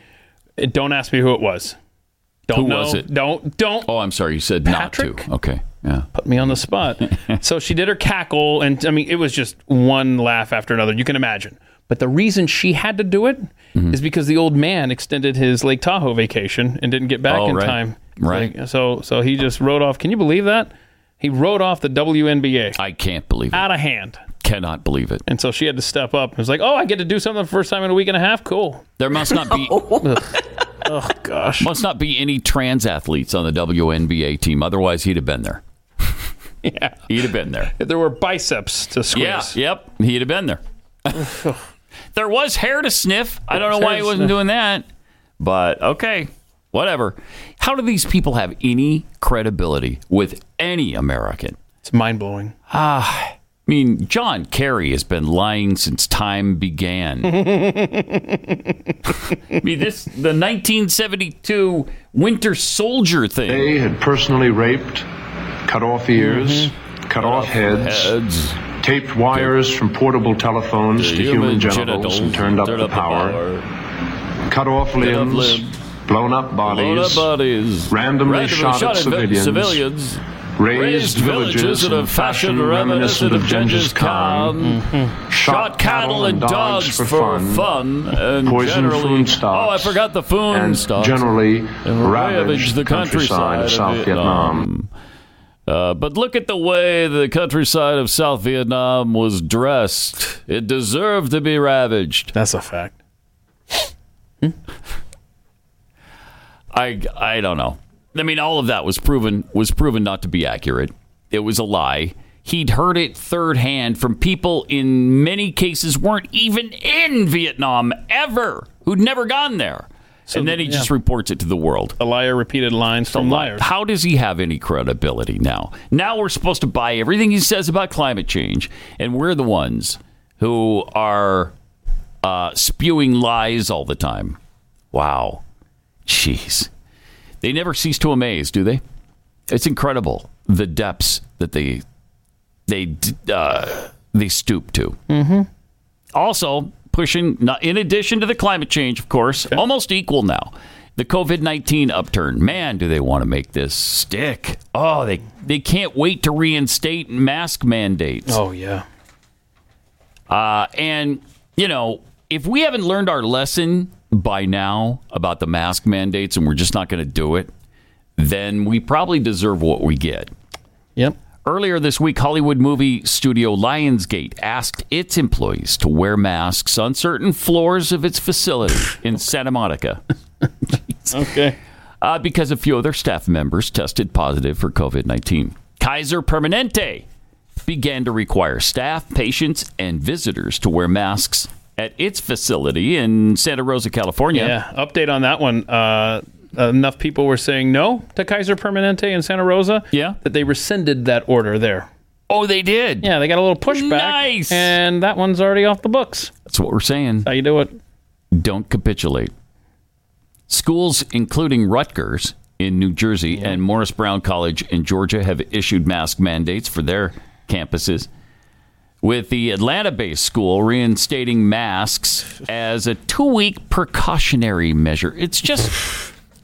[SPEAKER 3] Uh, Don't ask me who it was. Don't
[SPEAKER 2] Who
[SPEAKER 3] know.
[SPEAKER 2] was it?
[SPEAKER 3] Don't don't
[SPEAKER 2] Oh, I'm sorry. You said not to. Okay. Yeah.
[SPEAKER 3] put me on the spot. so she did her cackle, and I mean, it was just one laugh after another. You can imagine. But the reason she had to do it is
[SPEAKER 2] Mm-hmm.
[SPEAKER 3] because the old man extended his Lake Tahoe vacation and didn't get back
[SPEAKER 2] Oh,
[SPEAKER 3] in
[SPEAKER 2] right.
[SPEAKER 3] time.
[SPEAKER 2] Right.
[SPEAKER 3] Like, so so he just wrote off. Can you believe that? He wrote off the WNBA.
[SPEAKER 2] I can't believe it.
[SPEAKER 3] Out of hand.
[SPEAKER 2] Cannot believe it.
[SPEAKER 3] And so she had to step up. It was like, oh, I get to do something the first time in a week and a half. Cool.
[SPEAKER 2] There must not be.
[SPEAKER 3] oh gosh.
[SPEAKER 2] Must not be any trans athletes on the WNBA team. Otherwise, he'd have been there.
[SPEAKER 3] yeah.
[SPEAKER 2] He'd have been there.
[SPEAKER 3] If there were biceps to squeeze.
[SPEAKER 2] Yeah. Yep. He'd have been there. there was hair to sniff. I don't know why he wasn't doing that. But okay, whatever. How do these people have any credibility with any American?
[SPEAKER 3] It's mind blowing.
[SPEAKER 2] Ah, I mean, John Kerry has been lying since time began. I mean, this the 1972 Winter Soldier thing.
[SPEAKER 21] They had personally raped, cut off ears,
[SPEAKER 2] Mm-hmm.
[SPEAKER 21] cut, off, heads, taped wires from portable telephones
[SPEAKER 2] The
[SPEAKER 21] to
[SPEAKER 2] human
[SPEAKER 21] human, genitals,
[SPEAKER 2] genitals
[SPEAKER 21] and turned up,
[SPEAKER 2] turned
[SPEAKER 21] the,
[SPEAKER 2] up the
[SPEAKER 21] power, cut off
[SPEAKER 2] Cut off
[SPEAKER 21] limbs,
[SPEAKER 2] limb.
[SPEAKER 21] blown up bodies,
[SPEAKER 2] Blown up bodies,
[SPEAKER 21] randomly, shot, at civilians,
[SPEAKER 2] civilians,
[SPEAKER 21] raised,
[SPEAKER 2] raised villages
[SPEAKER 21] villages
[SPEAKER 2] in a fashion reminiscent of Genghis Khan, Mm-hmm. shot, cattle and dogs for fun, and
[SPEAKER 21] poisoned
[SPEAKER 2] generally,
[SPEAKER 21] food stocks,
[SPEAKER 2] oh, I forgot the food
[SPEAKER 21] and
[SPEAKER 2] stocks,
[SPEAKER 21] generally
[SPEAKER 2] and
[SPEAKER 21] ravaged
[SPEAKER 2] the
[SPEAKER 21] the countryside of South Vietnam.
[SPEAKER 2] Uh, but look at the way the countryside of South Vietnam was dressed. It deserved to be ravaged.
[SPEAKER 3] That's a fact.
[SPEAKER 2] I I don't know. I mean, all of that was proven was proven not to be accurate. It was a lie. He'd heard it third hand from people in many cases weren't even in Vietnam ever, who'd never gone there. and then he
[SPEAKER 3] yeah.
[SPEAKER 2] just reports it to the world.
[SPEAKER 3] A liar repeated lines from liars.
[SPEAKER 2] How does he have any credibility now? Now we're supposed to buy everything he says about climate change, and we're the ones who are uh, spewing lies all the time. Wow. Jeez. They never cease to amaze, do they? It's incredible the depths that they they d- uh, they stoop to.
[SPEAKER 3] Mm-hmm.
[SPEAKER 2] Also, pushing, not- in addition to the climate change, of course, almost equal now. The COVID 19 upturn. Man, do they want to make this stick. Oh, they, they can't wait to reinstate mask mandates.
[SPEAKER 3] Oh yeah.
[SPEAKER 2] Uh, and, you know, if we haven't learned our lesson by now about the mask mandates and we're just not going to do it, then we probably deserve what we get.
[SPEAKER 3] Yep.
[SPEAKER 2] Earlier this week, Hollywood movie studio Lionsgate asked its employees to wear masks on certain floors of its facility in Santa Monica
[SPEAKER 3] Okay.
[SPEAKER 2] uh, because a few of their staff members tested positive for COVID 19. Kaiser Permanente began to require staff, patients, and visitors to wear masks at its facility in Santa Rosa, California.
[SPEAKER 3] Yeah. Update on that one. Uh, enough people were saying no to Kaiser Permanente in Santa Rosa. Yeah. That they rescinded that order there.
[SPEAKER 2] Oh, they did.
[SPEAKER 3] Yeah, they got a little pushback.
[SPEAKER 2] Nice.
[SPEAKER 3] And that one's already off the books.
[SPEAKER 2] That's what we're saying.
[SPEAKER 3] How you do it?
[SPEAKER 2] Don't capitulate. Schools, including Rutgers in New Jersey and Morris Brown College in Georgia, have issued mask mandates for their campuses. With the Atlanta based school reinstating masks as a two week precautionary measure. It's just,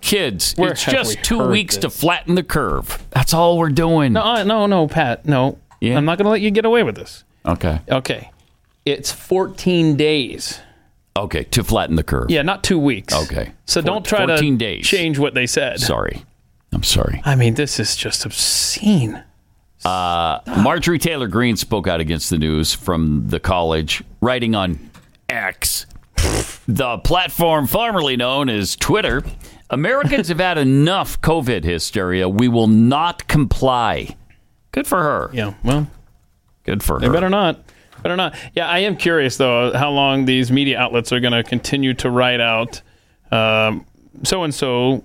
[SPEAKER 2] kids,
[SPEAKER 3] Where
[SPEAKER 2] it's
[SPEAKER 3] have
[SPEAKER 2] just
[SPEAKER 3] we
[SPEAKER 2] two
[SPEAKER 3] heard
[SPEAKER 2] weeks to
[SPEAKER 3] this?
[SPEAKER 2] flatten the curve. That's all we're doing.
[SPEAKER 3] No, uh, no, no, Pat. No. Yeah. I'm not going to let you get away with this.
[SPEAKER 2] Okay.
[SPEAKER 3] Okay. It's 14 days.
[SPEAKER 2] Okay. To flatten the curve.
[SPEAKER 3] Yeah, not two weeks.
[SPEAKER 2] Okay.
[SPEAKER 3] So
[SPEAKER 2] Four-
[SPEAKER 3] don't try
[SPEAKER 2] 14
[SPEAKER 3] to
[SPEAKER 2] days.
[SPEAKER 3] change what they said.
[SPEAKER 2] Sorry. I'm sorry.
[SPEAKER 3] I mean, this is just obscene.
[SPEAKER 2] Uh, Marjorie Taylor Greene spoke out against the news from the college, writing on X, the platform formerly known as Twitter. Americans have had enough COVID hysteria. We will not comply. Good for her.
[SPEAKER 3] Yeah. Well,
[SPEAKER 2] good for
[SPEAKER 3] they
[SPEAKER 2] her.
[SPEAKER 3] better not. Better not. Yeah, I am curious though how long these media outlets are going to continue to write out so and so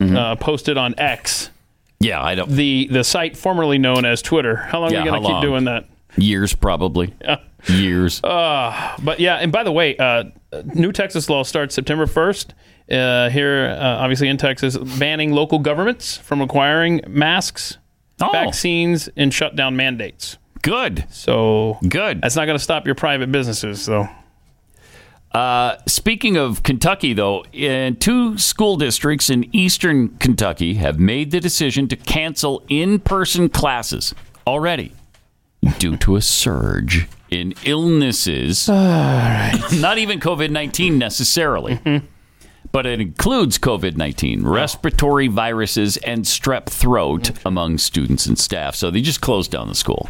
[SPEAKER 3] uh, posted on X.
[SPEAKER 2] Mm-hmm. Yeah, I don't.
[SPEAKER 3] The the site formerly known as Twitter. How long
[SPEAKER 2] Yeah,
[SPEAKER 3] are you going
[SPEAKER 2] how
[SPEAKER 3] to keep
[SPEAKER 2] long?
[SPEAKER 3] doing that?
[SPEAKER 2] Years probably. Years.
[SPEAKER 3] Uh, but yeah, and by the way, uh, new Texas law starts September 1st uh, here, uh, obviously in Texas, banning local governments from requiring masks,
[SPEAKER 2] Oh.
[SPEAKER 3] vaccines, and shutdown mandates.
[SPEAKER 2] Good.
[SPEAKER 3] So
[SPEAKER 2] good.
[SPEAKER 3] That's not going to stop your private businesses, though.
[SPEAKER 2] Uh, speaking of Kentucky, though, in two school districts in eastern Kentucky have made the decision to cancel in person classes already due to a surge in illnesses. Not even COVID 19 necessarily, but it includes COVID 19,
[SPEAKER 3] Oh.
[SPEAKER 2] respiratory viruses, and strep throat among students and staff. So they just closed down the school.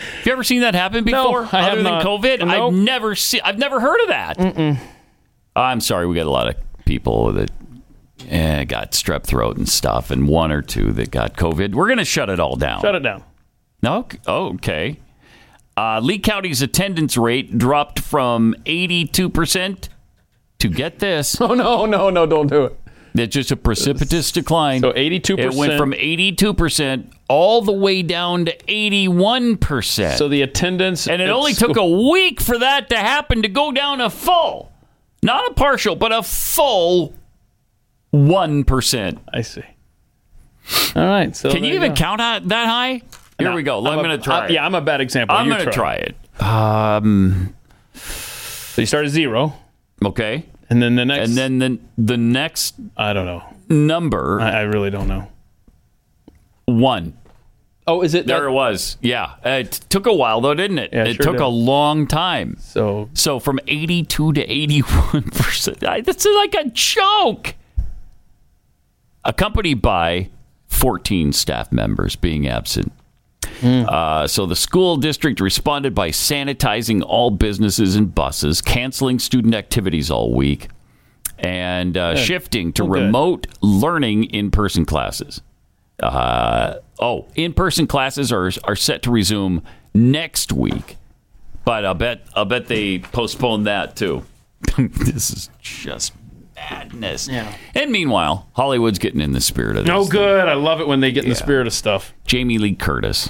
[SPEAKER 2] Have you ever seen that happen before?
[SPEAKER 3] I have
[SPEAKER 2] other than
[SPEAKER 3] not.
[SPEAKER 2] COVID,
[SPEAKER 3] Nope.
[SPEAKER 2] I've never seen. I've never heard of that. Oh, I'm sorry, we got a lot of people that eh, got strep throat and stuff, and one or two that got COVID. We're going to shut it all down.
[SPEAKER 3] Shut it down.
[SPEAKER 2] No, oh, okay. Uh, Lee County's attendance rate dropped from 82 percent to get this.
[SPEAKER 3] Oh no, no, no! Don't do it.
[SPEAKER 2] That's just a precipitous decline. So
[SPEAKER 3] 82.
[SPEAKER 2] It went from 82 percent all the way down to 81 percent.
[SPEAKER 3] So the attendance.
[SPEAKER 2] And it only took a week for that to happen to go down a full, not a partial, but a full 1%.
[SPEAKER 3] I see. All right. So
[SPEAKER 2] Can
[SPEAKER 3] there
[SPEAKER 2] you even
[SPEAKER 3] go.
[SPEAKER 2] count out that high? Here
[SPEAKER 3] No,
[SPEAKER 2] we go. I'm,
[SPEAKER 3] a-
[SPEAKER 2] going to try
[SPEAKER 3] I-
[SPEAKER 2] it.
[SPEAKER 3] Yeah, I'm a bad example.
[SPEAKER 2] I'm
[SPEAKER 3] You
[SPEAKER 2] going to try it.
[SPEAKER 3] Um, so you start at zero.
[SPEAKER 2] Okay.
[SPEAKER 3] And then the next.
[SPEAKER 2] And then the, the next
[SPEAKER 3] I don't know.
[SPEAKER 2] number.
[SPEAKER 3] I, I really don't know.
[SPEAKER 2] One.
[SPEAKER 3] Oh, is it?
[SPEAKER 2] There it was. Yeah. Uh, It took a while, though, didn't it?
[SPEAKER 3] Yeah,
[SPEAKER 2] it
[SPEAKER 3] sure
[SPEAKER 2] took
[SPEAKER 3] did.
[SPEAKER 2] a long time.
[SPEAKER 3] So
[SPEAKER 2] so from 82 to 81%. I, this is like a joke. Accompanied by 14 staff members being absent.
[SPEAKER 3] Hmm.
[SPEAKER 2] Uh, so the school district responded by sanitizing all businesses and buses, canceling student activities all week, and uh,
[SPEAKER 3] Good.
[SPEAKER 2] shifting to
[SPEAKER 3] Well, good.
[SPEAKER 2] remote learning in-person classes. Uh, oh, in-person classes are are set to resume next week, but I bet I bet they postponed that too. this is just madness.
[SPEAKER 3] Yeah.
[SPEAKER 2] And meanwhile, Hollywood's getting in the spirit of this.
[SPEAKER 3] No good. I love it when they get in the spirit of stuff.
[SPEAKER 2] Jamie Lee Curtis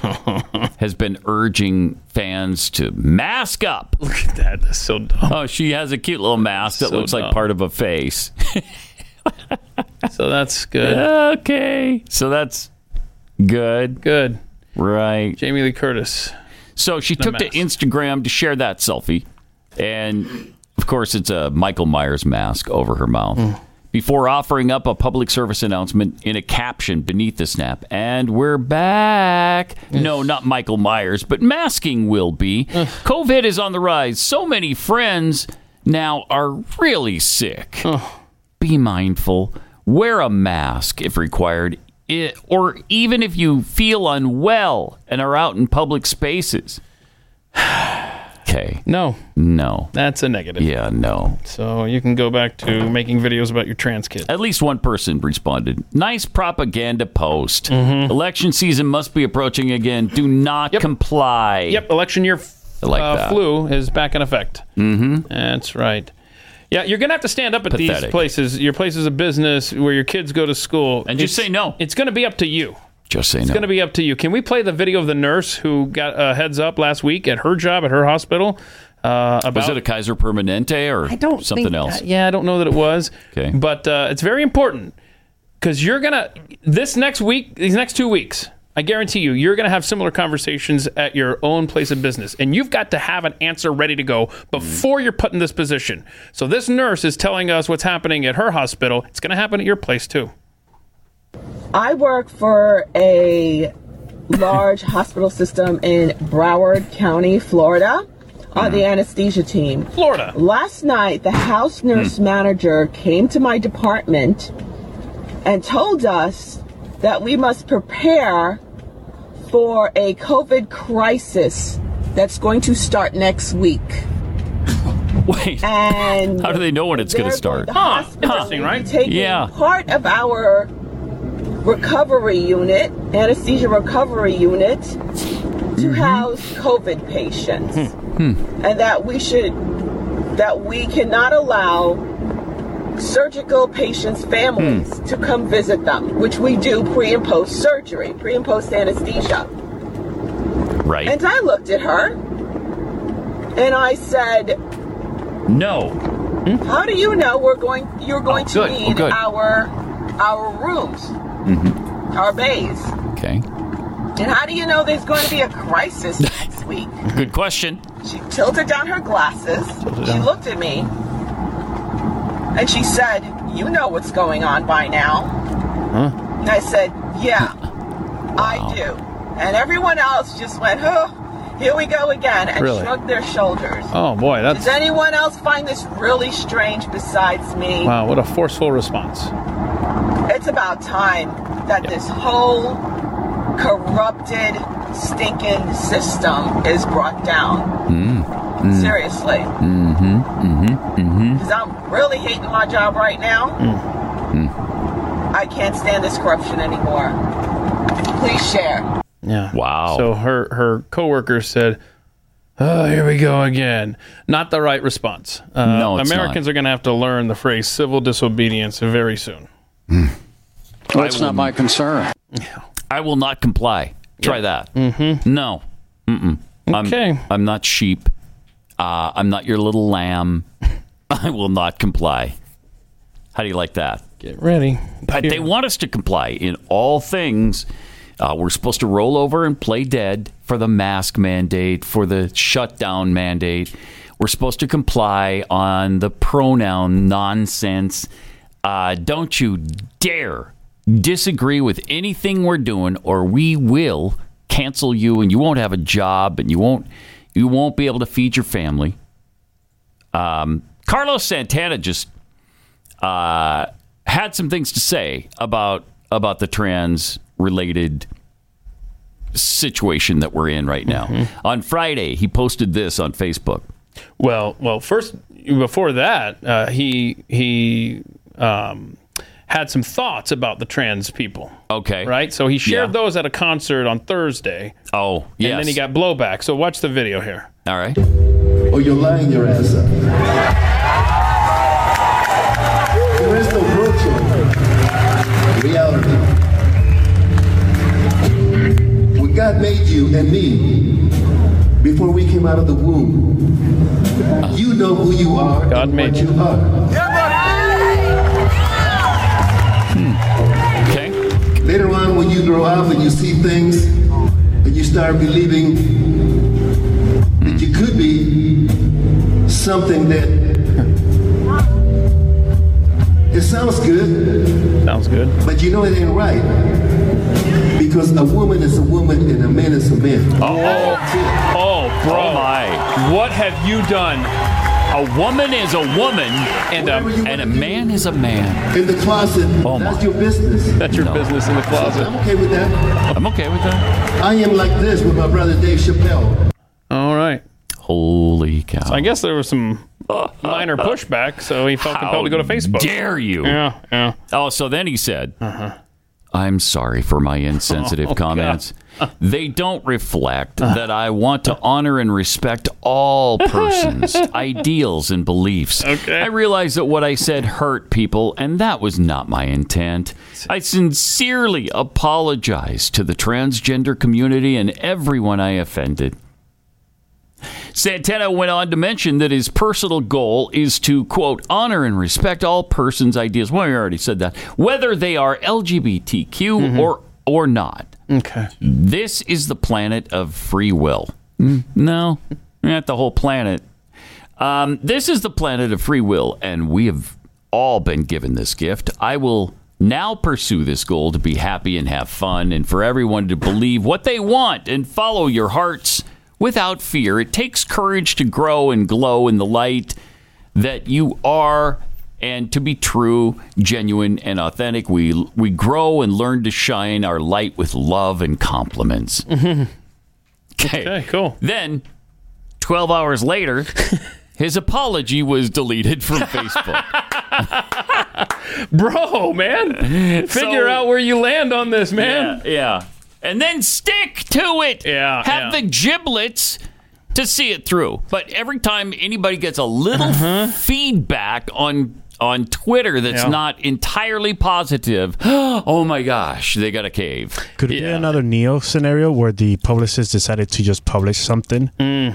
[SPEAKER 2] has been urging fans to mask up.
[SPEAKER 3] Look at that. That's so dumb.
[SPEAKER 2] Oh, she has a cute little mask that
[SPEAKER 3] So
[SPEAKER 2] looks
[SPEAKER 3] dumb.
[SPEAKER 2] like part of a face.
[SPEAKER 3] So that's good.
[SPEAKER 2] okay. So that's good.
[SPEAKER 3] Good.
[SPEAKER 2] Right.
[SPEAKER 3] Jamie Lee Curtis.
[SPEAKER 2] So she
[SPEAKER 3] The
[SPEAKER 2] took
[SPEAKER 3] mask.
[SPEAKER 2] to Instagram to share that selfie. And of course, it's a Michael Myers mask over her mouth. Before offering up a public service announcement in a caption beneath the snap, and we're back. No, not Michael Myers, but masking will be. COVID is on the rise. So many friends now are really sick. Be mindful. Wear a mask if required, i or even if you feel unwell and are out in public spaces. Okay.
[SPEAKER 3] No,
[SPEAKER 2] No.
[SPEAKER 3] that's a negative.
[SPEAKER 2] Yeah, no.
[SPEAKER 3] So you can go back to making videos about your trans kid.
[SPEAKER 2] At least one person responded. Nice propaganda post.
[SPEAKER 3] Mm-hmm.
[SPEAKER 2] Election season must be approaching again. Do not comply.
[SPEAKER 3] Yep, election year f-
[SPEAKER 2] I like
[SPEAKER 3] uh,
[SPEAKER 2] that.
[SPEAKER 3] flu is back in effect. Mm-hmm. That's right. Yeah, you're gonna have to stand up at
[SPEAKER 2] Pathetic.
[SPEAKER 3] these places, your places of business where your kids go to school,
[SPEAKER 2] And just
[SPEAKER 3] It's-
[SPEAKER 2] say no.
[SPEAKER 3] It's gonna be up to you.
[SPEAKER 2] Just say
[SPEAKER 3] It's
[SPEAKER 2] no.
[SPEAKER 3] going to be up to you. Can we play the video of the nurse who got a heads up last week at her job at her hospital? Uh, about
[SPEAKER 2] Was it a Kaiser Permanente or
[SPEAKER 3] I don't
[SPEAKER 2] something
[SPEAKER 3] think-
[SPEAKER 2] else?
[SPEAKER 3] uh, yeah, I don't know that it was.
[SPEAKER 2] Okay.
[SPEAKER 3] but uh, it's very important because you're gonna this next week, these next two weeks. I guarantee you, you're going to have similar conversations at your own place of business, and you've got to have an answer ready to go before you're put in this position. So this nurse is telling us what's happening at her hospital. It's going to happen at your place too.
[SPEAKER 5] I work for a large hospital system in Broward County, Florida, on
[SPEAKER 2] Hmm.
[SPEAKER 5] the anesthesia team.
[SPEAKER 3] Florida.
[SPEAKER 5] Last night, the house nurse manager came to my department and told us that we must prepare for a COVID crisis that's going to start next week.
[SPEAKER 2] Wait.
[SPEAKER 5] And
[SPEAKER 2] How do they know when it's going to
[SPEAKER 5] Therefore,
[SPEAKER 2] start?
[SPEAKER 5] The hospital
[SPEAKER 3] Interesting,
[SPEAKER 5] will be
[SPEAKER 3] right?
[SPEAKER 5] Taking
[SPEAKER 2] Yeah.
[SPEAKER 5] part of our recovery unit, anesthesia recovery unit, to
[SPEAKER 6] Mm-hmm.
[SPEAKER 5] house COVID patients.
[SPEAKER 2] Hmm.
[SPEAKER 6] Hmm.
[SPEAKER 5] And that we should, that we cannot allow surgical patients'
[SPEAKER 2] Hmm.
[SPEAKER 5] families to come visit them, which we do pre and post surgery, pre and post anesthesia.
[SPEAKER 2] Right.
[SPEAKER 5] And I looked at her and I said,
[SPEAKER 2] No.
[SPEAKER 5] How do you know we're going? You're going
[SPEAKER 2] Oh, good.
[SPEAKER 5] to
[SPEAKER 2] Oh,
[SPEAKER 5] need
[SPEAKER 2] good.
[SPEAKER 5] our our rooms,
[SPEAKER 2] hmm
[SPEAKER 5] our bays,
[SPEAKER 2] Okay.
[SPEAKER 5] and how do you know there's going to be a crisis next week?
[SPEAKER 2] Good question.
[SPEAKER 5] She tilted down her glasses.
[SPEAKER 2] Tilted
[SPEAKER 5] She
[SPEAKER 2] down.
[SPEAKER 5] looked at me, and she said, "You know what's going on by now."
[SPEAKER 2] Huh?
[SPEAKER 5] And I said, "Yeah, Hmm. I do." And everyone else just went, "Huh." Here we go again, and
[SPEAKER 3] Really?
[SPEAKER 5] shrugged their shoulders.
[SPEAKER 3] Oh boy, that's
[SPEAKER 5] Does anyone else find this really strange besides me?
[SPEAKER 3] wow! What a forceful response.
[SPEAKER 5] It's about time that this whole corrupted, stinking system is brought down.
[SPEAKER 2] Mm.
[SPEAKER 5] Seriously.
[SPEAKER 2] Mm-hmm. Mm-hmm. Mm-hmm.
[SPEAKER 5] Because I'm really hating my job right now.
[SPEAKER 2] Hmm.
[SPEAKER 5] I can't stand this corruption anymore. Please share.
[SPEAKER 3] Yeah.
[SPEAKER 2] Wow.
[SPEAKER 3] So her her coworker said, "Oh, here we go again." Not the right response. Uh,
[SPEAKER 2] No, it's not.
[SPEAKER 3] Americans are going to have to learn the phrase civil disobedience very soon.
[SPEAKER 2] Well, that's not my concern. I will not comply. Try that. Mm-hmm. No. Mm-mm.
[SPEAKER 3] Okay.
[SPEAKER 2] I'm, I'm not sheep. Uh, I'm not your little lamb. I will not comply. How do you like that?
[SPEAKER 3] Get ready.
[SPEAKER 2] But they want us to comply in all things. Uh, we're supposed to roll over and play dead for the mask mandate, for the shutdown mandate. We're supposed to comply on the pronoun nonsense. Uh, don't you dare disagree with anything we're doing, or we will cancel you, and you won't have a job, and you won't you won't be able to feed your family. Um, Carlos Santana just uh, had some things to say about about the trans related situation that we're in right now. On Friday, he posted this on Facebook.
[SPEAKER 3] Well, well, first before that, uh, he he um, had some thoughts about the trans people.
[SPEAKER 2] Okay,
[SPEAKER 3] right. So he shared those at a concert on Thursday.
[SPEAKER 2] Oh,
[SPEAKER 3] yeah. And then he got blowback. So watch the video here.
[SPEAKER 2] All right.
[SPEAKER 8] Oh, you're lying your ass up. There is no virtual reality. When God made you and me, before we came out of the womb, you know who you are God and made what you, are. Hmm.
[SPEAKER 2] Okay.
[SPEAKER 8] Later on, when you grow up and you see things, and you start believing that you could be something that it sounds good.
[SPEAKER 3] Sounds good.
[SPEAKER 8] But you know it ain't right. Because a woman is a woman and a man is a man.
[SPEAKER 2] Oh,
[SPEAKER 3] oh, bro! What have you done?
[SPEAKER 2] A woman is a woman, and a and a man is a man.
[SPEAKER 8] In the closet, that's your business.
[SPEAKER 3] Oh. That's your business in the
[SPEAKER 8] I'm okay with that.
[SPEAKER 2] I'm okay with that.
[SPEAKER 8] I am like this with my brother Dave Chappelle.
[SPEAKER 3] All right.
[SPEAKER 2] Holy cow!
[SPEAKER 3] So I guess there was some minor pushback, so he felt compelled to go to Facebook.
[SPEAKER 2] Dare you?
[SPEAKER 3] Yeah, yeah. Uh-huh.
[SPEAKER 2] Oh, so then he said, "I'm sorry for my insensitive
[SPEAKER 3] Oh,
[SPEAKER 2] comments. They don't reflect that I want to honor and respect all persons, ideals, and beliefs. Okay. I realize that what I said hurt people, and that was not my intent. I sincerely apologize to the transgender community and everyone I offended." Santana went on to mention that his personal goal is to, quote, honor and respect all persons' ideas. Well, we already said that. Whether they are LGBTQ or, or not.
[SPEAKER 3] Okay.
[SPEAKER 2] This is the planet of free will. Mm, No, not the whole planet. Um, this is the planet of free will, and we have all been given this gift. I will now pursue this goal to be happy and have fun, and for everyone to believe what they want and follow your hearts without fear. It takes courage to grow and glow in the light that you are and to be true, genuine, and authentic. We we grow and learn to shine our light with love and compliments. Okay.
[SPEAKER 3] cool.
[SPEAKER 2] Then, 12 hours later, his apology was deleted from Facebook.
[SPEAKER 3] Bro, Oh, man. Figure out where you land on this, man.
[SPEAKER 2] Yeah. yeah. And then stick to it.
[SPEAKER 3] Yeah.
[SPEAKER 2] Have
[SPEAKER 3] yeah.
[SPEAKER 2] the giblets to see it through. But every time anybody gets a little feedback on on Twitter that's
[SPEAKER 4] Yeah.
[SPEAKER 2] not entirely positive, oh my gosh, they got a cave.
[SPEAKER 4] Could it be another Neo scenario where the publicist decided to just publish something? Because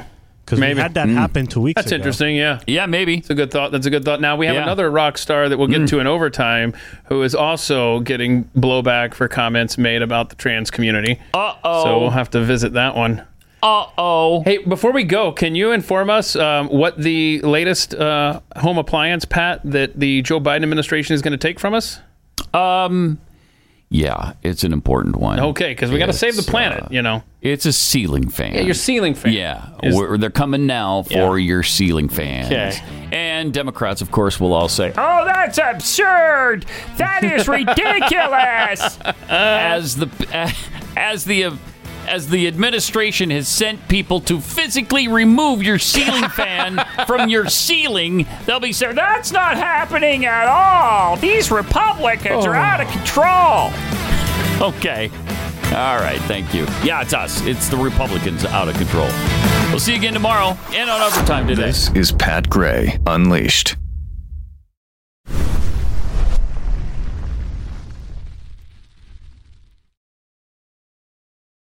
[SPEAKER 4] we
[SPEAKER 3] Mm. Maybe.
[SPEAKER 4] had that
[SPEAKER 3] Mm.
[SPEAKER 4] happen two weeks
[SPEAKER 3] That's
[SPEAKER 4] ago.
[SPEAKER 3] interesting, yeah.
[SPEAKER 2] Yeah, maybe. Mm. It's
[SPEAKER 3] a good thought. That's a good thought. Now we have
[SPEAKER 4] Yeah.
[SPEAKER 3] another rock star that we'll get to in overtime who is also getting blowback for comments made about the trans community.
[SPEAKER 2] Uh-oh.
[SPEAKER 3] So we'll have to visit that one.
[SPEAKER 2] Uh oh.
[SPEAKER 3] Hey, before we go, can you inform us um, what the latest uh, home appliance pat that the Joe Biden administration is going to take from us?
[SPEAKER 2] Um, yeah, it's an important one.
[SPEAKER 3] Okay, because we got to save the
[SPEAKER 2] It's,
[SPEAKER 3] planet,
[SPEAKER 2] uh,
[SPEAKER 3] you know.
[SPEAKER 2] It's a ceiling fan.
[SPEAKER 3] Yeah, your ceiling fan.
[SPEAKER 2] Yeah,
[SPEAKER 3] Is-
[SPEAKER 2] we're, they're coming now for your ceiling fans.
[SPEAKER 3] Okay.
[SPEAKER 2] And Democrats, of course, will all say,
[SPEAKER 9] Oh, that's absurd! That is ridiculous!
[SPEAKER 2] as the as the uh, as the administration has sent people to physically remove your ceiling fan from your ceiling, they'll be saying that's not happening at all. These Republicans are out of control. Oh. Okay. All right. Thank you. Yeah, it's us. It's the Republicans out of control. We'll see you again tomorrow and on overtime today.
[SPEAKER 11] This is Pat Gray Unleashed.